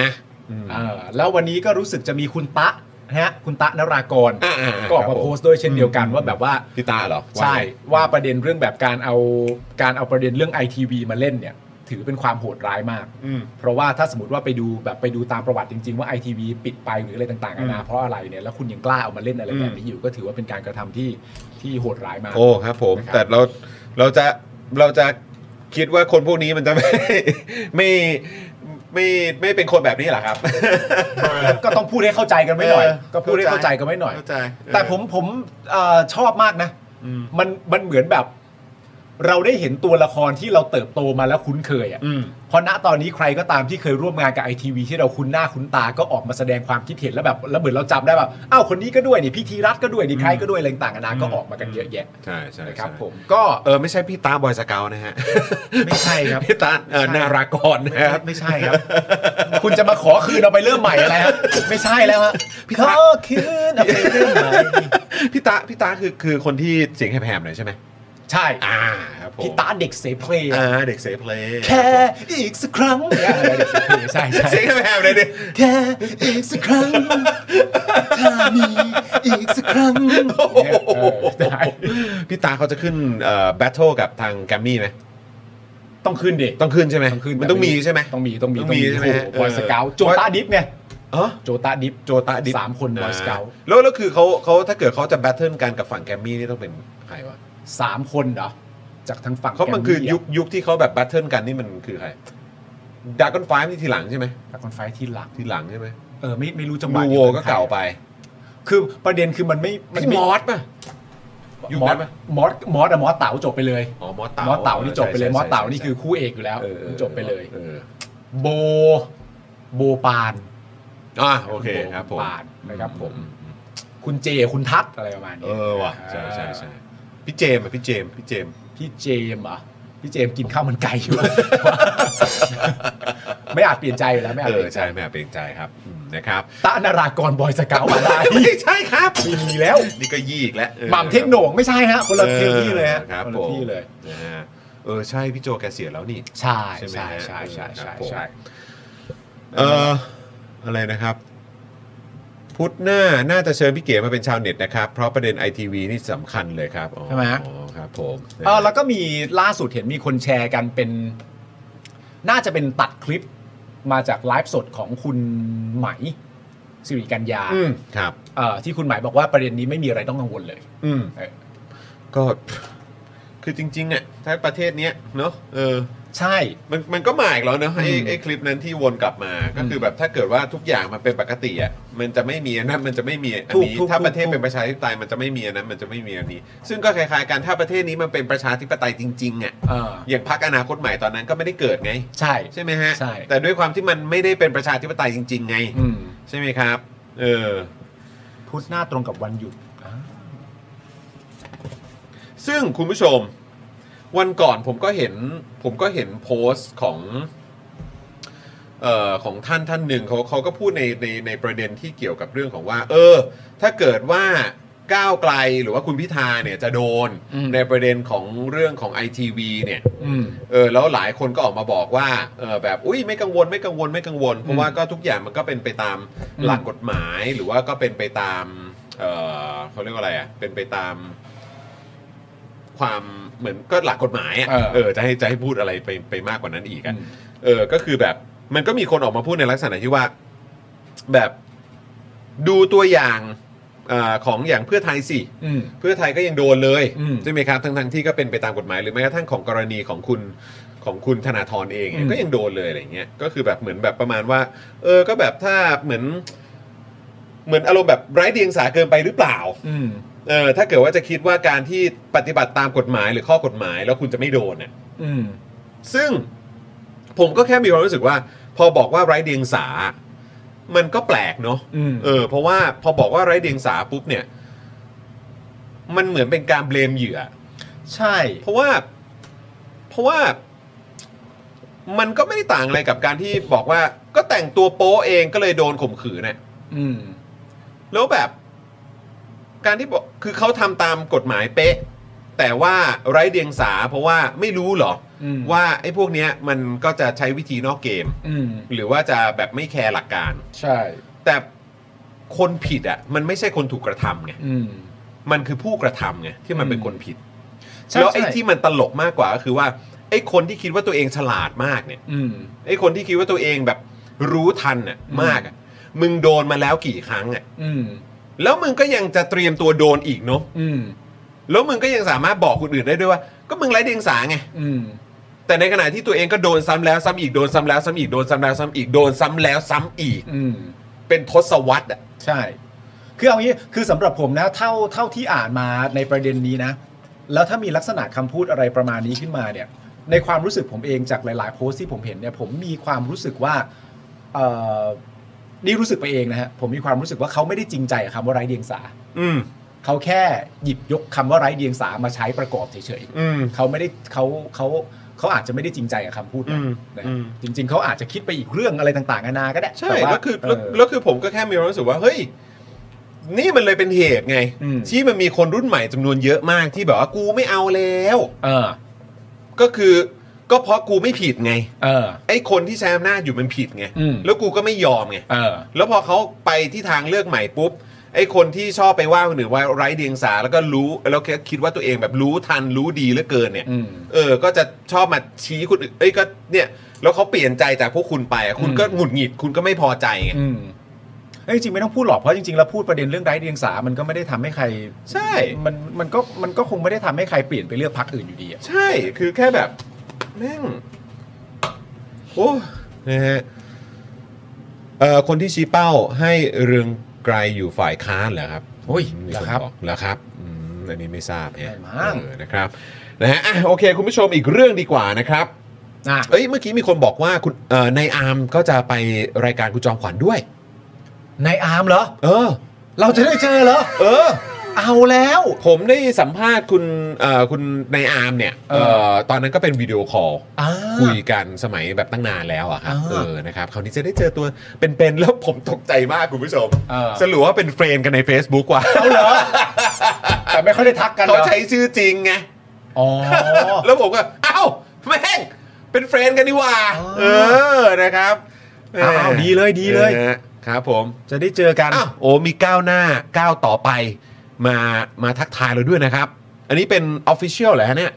นะอืม เออแล้ววันนี้ก็รู้สึกจะมีคุณตะนะฮะคุณตะนรากร อ่าอ่า ก็ออกมาโพสต์ด้วยเช่นเดียวกันว่าแบบว่า พี่ตาเหรอว่า ใช่ว่าประเด็นเรื่องแบบการเอาการเอาประเด็นเรื่อง ITV มาเล่นเนี่ย ถือเป็นความโหดร้ายมาก อืม เพราะว่าถ้าสมมติว่าไปดูแบบไปดูตามประวัติจริง ๆ ว่า ITV ปิดไปหรืออะไรต่างๆนานาเพราะอะไรเนี่ยแล้วคุณยังกล้าเอามาเล่นอะไรแบบนี้อยู่ก็ถือว่าเป็นการกระทำที่ที่โหดร้ายมาก โอ้ครับผม นะครับ แต่เราเราจะเราจะคิดว่าคนพวกนี้มันจะไม่ ไม่ไม่ไม่เป็นคนแบบนี้เหรอครับ ก็ต้องพูดให้เข้าใจกันไว้หน่อย เออ ก็พูดให้เข้าใจกันไว้หน่อย เข้าใจเออ แต่ผมผมเอ่อชอบมากนะ อืม มันมันเหมือนแบบ เราได้เห็นตัวละครที่เราเติบโตมาแล้วคุ้นเคยอ่ะ อืม เพราะณตอนนี้ใครก็ตามที่เคยร่วมงานกับไอทีวีที่เราคุ้นหน้าคุ้นตาก็ออกมาแสดงความคิดเห็นแล้วแบบแล้วเหมือนเราจำได้แบบอ้าวคนนี้ก็ด้วยนี่พี่ธีรัตน์ก็ด้วยนี่ใครก็ด้วยอะไรต่างกันานาก็ออกมากันเยอะแยะ ใช่ใช่ นะครับ ใช่ ผมก็ เออไม่ใช่พี่ตาบอยสเกาวนะฮะ ไม่ใช่ครับ พี่ตาเออ ใช่ นารากร ไม่ นะครับ ไม่ใช่ครับ คุณจะมาขอคืนเอาไปเริ่มใหม่อะไรฮะไม่ใช่แล้วฮะ พี่ตา ขอคืนเอาไปเริ่มใหม่ พี่ตาพี่ตาคือคือคนที่เสียงแหบๆหน่อยใช่ไหม ใช่ อ่าครับผม พี่ตาเด็กเสเพล อ่าเด็กเซฟเพลย์ แค่อีกสักครั้งเนี่ยเด็กเสเพลใช่ใช่ เสียงแหบๆเลยดิ แค่อีกสักครั้งถ้ามีอีกสักครั้งได้ พี่ตาเขาจะขึ้นเอ่อแบทเทิลกับทางแกรมมี่ไหม ต้องขึ้นดิ ต้องขึ้นใช่ไหมมันต้องมีใช่ไหม ต้องมีต้องมี ต้องมีใช่ไหม โอ้โบอย เออ สเกาโจตาดิฟไง อ๋อ โจตาดิฟ โจตาดิบ สามคนบอยสเกา แล้วแล้วคือเขาเขาถ้าเกิดเขาจะแบทเทิลกันกับฝั่งแกมมี่นี่ต้องเป็นใครวะ สามคนเหรอ จากทางฝั่ง เขามันคือยุคยุคที่เขาแบบแบทเทิลกันนี่มันคือใครดากอนไฟนี่ทีหลังใช่ไหม ตะกอนไฟที่หลัก ทีหลังใช่ไหม เออไม่ไม่รู้จังหวะ มูโวก็เก่าไป คือประเด็นคือมันไม่ พี่มอสป่ะ ยุค มอ นั้ ส นปะ มอสมอสอะมอสเต๋าจบไปเลย อ๋อมอสเต่าม อสเต๋านี่จบไปเลยมอสเต๋านี่คือ ใช่ คู่เอกอยู่แล้ว ใช่ใช่ จบไปเลย ออ โบโบปาน อ่าโอเคครับผม ปานนะครับผม คุณเจคุณทัศน์อะไรประมาณ เอ นี้ อว่ะใช่ใช่ใช่พี่เจมส์อ่ะพี่เจมส์พี่เจมส์ พี่เจมส์เหรอ่ะพี่เจมส์กินข้าวมันไก่ อยู่ ไม่อาจเปลี่ยนใจอยู่แล้วไม่อาจ เอ เป อ ลี่ยนใจ ใช่แม่เป็นใจครับอืมนะครับ ตะนารากรบอยสเกาอะไร ไม่ใช่ครับ ไม่มีแล้ว นี่ก็ยี่อีกแล้วออ หม่ำเทคโหนงไม่ใช่ฮะคนละ ออ ที่เลยฮะ ครับ คน ผ ละ ม ที่เลย นะฮะเออ ใช่ พี่โจแกเสียแล้วนี่ ใช่ ใช่ไหม ใช่ ฮะ ใช่ใช่ เออใช่ครับผม ใช่ เอออะไรนะครับ พุทธหน้า น่าจะเชิญพี่เก๋มาเป็นชาวเน็ตนะครับ เพราะประเด็นไอทีวีนี่สำคัญเลยครับอ๋อ ใช่ไหมฮะ อ๋อครับผม เออแล้วก็มีล่าสุดเห็นมีคนแชร์กันเป็น น่าจะเป็นตัดคลิปมาจากไลฟ์สดของคุณไหมสิริกัญญา อืมครับ เอ่อที่คุณไหมายบอกว่าประเด็นนี้ไม่มีอะไรต้องกังวลเลย อืม เออ ก็ คือจริงๆเนี่ยถ้าประเทศเนี้ยเนาะเออ ใช่ มันมันก็มาอีกแล้วเนอะไอ้ อืม ไอ้คลิปนั้นที่วนกลับมา ก็คือแบบถ้าเกิดว่าทุกอย่างมันเป็นปกติอ่ะมันจะไม่มีอันนั้นมันจะไม่มีอัน ถูก นี้ ถูก ถ้า ถูก ประเทศ ถูก เป็นประชาธิปไตยมันจะไม่มีอันนั้นมันจะไม่มีอันนี้ ซึ่งก็คล้ายๆกันถ้าประเทศนี้มันเป็นประชาธิปไตยจริงๆอ่ะ เออ อย่างพรรคอนาคตใหม่ตอนนั้นก็ไม่ได้เกิดไง ใช่ ใช่ไหมฮะ ใช่ แต่ด้วยความที่มันไม่ได้เป็นประชาธิปไตยจริง ๆ ไง อืม ใช่ไหมครับ เออ พุธหน้าตรงกับวันหยุดอ่า ซึ่งคุณผู้ชม วันก่อนผมก็เห็น ผมก็เห็นโพสต์ของเอ่อของท่านท่านหนึ่งเขาเขาก็พูดในในในประเด็นที่เกี่ยวกับเรื่องของว่า เออ ถ้าเกิดว่าก้าวไกลหรือว่าคุณพิธาเนี่ยจะโดนในประเด็นของเรื่องของ ITV เนี่ย อืม เออแล้วหลายคนก็ออกมาบอกว่าเออแบบอุ้ยไม่กังวลไม่กังวลไม่กังวล เพราะว่าก็ทุกอย่างมันก็เป็นไปตามหลักกฎหมาย หรือว่าก็เป็นไปตามเออเขาเรียกว่าอะไรอ่ะเป็นไปตาม ความเหมือนก็หลักกฎหมายอ่ะ เออ เออจะให้จะให้พูดอะไรไปไปมากกว่านั้นอีกอ่ะเออก็คือแบบมันก็มีคนออกมาพูดในลักษณะที่ว่า แบบดูตัวอย่างเออของอย่างเพื่อไทยสิ อืม เพื่อไทยก็ยังโดนเลย อืม ใช่ไหมครับทั้งทั้งๆที่ก็เป็นไปตามกฎหมายหรือแม้กระทั่งของกรณีของคุณของคุณธนาธรเองเนี่ย อืม ก็ยังโดนเลยอะไรเงี้ยก็คือแบบเหมือนแบบประมาณว่า เออก็แบบถ้าเหมือน เหมือนอารมณ์แบบไร้เดียงสาเกินไปหรือเปล่า อืม เออถ้าเกิดว่าจะคิดว่าการที่ปฏิบัติตามกฎหมายหรือข้อกฎหมาย แล้วคุณจะไม่โดนน่ะ อืม ซึ่งผมก็แค่มีความรู้สึกว่า พอบอกว่าไร้เดียงสา มันก็แปลกเนาะ อืม เออเพราะว่าพอบอกว่าไร้เดียงสาปุ๊บเนี่ย มันเหมือนเป็นการเบลมเหยื่อ ใช่ เพราะว่า เพราะว่า มันก็ไม่ได้ต่างอะไรกับการที่บอกว่าก็แต่งตัวโป๊เองก็เลยโดนข่มขืนเนี่ย อืม แล้วแบบ การที่บอกคือเขาทำตามกฎหมายเป๊ะ แต่ว่าไร้เดียงสาเพราะว่าไม่รู้หรอ อืม ว่าไอ้พวกเนี้ยมันก็จะใช้วิธีนอกเกม อืม หรือว่าจะแบบไม่แคร์หลักการ ใช่ แต่คนผิดอ่ะ มันไม่ใช่คนถูกกระทำไง อืม มันคือผู้กระทำไงที่มันเป็นคนผิด ใช่ แล้วไอ้ ใช่ ที่มันตลกมากกว่าก็คือว่าไอ้คนที่คิดว่าตัวเองฉลาดมากเนี่ย อืม ไอ้คนที่คิดว่าตัวเองแบบรู้ทันน่ะมากอะมึงโดนมาแล้วกี่ครั้งอ่ะ อืม แล้วมึงก็ยังจะเตรียมตัวโดนอีกเนาะ อืม แล้วมึงก็ยังสามารถบอกคนอื่นได้ด้วยว่า ก็มึงไร้เดียงสาไง อืม แต่ในขณะที่ตัวเองก็โดนซ้ำแล้วซ้ำอีกโดนซ้ำแล้วซ้ำอีกโดนซ้ำแล้วซ้ำอีกโดนซ้ำแล้วซ้ำอีก อืม เป็นทศวรรษอ่ะ ใช่ คือเอางี้ คือสำหรับผมนะ เท่า เท่าที่อ่านมาในประเด็นนี้นะ แล้วถ้ามีลักษณะคำพูดอะไรประมาณนี้ขึ้นมาเนี่ย ในความรู้สึกผมเองจากหลาย ๆ โพสต์ที่ผมเห็นเนี่ย ผมมีความรู้สึกว่าเอ่อนี่รู้สึกไปเองนะฮะ ผมมีความรู้สึกว่าเขาไม่ได้จริงใจกับคำว่าไร้เดียงสา อืม เขาแค่หยิบยกคำว่าไร้เดียงสามาใช้ประกอบเฉย อืม ๆเขาไม่ได้เขาเขาเขาอาจจะไม่ได้จริงใจกับคำพูดนั้น อืม นะ อืม จริง ๆ เขาอาจจะคิดไปอีกเรื่องอะไรต่างๆนานาก็ได้ ใช่ ต่า แล้วคือแล้ว เออ แล้วคือผมก็แค่มีความรู้สึกว่า เฮ้ย นี่มันเลยเป็นเหตุไง อืม ที่มันมีคนรุ่นใหม่จำนวนเยอะมากที่แบบว่ากูไม่เอาแล้ว เออ ก็คือก็เพราะกูไม่ผิดไง เออ ไอ้คนที่ใช้อำนาจอยู่มันผิดไง อืม แล้วกูก็ไม่ยอมไง เออ แล้วพอเขาไปที่ทางเลือกใหม่ปุ๊บ ไอ้คนที่ชอบไปว่าคนอื่นว่าไร้เดียงสาแล้วก็รู้แล้วก็คิดว่าตัวเองแบบรู้ทันรู้ดีเหลือเกินเนี่ย อืม เออ ก็จะชอบมาชี้คนอื่นเอ้ยก็เนี่ย แล้วเขาเปลี่ยนใจจากพวกคุณไปอะคุณก็หงุดหงิดคุณก็ไม่พอใจไง อืมเอ้ยจริงๆไม่ต้องพูดหรอกเพราะจริงๆแล้วพูดประเด็นเรื่องไร้เดียงสา มันก็ไม่ได้ทำให้ใคร ใช่ มันมันก็มันก็คงไม่ได้ทำให้ใครเปลี่ยนไปเลือกพรรคอื่นอยู่ดีอ่ะ ใช่ คือแค่แบบแม่งโอ้นะฮะเอ่อคนที่ชี้เป้าให้เรืองไกลอยู่ฝ่ายค้านเหรอครับ โอ้ย มี เหรอน ครับ อกเหรอครับอืมอันนี้ไม่ทราบ ไม่ ฮะ มั้ง เออนะครับนะฮะอ่ะโอเค คุณผู้ชมอีกเรื่องดีกว่านะครับ อ่ะ เอ้ยเมื่อกี้มีคนบอกว่าคุณเอ่อในอาร์มก็จะไปรายการคุณจอมขวัญด้วย นายอาร์มเหรอ เออ เราจะได้เจอเหรอ เออ เอาแล้ว ผมได้สัมภาษณ์คุณเอ่อคุณในอาร์มเนี่ย เออ เอ่อตอนนั้นก็เป็นวิดีโอคอล อ่า คุยกันสมัยแบบตั้งนานแล้วอะครับ อ่า เออนะครับคราวนี้จะได้เจอตัวเป็นๆแล้วผมตกใจมากคุณผู้ชม เออ สรุปว่าเป็นเฟรนด์กันใน Facebook ว่ะ เอาเหรอ แต่ไม่ค่อยได้ทักกันหรอ เขาใช้ชื่อจริงไง อ๋อ แล้วผมก็เอ้าวแม่งเป็นเฟรนด์กันนี่หว่า อ๋อ เออนะครับแหม อ้าวดีเลยดีเลย ออครับผม จะได้เจอกัน อ้าวโอ้มีก้าวหน้าก้าวต่อไปมามาทักทายเราด้วยนะครับ อันนี้เป็น Official เหรอฮะเนี่ย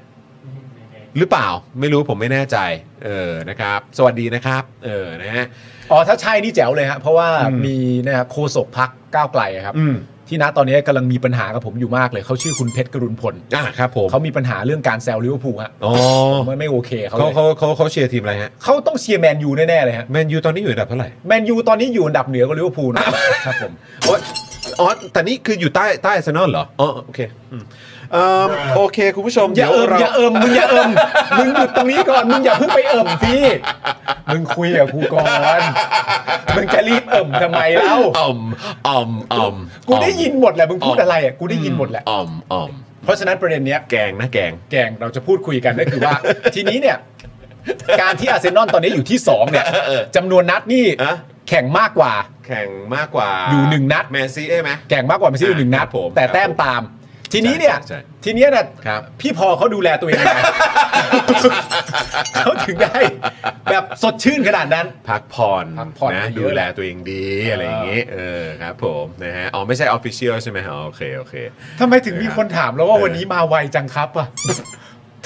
หรือเปล่าไม่รู้ผมไม่แน่ใจเออนะครับ สวัสดีนะครับ เออนะฮะ อ๋อ ถ้าใช่นี่แจ๋วเลยฮะ เพราะว่า อืม มีเนะฮะโคศกพักก้าวไกลอะครับ อืม ที่ณตอนนี้กำลังมีปัญหากับผมอยู่มากเลย เขาชื่อคุณเพชรกรุณพล อ่ะครับผม เขามีปัญหาเรื่องการแซวลิเวอร์พูลฮะ อ๋อ ผมว่าไม่โอเคเขา เขา เลย เขาเขาเขาเชียร์ทีมอะไรฮะ เขาต้องเชียร์แมนยูแน่ ๆ เลยฮะ แมนยูตอนนี้อยู่อันดับเท่าไหร่ แมนยูตอนนี้อยู่อันดับเหนือกว่าลิเวอร์พูลนะครับผม โอ๊ยอ๋อแต่นี่คืออยู่ใต้ใต้อาร์เซนอลเหรออ๋อโอเคอืมเอ่มโอเค คุณผู้ชม อย่าเอิม ดี๋วร อย่าเอิมมึงอย่าเอิมมึงหยุดตรงนี้ก่อนมึงอย่าเพิ่งไปเอิมพี่ มึงคุยกับกูก่อนมึงจะรีบเอิมทำไมเล่า อ่อมอ่อมอ่อม กูได้ยินหมดแหละมึงพูดอะไรอ่ะกูได้ยินหมดแหละ อ่อมอ่อม เพราะฉะนั้นประเด็นเนี้ย แกงนะแกง แกงเราจะพูดคุยกันก็คือว่า ทีนี้เนี่ย การที่อาร์เซนอลตอนนี้อยู่ที่สองเนี่ย เออ จำนวนนัดนี่ อะ แข่งมากกว่า แข่งมากกว่า อยู่หนึ่งนัด แมนซีได้ไหม แข่งมากกว่าแมนซีอยู่หนึ่งนัด ครับผม แต่แต้มตาม ทีนี้เนี่ย ใช่ใช่ใช่ ทีเนี้ยนะครับ พี่พอเขาดูแลตัวเองยัง ไง เขาถึงได้ แบบสดชื่นขนาดนั้น พักผ่อน พักผ่อน นะ เย ดู อะ แลตัวเองดีอะไรอย่างงี้เออครับผมนะฮะอ๋อไม่ใช่ออฟฟิเชียลใช่ไหมฮะโอเคโอเค ทำไมถึงมีคนถามแล้วว่าวันนี้มาไวจังครับอ่ะ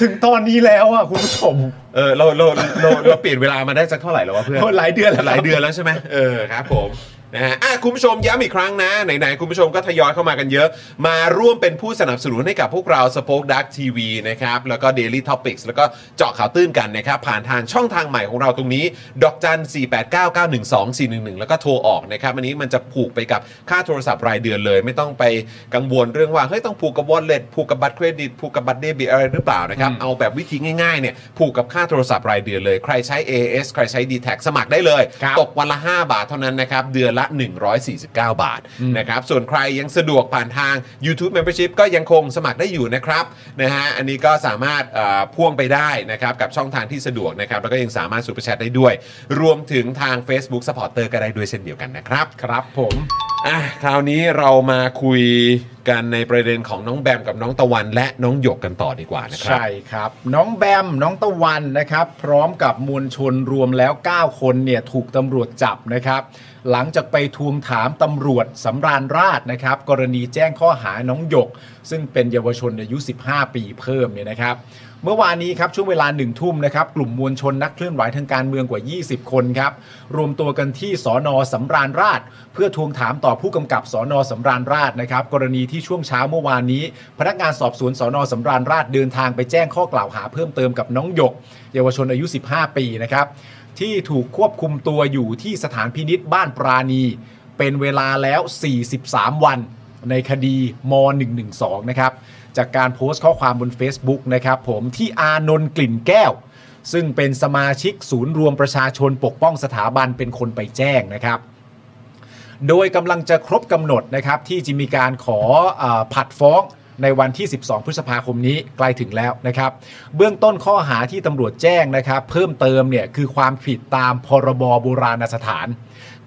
ถึงตอนนี้แล้วอ่ะคุณผู้ชม เออเราเราเราเราเปลี่ยนเวลามาได้สักเท่าไหร่แล้ววะเพื่อน หลายเดือนแล้ว หลายเดือนแล้วใช่ไหมเออครับผมนะฮะอ่ะคุณผู้ชมย้ำอีกครั้งนะไหนๆคุณผู้ชมก็ทยอยเข้ามากันเยอะ มาร่วมเป็นผู้สนับสนุนให้กับพวกเราสป็อคดักทีวีนะครับแล้วก็ Daily Topics แล้วก็เจาะข่าวตื้นกันนะครับ ผ่านทางช่องทางใหม่ของเราตรงนี้ ดอกจัน 4 8 9 9 1 2 4 1 1 แล้วก็โทรออกนะครับ อันนี้มันจะผูกไปกับค่าโทรศัพท์รายเดือนเลย ไม่ต้องไปกังวลเรื่องว่าเฮ้ยต้องผูกกับวอลเล็ตผูกกับบัตรเครดิตผูกกับบัตรเดบิตอะไรหรือเปล่านะครับเอาแบบวิธีง่ายๆเนี่ยผูกกับค่าโทรศัพท์รายเดือนเลยใครใช้ AS ใครใช้ d t แทสมัครได้เลย ครับ ตก วันละ 5 บาทเท่านั้นนะครับ เดือน ละ 149 บาทนะครับส่วนใครยังสะดวกผ่านทาง YouTube Membership ก็ยังคงสมัครได้อยู่นะครับนะฮะอันนี้ก็สามารถเอ่อพ่วงไปได้นะครับกับช่องทางที่สะดวกนะครับแล้วก็ยังสามารถซูเปอร์แชทได้ด้วย รวมถึงทาง Facebook Supporter ก็ได้ด้วยเช่นเดียวกันนะครับ ครับผม อ่ะคราวนี้เรามาคุยกันในประเด็นของน้องแบมกับน้องตะวัน และน้องหยกกันต่อดีกว่านะครั ใช่ครับ น้องแบม น้องตะวันนะครับ พร้อมกับมวลชนรวมแล้ว 9 คนเนี่ยถูกตำรวจจับนะครับ หลังจากไปทวงถามตำรวจสำราญราชนะครับ กรณีแจ้งข้อหาน้องหยก ซึ่งเป็นเยาวชนอายุ 15 ปีเพิ่มเนี่ยนะครับ เมื่อวานนี้ครับช่วงเวลาหนึ่งทุ่มนะครับกลุ่มมวลชนนักเคลื่อนไหวทางการเมืองกว่า 20 คนครับรวมตัวกันที่สอนอสำราญราช เพื่อทวงถามต่อผู้กำกับสอนอสำราญราชนะครับ กรณีที่ช่วงเช้าเมื่อวานนี้ พนักงานสอบสวนสอนอสำราญราชเดินทางไปแจ้งข้อกล่าวหาเพิ่มเติมกับน้องหยก เยาวชนอายุ 15 ปีนะครับ ที่ถูกควบคุมตัวอยู่ที่สถานพินิษบ้านปราณี เป็นเวลาแล้ว 43 วัน ในคดีม .112 นะครับ จากการโพสต์ข้อความบน Facebook นะครับผมที่อานนท์กลิ่นแก้ว ซึ่งเป็นสมาชิกศูนย์รวมประชาชนปกป้องสถาบันเป็นคนไปแจ้งนะครับ โดยกำลังจะครบกำหนดนะครับ ที่จะมีการขอเออผัดฟ้องในวันที่ 12 พฤษภาคมนี้ใกล้ถึงแล้วนะครับ เบื้องต้นข้อหาที่ตำรวจแจ้งนะครับ เพิ่มเติมเนี่ยคือความผิดตามพรบโบราณสถาน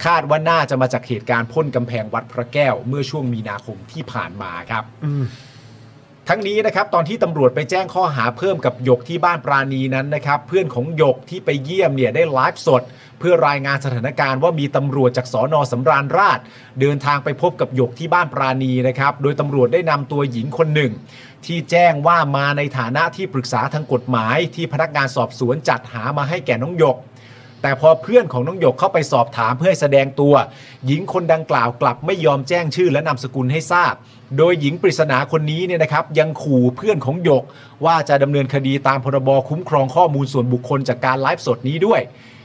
คาดว่าน่าจะมาจากเหตุการณ์พ่นกำแพงวัดพระแก้ว เมื่อช่วงมีนาคมที่ผ่านมาครับ ทั้งนี้นะครับตอนที่ตำรวจไปแจ้งข้อหาเพิ่มกับหยกที่บ้านปราณีนั้นนะครับ เพื่อนของหยกที่ไปเยี่ยมเนี่ยได้ไลฟ์สด เพื่อรายงานสถานการณ์ว่ามีตำรวจจากสอนอสำราญราช เดินทางไปพบกับหยกที่บ้านปราณีนะครับ โดยตำรวจได้นำตัวหญิงคนหนึ่ง ที่แจ้งว่ามาในฐานะที่ปรึกษาทางกฎหมาย ที่พนักงานสอบสวนจัดหามาให้แก่น้องหยก แต่พอเพื่อนของน้องหยกเข้าไปสอบถามเพื่อให้แสดงตัว หญิงคนดังกล่าวกลับไม่ยอมแจ้งชื่อและนามสกุลให้ทราบ โดยหญิงปริศนาคนนี้เนี่ยนะครับ ยังขู่เพื่อนของหยก ว่าจะดำเนินคดีตามพรบคุ้มครองข้อมูลส่วนบุคคลจากการไลฟ์สดนี้ด้วย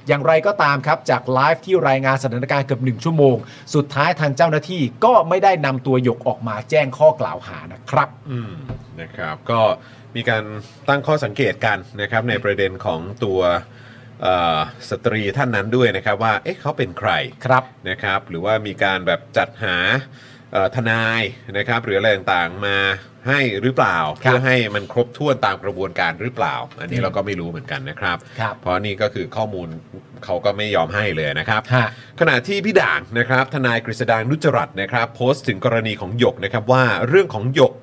อย่างไรก็ตามครับ จากไลฟ์ที่รายงานสถานการณ์เกือบหนึ่งชั่วโมง สุดท้ายทางเจ้าหน้าที่ก็ไม่ได้นำตัวหยกออกมาแจ้งข้อกล่าวหานะครับ อืมนะครับก็มีการตั้งข้อสังเกตกันนะครับในประเด็นของตัวเอ่อสตรีท่านนั้นด้วยนะครับว่าเอ๊ะเขาเป็นใคร ครับ นะครับหรือว่ามีการแบบจัดหาเอ่อทนายนะครับหรืออะไรต่างๆมาให้หรือเปล่า ครั เพื่ บ อให้มันครบถ้วนตามกระบวนการหรือเปล่า อันนี้เราก็ไม่รู้เหมือนกันนะครับ ครับ เพราะนี่ก็คือข้อมูลเขาก็ไม่ยอมให้เลยนะครับ ฮะ ขณะที่พี่ด่างนะครับทนายกฤษดางนุจจรัตน์นะครับ โพสต์ถึงกรณีของหยกนะครับว่าเรื่องของหยก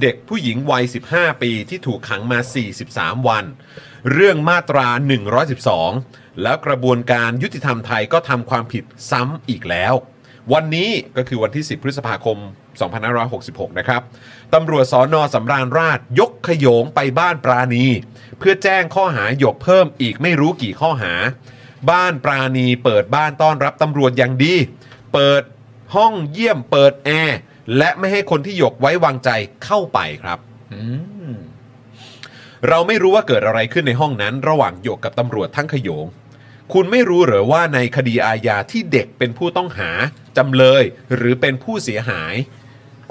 เด็กผู้หญิงวัย 15 ปีที่ถูกขังมา 43 วัน เรื่องมาตรา 112 แล้วกระบวนการยุติธรรมไทยก็ทำความผิดซ้ำอีกแล้ว วันนี้ก็คือวันที่ 10 พฤษภาคม 2566 นะครับตำรวจสอนอสำราญราชยกขโยงไปบ้านปราณี เพื่อแจ้งข้อหาหยกเพิ่มอีกไม่รู้กี่ข้อหา บ้านปราณีเปิดบ้านต้อนรับตำรวจอย่างดี เปิดห้องเยี่ยมเปิดแอร์และไม่ให้คนที่หยกไว้วางใจเข้าไปครับ เราไม่รู้ว่าเกิดอะไรขึ้นในห้องนั้น ระหว่างหยกกับตำรวจทั้งขโยง คุณไม่รู้เหรือว่าในคดีอาญาที่เด็กเป็นผู้ต้องหา จำเลย หรือเป็นผู้เสียหาย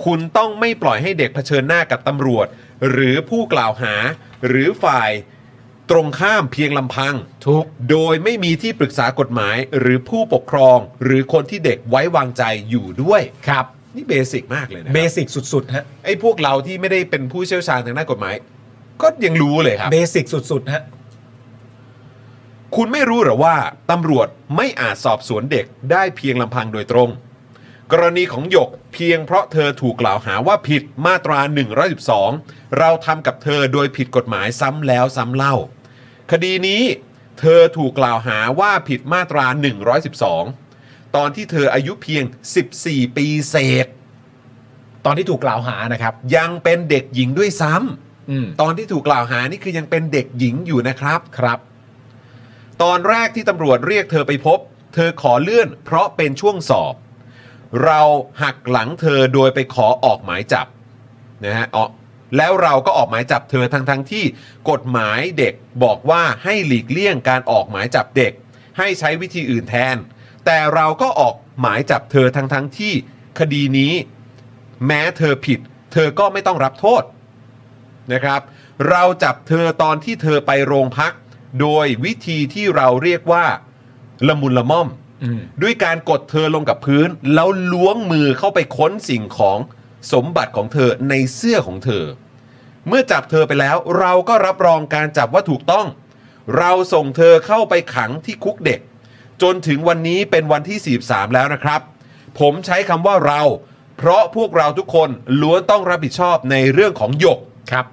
คุณต้องไม่ปล่อยให้เด็กเผชิญหน้ากับตำรวจ หรือผู้กล่าวหา หรือฝ่ายตรงข้ามเพียงลำพัง ทุก โดยไม่มีที่ปรึกษากฎหมายหรือผู้ปกครอง หรือคนที่เด็กไว้วางใจอยู่ด้วย ครับ นี่เบสิกมากเลยนะ เบสิกสุดๆฮะ ไอ้พวกเราที่ไม่ได้เป็นผู้เชี่ยวชาญทางด้านกฎหมาย ก็ยังรู้เลยครับ เบสิกสุดๆฮะ คุณไม่รู้เหรือว่าตำรวจไม่อาจสอบสวนเด็กได้เพียงลำพังโดยตรง กรณีของหยกเพียงเพราะเธอถูกกล่าวหาว่าผิดมาตรา 112 เราทำกับเธอโดยผิดกฎหมายซ้ำแล้วซ้ำเล่า คดีนี้เธอถูกกล่าวหาว่าผิดมาตรา 112 ตอนที่เธออายุเพียง 14 ปีเศษ ตอนที่ถูกกล่าวหานะครับ ยังเป็นเด็กหญิงด้วยซ้ อืม ำตอนที่ถูกกล่าวหานี่คือยังเป็นเด็กหญิงอยู่นะครับ ครับ ตอนแรกที่ตำรวจเรียกเธอไปพบ เธอขอเลื่อนเพราะเป็นช่วงสอบ เราหักหลังเธอโดยไปขอออกหมายจับนะฮะอ๋อแล้วเราก็ออกหมายจับเธอทั้งทั้งๆที่กฎหมายเด็กบอกว่าให้หลีกเลี่ยงการออกหมายจับเด็ก ให้ใช้วิธีอื่นแทน แต่เราก็ออกหมายจับเธอทั้งทั้งๆที่คดีนี้ แม้เธอผิด เธอก็ไม่ต้องรับโทษ นะครับ เราจับเธอตอนที่เธอไปโรงพัก โดยวิธีที่เราเรียกว่า ละมุนละม่อม ด้วยการกดเธอลงกับพื้น แล้วล้วงมือเข้าไปค้นสิ่งของสมบัติของเธอในเสื้อของเธอ เมื่อจับเธอไปแล้ว เราก็รับรองการจับว่าถูกต้อง เราส่งเธอเข้าไปขังที่คุกเด็ก จนถึงวันนี้เป็นวันที่ 43 แล้วนะครับ ผมใช้คำว่าเรา เพราะพวกเราทุกคนล้วนต้องรับผิดชอบในเรื่องของหยก ครับ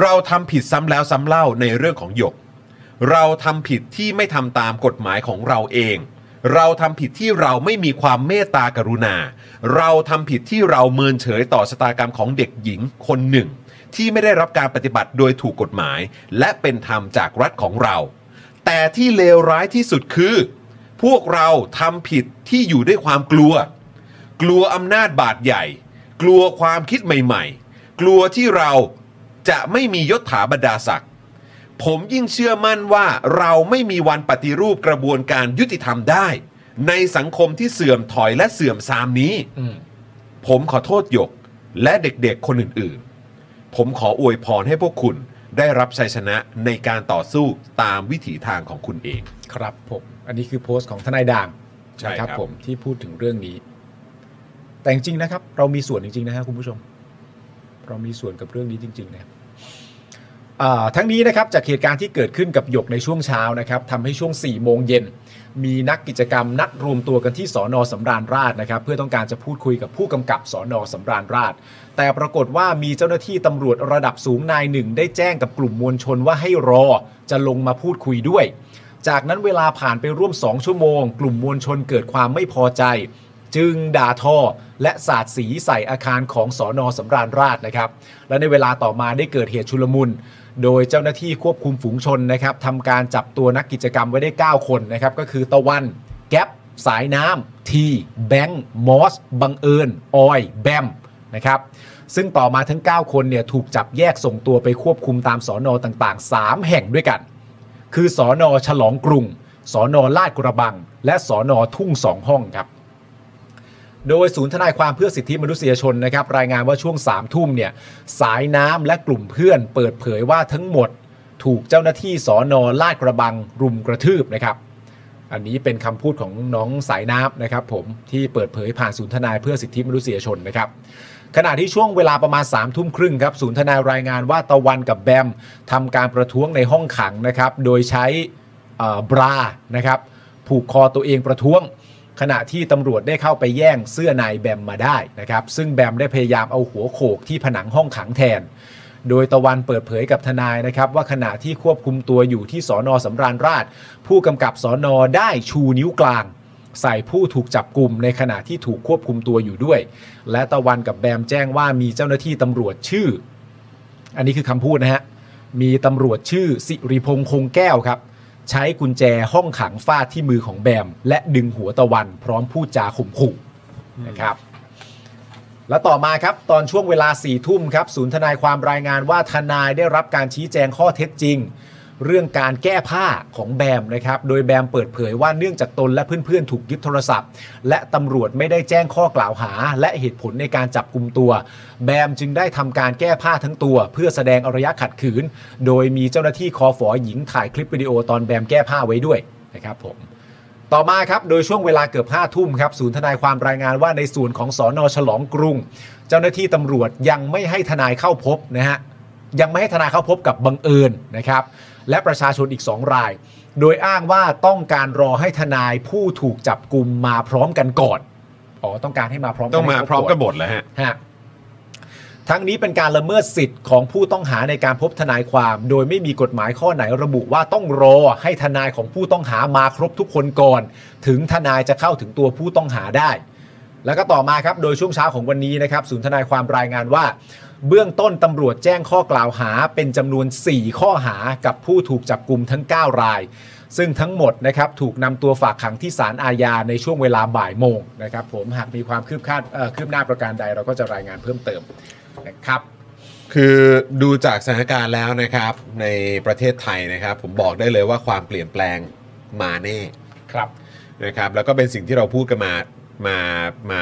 เราทำผิดซ้ำแล้วซ้ำเล่าในเรื่องของหยก เราทำผิดที่ไม่ทำตามกฎหมายของเราเอง เราทำผิดที่เราไม่มีความเมตตากรุณา เราทำผิดที่เราเมินเฉยต่อชะตากรรมของเด็กหญิงคนหนึ่ง ที่ไม่ได้รับการปฏิบัติโดยถูกกฎหมาย และเป็นธรรมจากรัฐของเรา แต่ที่เลวร้ายที่สุดคือ พวกเราทำผิดที่อยู่ด้วยความกลัว กลัวอำนาจบาดใหญ่ กลัวความคิดใหม่ๆ กลัวที่เราจะไม่มียศถาบรรดาศักดิ์ผมยิ่งเชื่อมั่นว่าเราไม่มีวันปฏิรูปกระบวนการยุติธรรมได้ ในสังคมที่เสื่อมถอยและเสื่อมทรามนี้ อืม ผมขอโทษหยกและเด็กๆคนอื่นๆ ผมขออวยพรให้พวกคุณได้รับชัยชนะในการต่อสู้ตามวิถีทางของคุณเอง ครับผม อันนี้คือโพสต์ของทนายด่าง ใช่ นะครับ ผมที่พูดถึงเรื่องนี้ แต่จริงๆนะครับ เรามีส่วนจริงๆนะครับคุณผู้ชม เรามีส่วนกับเรื่องนี้จริง ๆ นะครับอ่าทั้งนี้นะครับจากเหตุการณ์ที่เกิดขึ้นกับหยกในช่วงเช้านะครับทำให้ช่วง 4 โมงเย็น มีนักกิจกรรมนัดรวมตัวกันที่สอนอสำราญราชนะครับ เพื่อต้องการจะพูดคุยกับผู้กำกับสอนอสำราญราช แต่ปรากฏว่ามีเจ้าหน้าที่ตำรวจระดับสูงนายหนึ่ง ได้แจ้งกับกลุ่มมวลชนว่าให้รอจะลงมาพูดคุยด้วย จากนั้นเวลาผ่านไปร่วม 2 ชั่วโมง กลุ่มมวลชนเกิดความไม่พอใจ จึงด่าทอ และสาดสีใส่อาคารของสอนอสำราญราชนะครับ และในเวลาต่อมาได้เกิดเหตุชุลมุน โดยเจ้าหน้าที่ควบคุมฝูงชนนะครับทำการจับตัวนักกิจกรรมไว้ได้ 9 คนนะครับ ก็คือตะวัน แก๊ป สายน้ำที แบงค์ มอส บังเอิญ ออย แบม นะครับ ซึ่งต่อมาทั้ง 9 คนเนี่ยถูกจับแยกส่งตัวไปควบคุมตามสอนอต่างๆ 3 แห่งด้วยกัน คือสอนอฉลองกรุง สอนอลาดกระบัง และสอนอทุ่งสองห้องครับ โดยศูนย์ทนายความเพื่อสิทธิมนุษยชนนะครับ รายงานว่าช่วง3ามทุ่มเนี่ยสายน้ำและกลุ่มเพื่อนเปิดเผยว่าทั้งหมด ถูกเจ้าหน้าที่สอนอลาดกระบัง รุมกระทืบนะครับ อันนี้เป็นคำพูดของน้องสายน้ำนะครับ ผมที่เปิดเผยผ่านศูนย์ทนายเพื่อสิทธิมนุษยชนนะครับ ขณะที่ช่วงเวลาประมาณ3ามทุ่มครึ่งครับศูนย์ทนายรายงานว่าตะวันกับแบมทำการประท้วงในห้องขังนะครับ โดยใช้เอ่อบรานะครับ ผูกคอตัวเองประท้วง ขณะที่ตำรวจได้เข้าไปแย่งเสื้อนายแบมมาได้นะครับ ซึ่งแบมได้พยายามเอาหัวโขกที่ผนังห้องขังแทน โดยตะวันเปิดเผยกับทนายนะครับ ว่าขณะที่ควบคุมตัวอยู่ที่สอนอสำราญราช ผู้กำกับสอนอได้ชูนิ้วกลาง ใส่ผู้ถูกจับกลุ่มในขณะที่ถูกควบคุมตัวอยู่ด้วย และตะวันกับแบมแจ้งว่ามีเจ้าหน้าที่ตำรวจชื่อ อันนี้คือคำพูดนะฮะ มีตำรวจชื่อสิริพงษ์คงแก้วครับ ใช้กุญแจห้องขังฟาดที่มือของแบม และดึงหัวตะวันพร้อมพูดจาข่มขู่นะครับ และต่อมาครับ ตอนช่วงเวลา4ี่ทุ่มครับ ศูนย์ทนายความรายงานว่าทนายได้รับการชี้แจงข้อเท็จจริง เรื่องการแก้ผ้าของแบมนะครับ โดยแบมเปิดเผยว่าเนื่องจากตนและเพื่อนๆ ถูกยึดโทรศัพท์ และตำรวจไม่ได้แจ้งข้อกล่าวหา และเหตุผลในการจับกลุ่มตัว แบมจึงได้ทำการแก้ผ้าทั้งตัว เพื่อแสดงอารยะขัดขืน โดยมีเจ้าหน้าที่คอฝอหญิงถ่ายคลิปวิดีโอตอนแบมแก้ผ้าไว้ด้วยนะครับผม ต่อมาครับ โดยช่วงเวลาเกือบ5้าทุ่มครับ ศูนย์ทนายความรายงานว่าในส่วนของสอนอฉลองกรุง เจ้าหน้าที่ตำรวจยังไม่ให้ทนายเข้าพบนะฮะ ยังไม่ให้ทนายเข้าพบกับบังเอิญนะครับ และประชาชนอีก 2 ราย โดยอ้างว่าต้องการรอให้ทนายผู้ถูกจับกลุ่มมาพร้อมกันก่อน อ๋อ ต้องการให้มาพร้อมน ต้องมา ให้คบ พร้อม ก่น กันหมดแล้วฮะ ฮะทั้งนี้เป็นการละเมิดสิทธิ์ของผู้ต้องหาในการพบทนายความ โดยไม่มีกฎหมายข้อไหนระบุว่าต้องรอให้ทนายของผู้ต้องหามาครบทุกคนก่อน ถึงทนายจะเข้าถึงตัวผู้ต้องหาได้ แล้วก็ต่อมาครับ โดยช่วงเช้าของวันนี้นะครับ ศูนย์ทนายความรายงานว่า เบื้องต้นตำรวจแจ้งข้อกล่าวหาเป็นจำนวน 4 ข้อหากับผู้ถูกจับกลุ่มทั้ง 9 ราย ซึ่งทั้งหมดนะครับถูกนำตัวฝากขังที่ศาลอาญาในช่วงเวลาบ่ายโมงนะครับผมหากมีความคืบคาดเอ่อคืบหน้าประการใดเราก็จะรายงานเพิ่มเติมนะครับ คือดูจากสถานการณ์แล้วนะครับ ในประเทศไทยนะครับ ผมบอกได้เลยว่าความเปลี่ยนแปลงมาแน่ ครับ นะครับ แล้วก็เป็นสิ่งที่เราพูดกันมามามา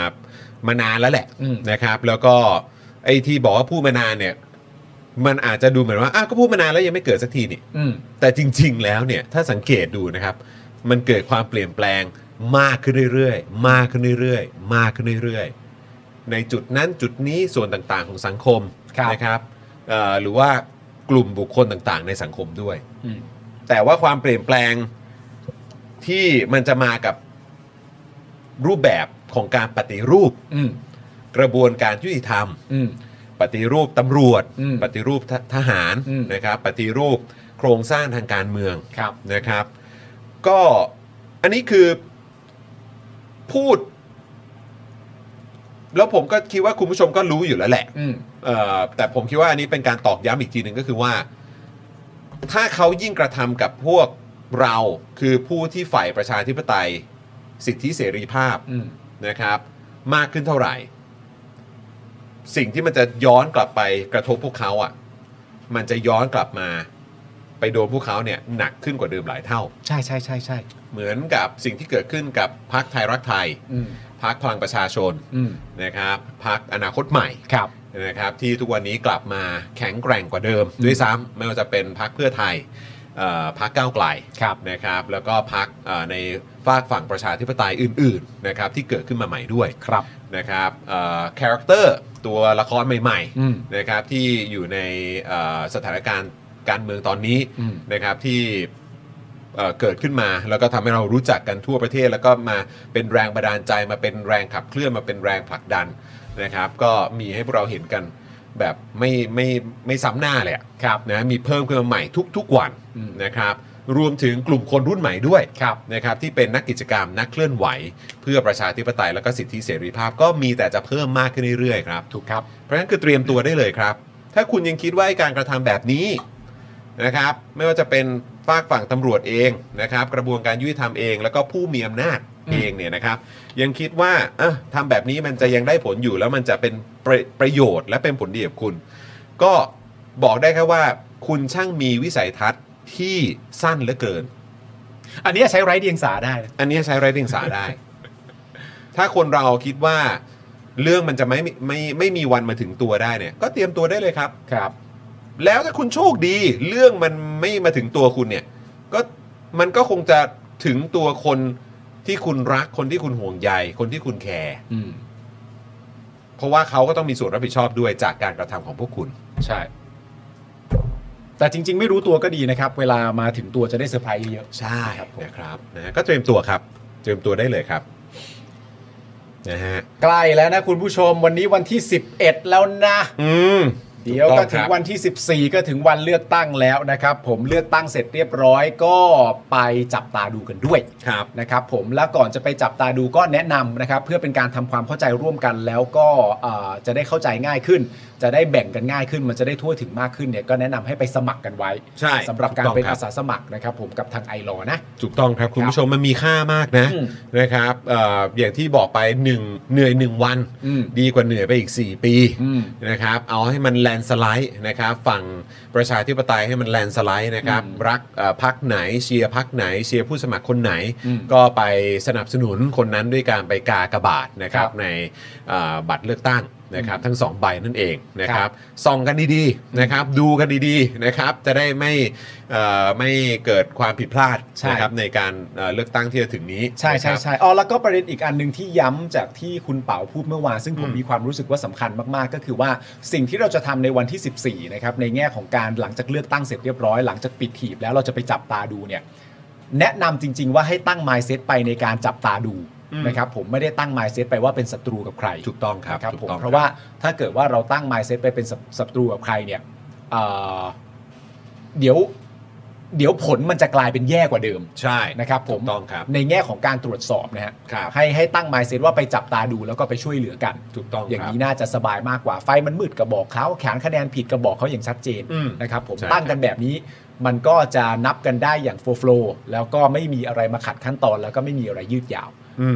มานานแล้วแหละ อืม นะครับ แล้วก็ไอ้ที่บอกว่าพูดมานานเนี่ย มันอาจจะดูเหมือนว่าอ่ะก็พูดมานานแล้วยังไม่เกิดสักทีนี่ อืม แต่จริง ๆ แล้วเนี่ยถ้าสังเกตดูนะครับ มันเกิดความเปลี่ยนแปลงมากขึ้นเรื่อยๆ มากขึ้นเรื่อยๆ มากขึ้นเรื่อยๆ ในจุดนั้นจุดนี้ส่วนต่างๆ ของสังคม ครับ นะครับเอ่อหรือว่ากลุ่มบุคคลต่างๆ ในสังคมด้วย อืม แต่ว่าความเปลี่ยนแปลงที่มันจะมากับรูปแบบของการปฏิรูป อืม กระบวนการยุติธรรม อืม ปฏิรูปตำรวจ อืม ปฏิรูปททหาร อืม นะครับปฏิรูปโครงสร้างทางการเมือง ครับ นะครับ ก็อันนี้คือพูด แล้วผมก็คิดว่าคุณผู้ชมก็รู้อยู่แล้วแหละ อืม เอ่อแต่ผมคิดว่าอันนี้เป็นการตอกย้ำอีกทีหนึ่งก็คือว่า ถ้าเขายิ่งกระทำกับพวกเราคือผู้ที่ฝ่ายประชาธิปไตย สิทธิเสรีภาพ อืม นะครับ มากขึ้นเท่าไหร่ สิ่งที่มันจะย้อนกลับไปกระทบพวกเขาอ่ะ มันจะย้อนกลับมาไปโดนพวกเขาเนี่ยหนักขึ้นกว่าเดิมหลายเท่า ใช่ใช่ใช่ใช่ เหมือนกับสิ่งที่เกิดขึ้นกับพรรคไทยรักไทย อืม พรรคพลังประชาชน อืม นะครับพรรคอนาคตใหม่ ครับ นะครับที่ทุกวันนี้กลับมาแข็งแกร่งกว่าเดิม ด้วยซ้ำไม่ว่าจะเป็นพรรคเพื่อไทยเอ่อพรรคก้าวไกล ครับ นะครับแล้วก็พรรคเอ่อในฝากฝั่งประชาธิปไตยอื่นๆนะครับที่เกิดขึ้นมาใหม่ด้วย ครับ นะครับคาแรคเตอร์ตัวละครใหม่ อืม ๆนะครับที่อยู่ในเอ่อสถานการณ์การเมืองตอนนี้ อืม นะครับที่เอ่อเกิดขึ้นมา แล้วก็ทำให้เรารู้จักกันทั่วประเทศ แล้วก็มาเป็นแรงบันดาลใจมาเป็นแรงขับเคลื่อนมาเป็นแรงผลักดันนะครับ ก็มีให้พวกเราเห็นกันแบบไม่ไม่ไม่ซ้ำหน้าเลยอะ ครับ นะมีเพิ่มขึ้นมาใหม่ทุกๆวัน อืม นะครับรวมถึงกลุ่มคนรุ่นใหม่ด้วย ครับ นะครับที่เป็นนักกิจกรรมนักเคลื่อนไหว เพื่อประชาธิปไตยแล้วก็สิทธิเสรีภาพก็มีแต่จะเพิ่มมากขึ้นเรื่อยๆครับ ถูกครับ เพราะฉะนั้นคือเตรียมตัวได้เลยครับ ถ้าคุณยังคิดว่าไอ้การกระทำแบบนี้นะครับไม่ว่าจะเป็นฝากฝั่งตำรวจเองนะครับกระบวนการยุติธรรมเอง แล้วก็ผู้มีอำนาจเองเนี่ยนะครับยังคิดว่าเอะทำแบบนี้มันจะยังได้ผลอยู่แล้วมันจะเป็นประประโยชน์และเป็นผลดีกับคุณ ก็บอกได้แค่ว่าคุณช่างมีวิสัยทัศน์ที่สั้นเหลือเกิน อันนี้ใช้ไร้เดียงสาได้นะ อันนี้ใช้ไร้เดียงสาได้ ถ้าคนเราคิดว่าเรื่องมันจะไม่ไม่ไม่ไม่มีวันมาถึงตัวได้เนี่ย ก็เตรียมตัวได้เลยครับ ครับ แล้วถ้าคุณโชคดี เรื่องมันไม่มาถึงตัวคุณเนี่ย ก็มันก็คงจะถึงตัวคนที่คุณรักคนที่คุณห่วงใยคนที่คุณแคร์ อืม เพราะว่าเขาก็ต้องมีส่วนรับผิดชอบด้วยจากการกระทำของพวกคุณ ใช่ แต่จริง ๆ ไม่รู้ตัวก็ดีนะครับ เวลามาถึงตัวจะได้เซอร์ไพรส์เยอะ ใช่ ครับผม นะครับนะก็เตรียมตัวครับ เตรียมตัวได้เลยครับนะฮะ ใกล้แล้วนะคุณผู้ชมวันนี้วันที่ 11 แล้วนะ อืม เดี๋ยว ถูกต้ ก็ อง ถึ ค ง รับ วันที่ 14 ก็ถึงวันเลือกตั้งแล้วนะครับ ผมเลือกตั้งเสร็จเรียบร้อยก็ไปจับตาดูกันด้วย ครับ นะครับผมแล้วก่อนจะไปจับตาดูก็แนะนำนะครับเพื่อเป็นการทำความเข้าใจร่วมกัน แล้วก็เอ่อจะได้เข้าใจง่ายขึ้น จะได้แบ่งกันง่ายขึ้น มันจะได้ทั่วถึงมากขึ้นเนี่ยก็แนะนำให้ไปสมัครกันไว้ ใช่ สำหรับการ ถูกต้อง เป็น ครับ อาสาสมัครนะครับผมกับทางไอรอนะ ถูกต้องครับ คุณผู้ชมมันมีค่ามากนะ อืม นะครับเอออย่างที่บอกไปหนึ่งเหนื่อย 1 วัน อืม ดีกว่าเหนื่อยไปอีก 4 ปี อืม นะครับเอาให้มันแลนสไลด์นะครับฝั่งประชาธิปไตยให้มันแลนสไลด์นะครับ อืม รักเอ่อพักไหนเชียร์พักไหน เชียร์ผู้สมัครคนไหน อืม ก็ไปสนับสนุนคนนั้นด้วยการไปกากระบาดนะครัคบรับ ในเอ่อบัตรเลือกตั้งนะครับทั้งสองใบนั่นเองนะค ครั รับบ ส่องกันดีๆนะครับดูกันดีๆนะครับจะได้ไม่เอ่อไม่เกิดความผิดพลาด ใช่ นะครับในการเอ่อเลือกตั้งที่จะถึงนี้ ใช่ใช่ นะครับ ใช่อ๋อแล้วก็ประเด็นอีกอันหนึ่งที่ย้ำจากที่คุณเป๋าพูดเมื่อวานซึ่งผม อืม มีความรู้สึกว่าสำคัญมากๆ ก็คือว่าสิ่งที่เราจะทำในวันที่ 14 นะครับในแง่ของการหลังจากเลือกตั้งเสร็จเรียบร้อยหลังจากปิดหีบแล้วเราจะไปจับตาดูเนี่ยแนะนำจริง ๆ ว่าให้ตั้ง mindset ไปในการจับตาดู อืม นะครับผมไม่ได้ตั้ง mindset ไปว่าเป็นศัตรูกับใคร ถูกต้องครับ นะครับผ ถู ม กต้อง เพราะว่าถ้าเกิดว่าเราตั้ง mindset ไปเป็นศัศัตรูกับใครเนี่ยเอ่อเดี๋ยวเดี๋ยวผลมันจะกลายเป็นแย่กว่าเดิม ใช่ นะครับผม ถูกต้องครับ ในแง่ของการตรวจสอบนะฮะ ครับ ให้ให้ตั้ง mindset ว่าไปจับตาดูแล้วก็ไปช่วยเหลือกัน ถูกต้องครับ อย่างนี้น่าจะสบายมากกว่าไฟมันมืดกระบอกเขาแขนคะแนนผิดกระบอกเขาอย่างชัดเจน อืม นะครับผม ใช่ ตั้งกันแบบนี้ มันก็จะนับกันได้อย่างโฟล์ฟล์แล้วก็ไม่มีอะไรมาขัดขั้นตอน แล้วก็ไม่มีอะไรยืดยาว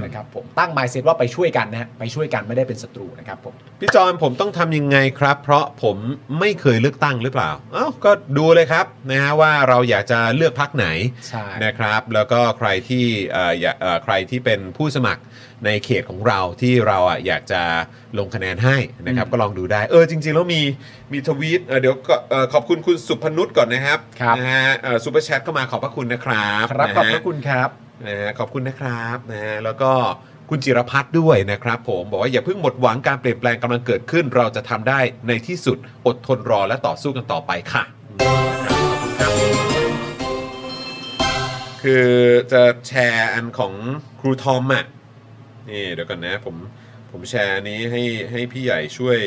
นะครับผมตั้ง mindset ว่าไปช่วยกันนะฮะไปช่วยกันไม่ได้เป็นศัตรูนะครับผม พี่จอนผมต้องทำยังไงครับ เพราะผมไม่เคยเลือกตั้งหรือเปล่าเอ้าก็ดูเลยครับนะฮะว่าเราอยากจะเลือกพักไหน ใช่ นะครับ แล้วก็ใครที่เอ่ออยากเอ่อใครที่เป็นผู้สมัคร ในเขตของเราที่เราอ่ะอยากจะลงคะแนนให้นะครับก็ลองดูได้เออจริง ๆ แล้วมีมีทวีตเอ่อเดี๋ยวก็เอ่อขอบคุณคุณสุพนุชก่อนนะครับ ครับ นะฮะซูเปอร์แชทเข้ามาขอบพระคุณนะครับ ครับขอบพนะฮะ ระคุณครับ นะฮะขอบคุณนะครับนะฮะแล้วก็คุณจิรพัฒน์ด้วยนะครับ ผมบอกว่าอย่าเพิ่งหมดหวังการเปลี่ยนแปลงกำลังเกิดขึ้น เราจะทำได้ในที่สุดอดทนรอและต่อสู้กันต่อไปค่ะ คือจะแชร์อันของครูทอมอ่ะนี่เดี๋ยวก่อนนะผมผมแชร์อันนี้ให้ให้พี่ใหญ่ช่วย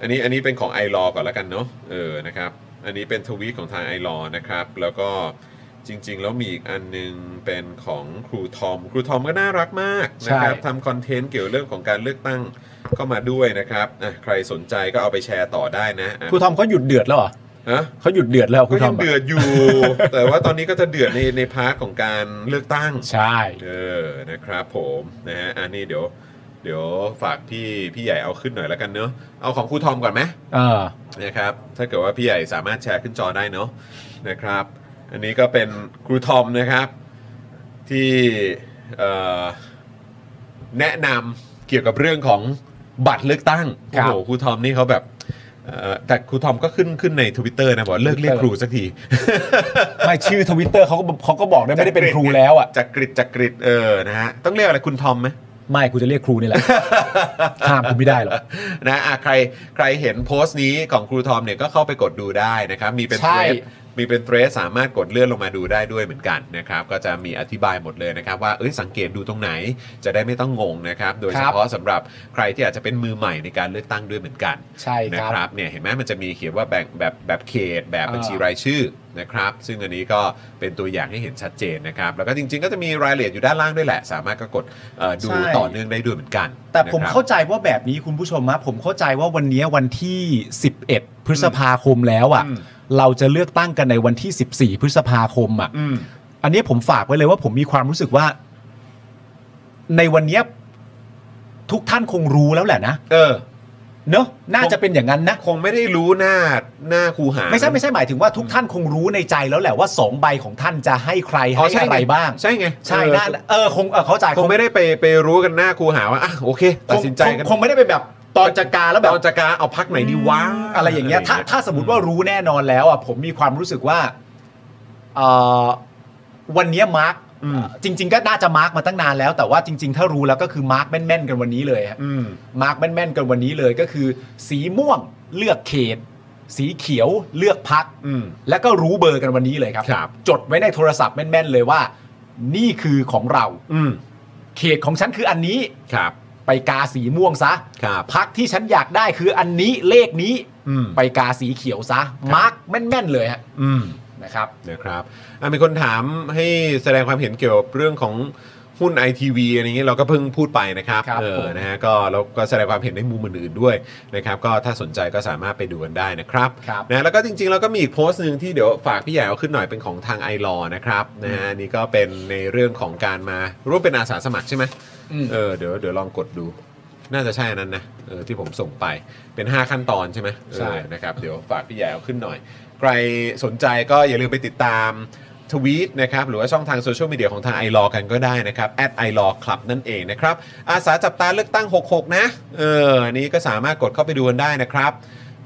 อันนี้อันนี้เป็นของไอรอก่อนแล้วกันเนาะเออนะครับ อันนี้เป็นทวีตของทางไอรอนะครับ แล้วก็จริง ๆ แล้วมีอีกอันนึงเป็นของครูทอม ครูทอมก็น่ารักมากนะครับ ใช่ ทำคอนเทนต์เกี่ยวเรื่องของการเลือกตั้งเข้ามาด้วยนะครับอ่ะใครสนใจก็เอาไปแชร์ต่อได้นะอ่ะ ครูทอมเขาหยุดเดือดแล้วเหรอ ฮะ เขาหยุดเดือดแล้วครู ก็ ทอ ยั ม งเดือดอยู่ แต่ว่าตอนนี้ก็จะเดือดในในพาร์ทของการเลือกตั้ง ใช่ เออ นะครับผมนะฮะ อันนี้เดี๋ยว เดี๋ยวฝากพี่พี่ใหญ่เอาขึ้นหน่อยแล้วกันเนอะเอาของครูทอมก่อนไหม เออ นะครับ ถ้าเกิดว่าพี่ใหญ่สามารถแชร์ขึ้นจอได้เนอะนะครับ อันนี้ก็เป็นครูทอมนะครับ ที่เอ่อแนะนำเกี่ยวกับเรื่องของบัตรเลือกตั้ง ครับโอ้โหครูทอมนี่เขาแบบเอ่อแต่ครูทอมก็ขึ้นขึ้นในทวิตเตอร์นะบอกว่าเลิกเรียกครูสักที ไม่ชื่อทวิตเตอร์เขาก็เขาก็บอกได้ไม่ได้เป็นครูแล้วอ่ะ จักริดจักริดเออนะฮะต้องเรียกอะไรคุณทอมไหม ไม่กูจะเรียกครู นี่แหละ ห้ามกูไม่ได้หรอก นะอ่ะใครใครเห็นโพสต์นี้ของครูทอมเนี่ยก็เข้าไปกดดูได้นะครับมีเป็น ใช่ เทรดมีเป็นเทรดสามารถกดเลื่อนลงมาดูได้ด้วยเหมือนกันนะครับก็จะมีอธิบายหมดเลยนะครับว่าเอ้ยสังเกตดูตรงไหนจะได้ไม่ต้องงงนะครับโดยเฉพาะสำหรับใครที่อาจจะเป็นมือใหม่ในการเลือกตั้งด้วยเหมือนกัน ใช่ นะ ค ครั รับ บเนี่ยเห็นไหมมันจะมีเขียนว่าแบ่งแบบแบบเขตแบบ อ่า บัญชีรายชื่อนะครับ ซึ่งอันนี้ก็เป็นตัวอย่างให้เห็นชัดเจนนะครับ แล้วก็จริงๆ ก็จะมีรายละเอียดอยู่ด้านล่างด้วยแหละ สามารถก็กดเอ่อดู ใช่ ต่อเนื่องได้ด้วยเหมือนกัน แต่ผม นะครับ เข้าใจว่าแบบนี้คุณผู้ชมนะผมเข้าใจว่าวันนี้วันที่ 11 พฤษภาคมแล้วอ่ะ อืม เราจะเลือกตั้งกันในวันที่ 14 พฤษภาคมอ่ะ อืม อันนี้ผมฝากไว้เลยว่าผมมีความรู้สึกว่า ในวันเนี้ยทุกท่านคงรู้แล้วแหละนะ เออ เนอะน่าจะเป็นอย่างนั้นนะ คงไม่ได้รู้หน้าหน้าครูหา ไม่ใช่ไม่ใช่หมายถึงว่าทุกท่านคงรู้ในใจแล้วแหละว่าสองใบของท่านจะให้ใครให้ ง อะไรบ้าง ใช่ไง ใช่ เออ น่าเออคงเออเข้าใจ คงไม่ได้ไปไปรู้กันหน้าครูหาว่าอ่ะโอเค ค ตัด ง สินใจกัน คงคงไม่ได้ไปแบบตอนจัดการแล้วแบบ ตอนจะกาเอาพักไหนดีวะ อะไรอย่างเงี้ยถ้าถ้าสมมติว่ารู้แน่นอนแล้วอ่ะผมมีความรู้สึกว่าเอ่อวันเนี้ยมาร์กจริง ๆ ก็น่าจะมาร์กมาตั้งนานแล้วแต่ว่าจริง ๆ ถ้ารู้แล้วก็คือมาร์กแม่นๆกันวันนี้เลยฮะ อืม มาร์กแม่นๆกันวันนี้เลยก็คือ สีม่วงเลือกเขต สีเขียวเลือกพัก อืม แล้วก็รู้เบอร์กันวันนี้เลยครับ ครับ จดไว้ในโทรศัพท์แม่นๆเลยว่า นี่คือของเรา อืม เขตของฉันคืออันนี้ ครับ ไปกาสีม่วงซะ ครับ พักที่ฉันอยากได้คืออันนี้เลขนี้ อืม ไปกาสีเขียวซะ มาร์กแม่นๆเลยฮะ อืม นะครับ นะครับอ่ะมีคนถามให้แสดงความเห็นเกี่ยวกับเรื่องของหุ้น ITV อะไรอย่างเงี้ยเราก็เพิ่งพูดไปนะครับ ครับ เอ ผ อ ม นะฮะก็แล้วก็แสดงความเห็นในมุมอื่นๆด้วยนะครับก็ถ้าสนใจก็สามารถไปดูกันได้นะครับ ครับ นะแล้วก็จริงๆเราก็มีอีกโพสต์หนึ่งที่เดี๋ยวฝากพี่ใหญ่เอาขึ้นหน่อยเป็นของทางไอรอนะครับนะฮะอันนี่ก็เป็นในเรื่องของการมาร่วมเป็นอาสาสมัครใช่ไหม อืม เออเดี๋ยวเดี๋ยวลองกดดู น่าจะใช่อันนั้นนะเออที่ผมส่งไปเป็น 5 ขั้นตอนใช่ไหม ใช่ เออนะครับเดี๋ยวฝากพี่ใหญ่เอาขึ้นหน่อย ใครสนใจก็อย่าลืมไปติดตามทวีตนะครับหรือว่าช่องทางโซเชียลมีเดียของทางไอรอกันก็ได้นะครับแอดไอรอคลับนั่นเองนะครับ อาสาจับตาเลือกตั้ง 66 นะ เอออันนี้ก็สามารถกดเข้าไปดูกันได้นะครับ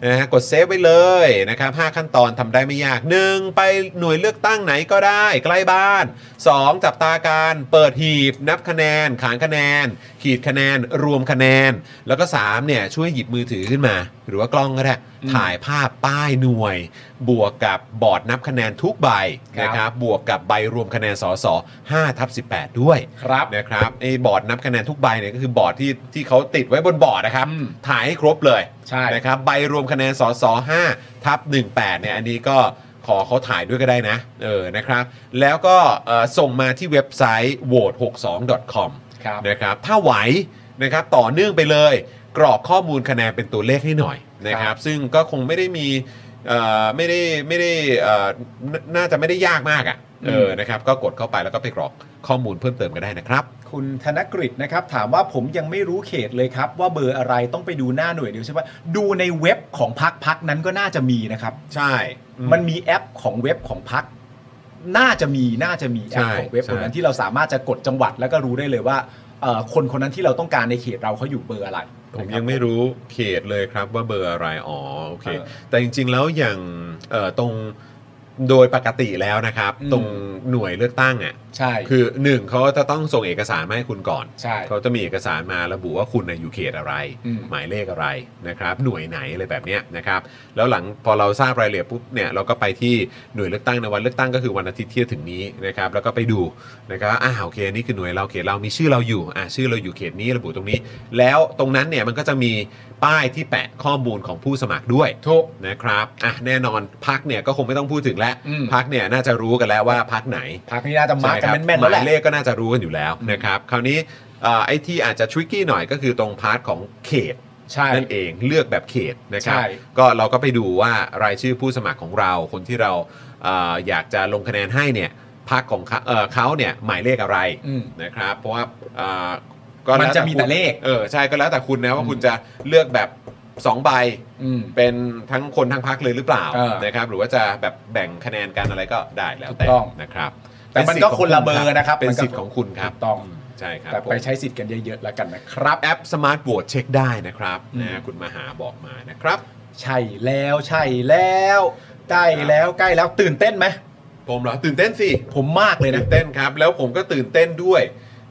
นะฮะกดเซฟไว้เลยนะครับ 5 ขั้นตอนทำได้ไม่ยาก 1. ไปหน่วยเลือกตั้งไหนก็ได้ ใกล้บ้าน 2. จับตาการเปิดหีบ นับคะแนน ขานคะแนน ขีดคะแนน รวมคะแนน แล้วก็ 3 เนี่ย ช่วยหยิบมือถือขึ้นมา หรือว่ากล้องก็ได้ ถ่ายภาพป้ายหน่วย บวกกับบอร์ดนับคะแนนทุกใบ ครับ นะครับ บวกกับใบรวมคะแนนสส5ทับ18 ด้วย ครับ นะครับไอ้บอร์ดนับคะแนนทุกใบเนี่ยก็คือบอร์ดที่ที่เขาติดไว้บนบอร์ดนะครับ อืม ถ่ายให้ครบเลย ใช่ นะครับใบรวมคะแนนสสห้าทับหนึ่งแปดเนี่ยอันนี้ก็ขอเขาถ่ายด้วยก็ได้นะเออนะครับ แล้วก็เอ่อส่งมาที่เว็บไซต์ vote62.com ครับ นะครับถ้าไหวนะครับต่อเนื่องไปเลย กรอกข้อมูลคะแนนเป็นตัวเลขให้หน่อยนะครับซึ่งก็คงไม่ได้มีเอ่อไม่ได้ไม่ได้เอ่อน่าน่าจะไม่ได้ยากมากอะ่ะเออนะครับก็กดเข้าไปแล้วก็ไปกรอกข้อมูลเพิ่มเติมก็ได้นะครับ คุณธนกฤษนะครับ ถามว่าผมยังไม่รู้เขตเลยครับ ว่าเบอร์อะไรต้องไปดูหน้าหน่วยเดียวใช่ปะดูในเว็บของพักพักนั้นก็น่าจะมีนะครับ ใช่ มั มัน น มีแอปของเว็บของพักน่าจะมีน่าจะมีแอป ใช่ ของเว็บ ใช่ ตรงนั้นที่เราสามารถจะกดจังหวัดแล้วก็รู้ได้เลยว่า เอ่อคนคนนั้นที่เราต้องการในเขตเราเขาอยู่เบอร์อะไร ผม นะครับ ยังไม่รู้เขตเลยครับว่าเบอร์อะไรอ๋อโอเค เออ แต่จริงๆแล้วอย่างเอ่อตรงโดยปกติแล้วนะครับ อืม ตรงหน่วยเลือกตั้งอ่ะ ใช่ คือหนึ่งเขาจะต้องส่งเอกสารมาให้คุณก่อน ใช่ เขาจะมีเอกสารมาระบุว่าคุณน่ะอยู่เขตอะไร อืม หมายเลขอะไรนะครับหน่วยไหนอะไรแบบเนี้ยนะครับแล้วหลังพอเราทราบรายละเอียดปุ๊บเนี่ยเราก็ไปที่หน่วยเลือกตั้งในวันเลือกตั้งก็คือวันอาทิตย์ที่จะถึงนี้นะครับแล้วก็ไปดูนะครับอ้าวโอเคนี่คือหน่วยเราเขตเรามีชื่อเราอยู่อ่าชื่อเราอยู่เขตนี้ระบุตรงนี้ แล้วตรงนั้นเนี่ยมันก็จะมีป้ายที่แปะข้อมูลของผู้สมัครด้วย ถูก นะครับอ่ะแน่นอนพักเนี่ยก็คงไม่ต้องพูดถึงแล้ว อืม พักเนี่ยน่าจะรู้กันแล้วว่าพักไหน พักนี้น่าจะมาร์กกันแม่นๆ ห แล้วแห มา ละ ยเลขก็น่าจะรู้กันอยู่แล้วนะครับ คราวนี้เอ่อไอ้ที่อาจจะทริกกี้หน่อยก็คือตรงพาร์ทของเขต ใช่ นั่นเองเลือกแบบเขตนะครับ ใช่ ก็เราก็ไปดูว่ารายชื่อผู้สมัครของเรา คนที่เราเอ่ออยากจะลงคะแนนให้เนี่ยพักของเขาเอ่อเขาเนี่ยหมายเลขอะไร อืม นะครับเพราะว่าเอ่อ มันจะ ว มีแต่เลข คุณเออใช่ก็แล้วแต่คุณนะว่าคุณจะเลือกแบบสองใบ อืม เป็นทั้งคนทั้งพักเลยหรือเปล่า เออ นะครับ หรือว่าจะแบบแบ่งคะแนนกันอะไรก็ได้แล้ว ถูก แต่ ต้อง นะครับ แต่มันก็คนละเบอร์นะครับ เป็น มันก็ สิทธิ์ของคุณครับ ถูกต้อง ใช่ครับ แต่ ผม ไปใช้สิทธิ์กันเยอะๆแล้วกันนะครับ แอปสมาร์ทโหวตเช็คได้นะครับ อืม นะคุณมาหาบอกมานะครับ ใช่แล้วใช่แล้วใกล้แล้วใกล้แล้วตื่นเต้นไหม ผมเหรอตื่นเต้นสิ ผมมากเลยนะ ตื่นเต้นครับ แล้วผมก็ตื่นเต้นด้วย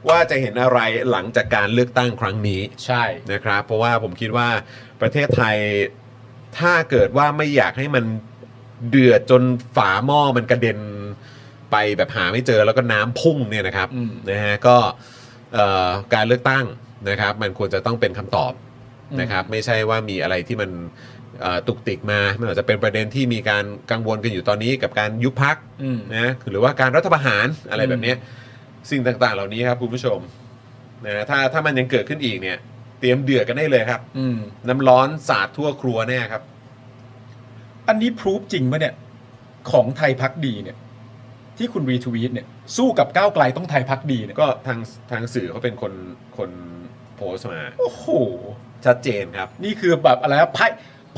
ว่าจะเห็นอะไรหลังจากการเลือกตั้งครั้งนี้ ใช่ นะครับเพราะว่าผมคิดว่าประเทศไทยถ้าเกิดว่าไม่อยากให้มันเดือดจนฝาหม้อมันกระเด็นไปแบบหาไม่เจอแล้วก็น้ำพุ่งเนี่ยนะครับ อืม นะฮะก็เอ่อการเลือกตั้งนะครับมันควรจะต้องเป็นคำตอบนะครับไม่ใช่ว่ามีอะไรที่มันเอ่อตุกติกมาไม่ว่าจะเป็นประเด็นที่มีการกังวลกันอยู่ตอนนี้กับการยุบพัก อืม นะหรือว่าการรัฐประหารอะไรแบบเนี้ยสิ่งต่างๆ เหล่านี้ครับคุณผู้ชมนะฮะถ้าถ้ามันยังเกิดขึ้นอีกเนี่ย เตรียมเดือดกันได้เลยครับ อืม น้ำร้อนสาดทั่วครัวแน่ครับ อันนี้พรูฟจริงปะเนี่ย ของไทยพักดีเนี่ย ที่คุณรีทวีตเนี่ย สู้กับก้าวไกลต้องไทยพักดีเนี่ย ก็ทางทางสื่อเขาเป็นคนคนโพสต์มา โอ้โห ชัดเจนครับ นี่คือแบบอะไรนะไพ่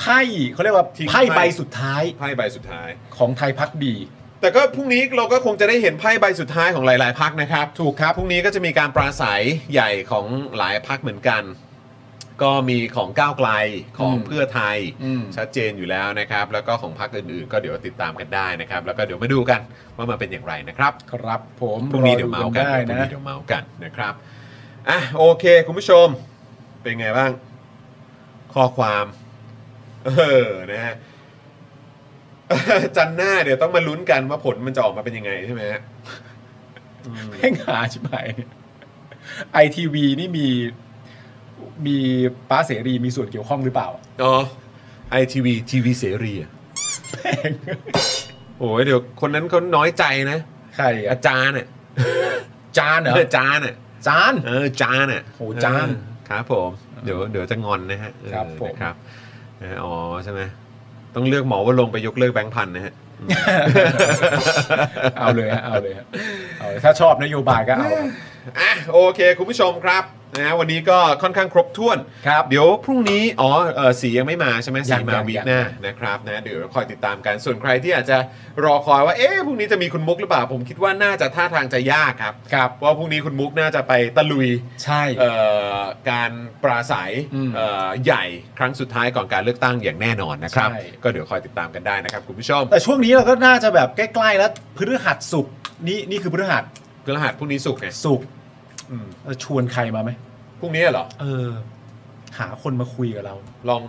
ไพ่เขาเรียกว่า ทิ้งไพ่ ไพ่ใบสุดท้าย ไพ่ใบสุดท้าย ของไทยพักดี แต่ก็พรุ่งนี้เราก็คงจะได้เห็นไพ่ใบสุดท้ายของหลาย ๆพักนะครับ ถูกครับพรุ่งนี้ก็จะมีการปราศัยใหญ่ของหลายพักเหมือนกัน ก็มีของก้าวไกลของ อืม เพื่อไทย อืม ชัดเจนอยู่แล้วนะครับ แล้วก็ของพรรคอื่น ๆ ก็เดี๋ยวติดตามกันได้นะครับ แล้วก็เดี๋ยวมาดูกันว่ามันเป็นอย่างไรนะครับ ครับผม พรุ่งนี้เดี๋ยวเมาส์กัน ได้ พรุ่ง นะ นี้เดี๋ยวเมาส์กันนะครับ อ่ะโอเค คุณผู้ชม เป็นไงบ้าง ข้อความ เออ นะฮะ จันทร์หน้าเดี๋ยวต้องมาลุ้นกันว่าผลมันจะออกมาเป็นยังไงใช่ไหมฮะ แม่งหาชิบหายไอทีวีนี่มีมีป้าเสรีมีส่วนเกี่ยวข้องหรือเปล่า อ๋อไอทีวีทีวีเสรีอะ แม่ง โอ้ยเดี๋ยวคนนั้นเขาน้อยใจนะ ใครอะ อาจารย์อ่ะ จานเหรอ อาจารย์อ่ะ จาน เอออาจารย์อ่ะ โหอาจารย์ เออครับผม เดี๋ยวเดี๋ยวจะงอนนะฮะเออ ครับผม นะครับเอออ๋อใช่ไหมต้องเลือกหมอว่าลงค์ไปยกเลิกแบงค์พันนะฮะ เอาเลยฮะเอาเลยฮะเอาเลยถ้าชอบนโยบายก็เอา อ่ะโอเค คุณผู้ชมครับนะวันนี้ก็ค่อนข้างครบถ้วน ครับ เดี๋ยวพรุ่งนี้ อ๋อเอ่อสียังไม่มาใช่ไหม ยั สี ง มา ยัง วี ยั ค ง หน้านะครับนะเดี๋ยวคอยติดตามกัน ส่วนใครที่อาจจะรอคอยว่าเอ๊ะพรุ่งนี้จะมีคุณมุกหรือเปล่า ผมคิดว่าน่าจะท่าทางจะยากครับ ครับ เพราะว่าพรุ่งนี้คุณมุกน่าจะไปตะลุย ใช่ เอ่อการปราศัย อืม เอ่อใหญ่ครั้งสุดท้ายก่อนการเลือกตั้งอย่างแน่นอนนะครับ ใช่ ก็เดี๋ยวคอยติดตามกันได้นะครับคุณผู้ชม แต่ช่วงนี้เราก็น่าจะแบบใกล้ๆแล้วพฤหัสสุกร์นี่นี่คือพฤหัส พฤหัสพรุ่งนี้สุกร์ไง สุกร์ อืม เราชวนใครมาไหม พรุ่งนี้เหรอ เออ หาคนมาคุยกับเรา ลอง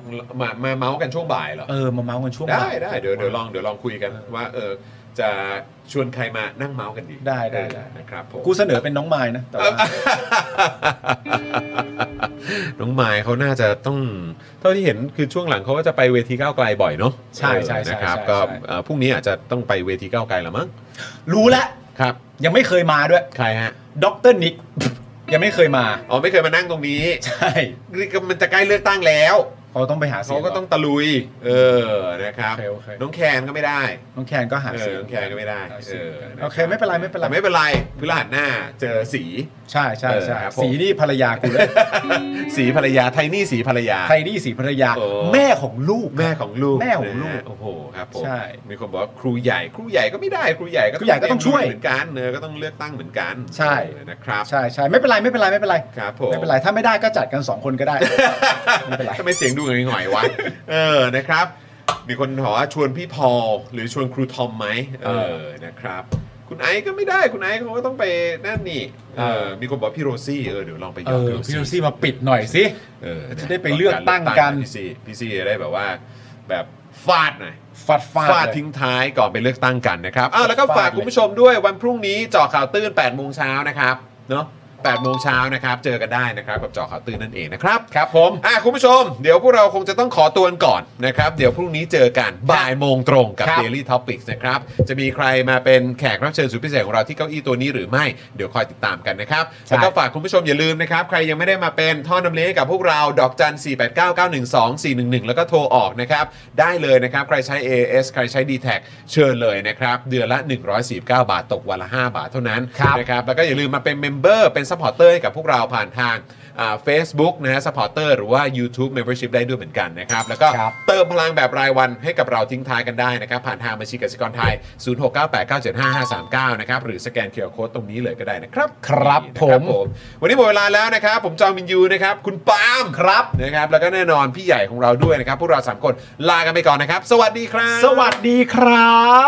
มามาเมาส์กันช่วงบ่ายเหรอ เออมาเมาส์กันช่วง ได้ บ่าย ได้เดี๋ยวเดี๋ยวลองเดี๋ยวลองคุยกันว่าเออจะชวนใครมานั่งเมาส์กันดี ได้ได้ได้ นะครับผม กูเสนอเป็นน้องไม้นะแต่ว่า น้องไมายเขาน่าจะต้องเท่าที่เห็นคือช่วงหลังเขาก็จะไปเวทีก้าวไกลบ่อยเนาะ ใช่ใช่ใช่ นะครับ ใช่ ก็ ใช่ เอ่อพรุ่งนี้อาจจะต้องไปเวทีก้าวไกลละมั้ง รู้แล้ว ครับ ยังไม่เคยมาด้วย ใครฮะ ด็อกเตอร์นิก ยังไม่เคยมา อ๋อไม่เคยมานั่งตรงนี้ ใช่ นี่ก็มันจะใกล้เลือกตั้งแล้ว เขาต้องไปหาเสี เขา ยง ก็ต้องตะลุย เออนะครับ โอเคโอเค น้องแคนก็ไม่ได้ น้องแคนก็หา เออ เสียง น้องแคนก็ไม่ได้ หา เอ เสียง อ กัน นะ โอเคไม่เป็นไรไม่เป็นไร แต่ไม่เป็นไรพฤหัสหน้าเจอสี ใช่ใช่ใช่ เออครับผม สีนี่ภรรยา กูเลย สีภรรยาไทนี่สีภรรยา ไทยนี่สีภรรยา โอ้ แม่ของลูก แม่ของลูก แม่ของลูก นะฮะโอ้โหครับผม ใช่ มีคนบอกว่าครูใหญ่ครูใหญ่ก็ไม่ได้ครูใหญ่ก็ ครูใหญ่ก็ต้องช่วย เหมือนกันเนอก็ต้องเลือกตั้งเหมือนกัน ใช่ เออนะครับ ใช่ใช่ไม่เป็นไรไม่เป็นไรไม่เป็นไร ครับผม ไม่เป็นไรถ้าไม่ได้ก็จัดกันสองคนก็ได้ ไม่เป็นไร ทำไมเสียงดูหงอยๆวะ เออ นะครับ มีคนถามว่าชวนพี่พอลหรือชวนครูทอมไหม เออ นะครับ คุณไอซ์ก็ไม่ได้ คุณไอซ์เขาก็ต้องไปนั่นนี่ เออ มีคนบอกพี่โรซี่ เออ เดี๋ยวลองไป เอ ย้อน อ โร พี่ ซี่ โรซี่มาปิดหน่อยสิ เออ จะได้ไปเลือกตั้งกัน พี่ซี่พี่ซี่จะได้แบบว่า แบบฟาดหน่อย ฟาดฟาด ฟาด เลย ทิ้งท้ายก่อนไปเลือกตั้งกันนะครับอ้าวแล้วก็ ฟาด ฝาก เลย คุณผู้ชมด้วยวันพรุ่งนี้เจาะข่าวตื่น8โมงเช้านะครับเนาะ8โมงเช้านะครับเจอกันได้นะครับกับเจาะข่าวตื่นนั่นเองนะครับ ครับผม อ่ะคุณผู้ชม เดี๋ยวพวกเราคงจะต้องขอตัวกันก่อนนะครับเดี๋ยวพรุ่งนี้เจอกันบ่ายโมงตรงกับ ครับ Daily Topics นะครับจะมีใครมาเป็นแขกรับเชิญสุดพิเศษของเราที่เก้าอี้ตัวนี้หรือไม่เดี๋ยวคอยติดตามกันนะครับ ใช่ แล้วก็ฝากคุณผู้ชมอย่าลืมนะครับใครยังไม่ได้มาเป็นท่อนำเลี้ยงให้กับพวกเราดอกจัน 4 8 9 9 1 2 4 1 1 แล้วก็โทรออกนะครับได้เลยนะครับใครใช้ AS ใครใช้ d t แทเชิญเลยนะครับเดือนละ 149 บาทตกวันละ 5 บาทเท่านั้นนะครับแล้วก็อย่าลืมมาเป็นเมมเบอร์เป็นซัพพอร์เตอร์ให้กับพวกเราผ่านทางเฟซบุ๊กนะฮะสปอร์เตอร์หรือว่า YouTube Membership ได้ด้วยเหมือนกันนะครับแล้วก็ ครับ เติมพลังแบบรายวันให้กับเราทิ้งท้ายกันได้นะครับ ผ่านทางบัญชีกสิกรไทย 0698975539 นะครับ หรือสแกนเคอร์โคตรงนี้เลยก็ได้นะครับ ครับ นี่นะ ผม วันนี้หมดเวลาแล้วนะครับ ผมจอมินยูนะครับ คุณปาล์มครับนะครับ แล้วก็แน่นอนพี่ใหญ่ของเราด้วยนะครับ พวกเราสามคนลากันไปก่อนนะครับ สวัสดีครับ สวัสดีครับ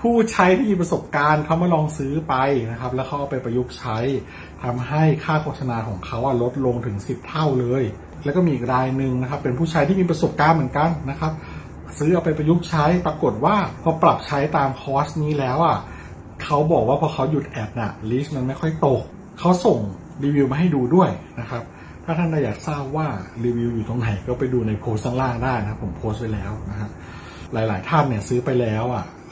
ผู้ใช้ที่มีประสบการณ์เขามาลองซื้อไปนะครับ แล้วเขาเอาไปประยุกต์ใช้ทำให้ค่าโฆษณาของเขาอะลดลงถึง 10 เท่าเลย แล้วก็มีอีกรายหนึ่งนะครับ เป็นผู้ใช้ที่มีประสบการณ์เหมือนกันนะครับ ซื้อเอาไปประยุกต์ใช้ปรากฏว่าพอปรับใช้ตามคอร์สนี้แล้วอ่ะเขาบอกว่าพอเขาหยุดแอดน่ะลิสต์มันไม่ค่อยตกเขาส่งรีวิวมาให้ดูด้วยนะครับ ถ้าท่านอยากทราบว่ารีวิวอยู่ตรงไหนก็ไปดูในโพสต์ข้างล่างได้นะครับผมโพสต์ไว้แล้วนะฮะ หลาย ๆ ท่านเนี่ยซื้อไปแล้วอ่ะ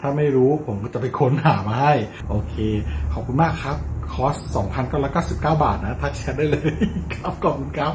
ถ้าไม่รู้ผมก็จะไปค้นหามาให้ โอเค ขอบคุณมากครับ คอร์ส 2,999 บาทนะ ทักแชทได้เลยครับขอบคุณครับ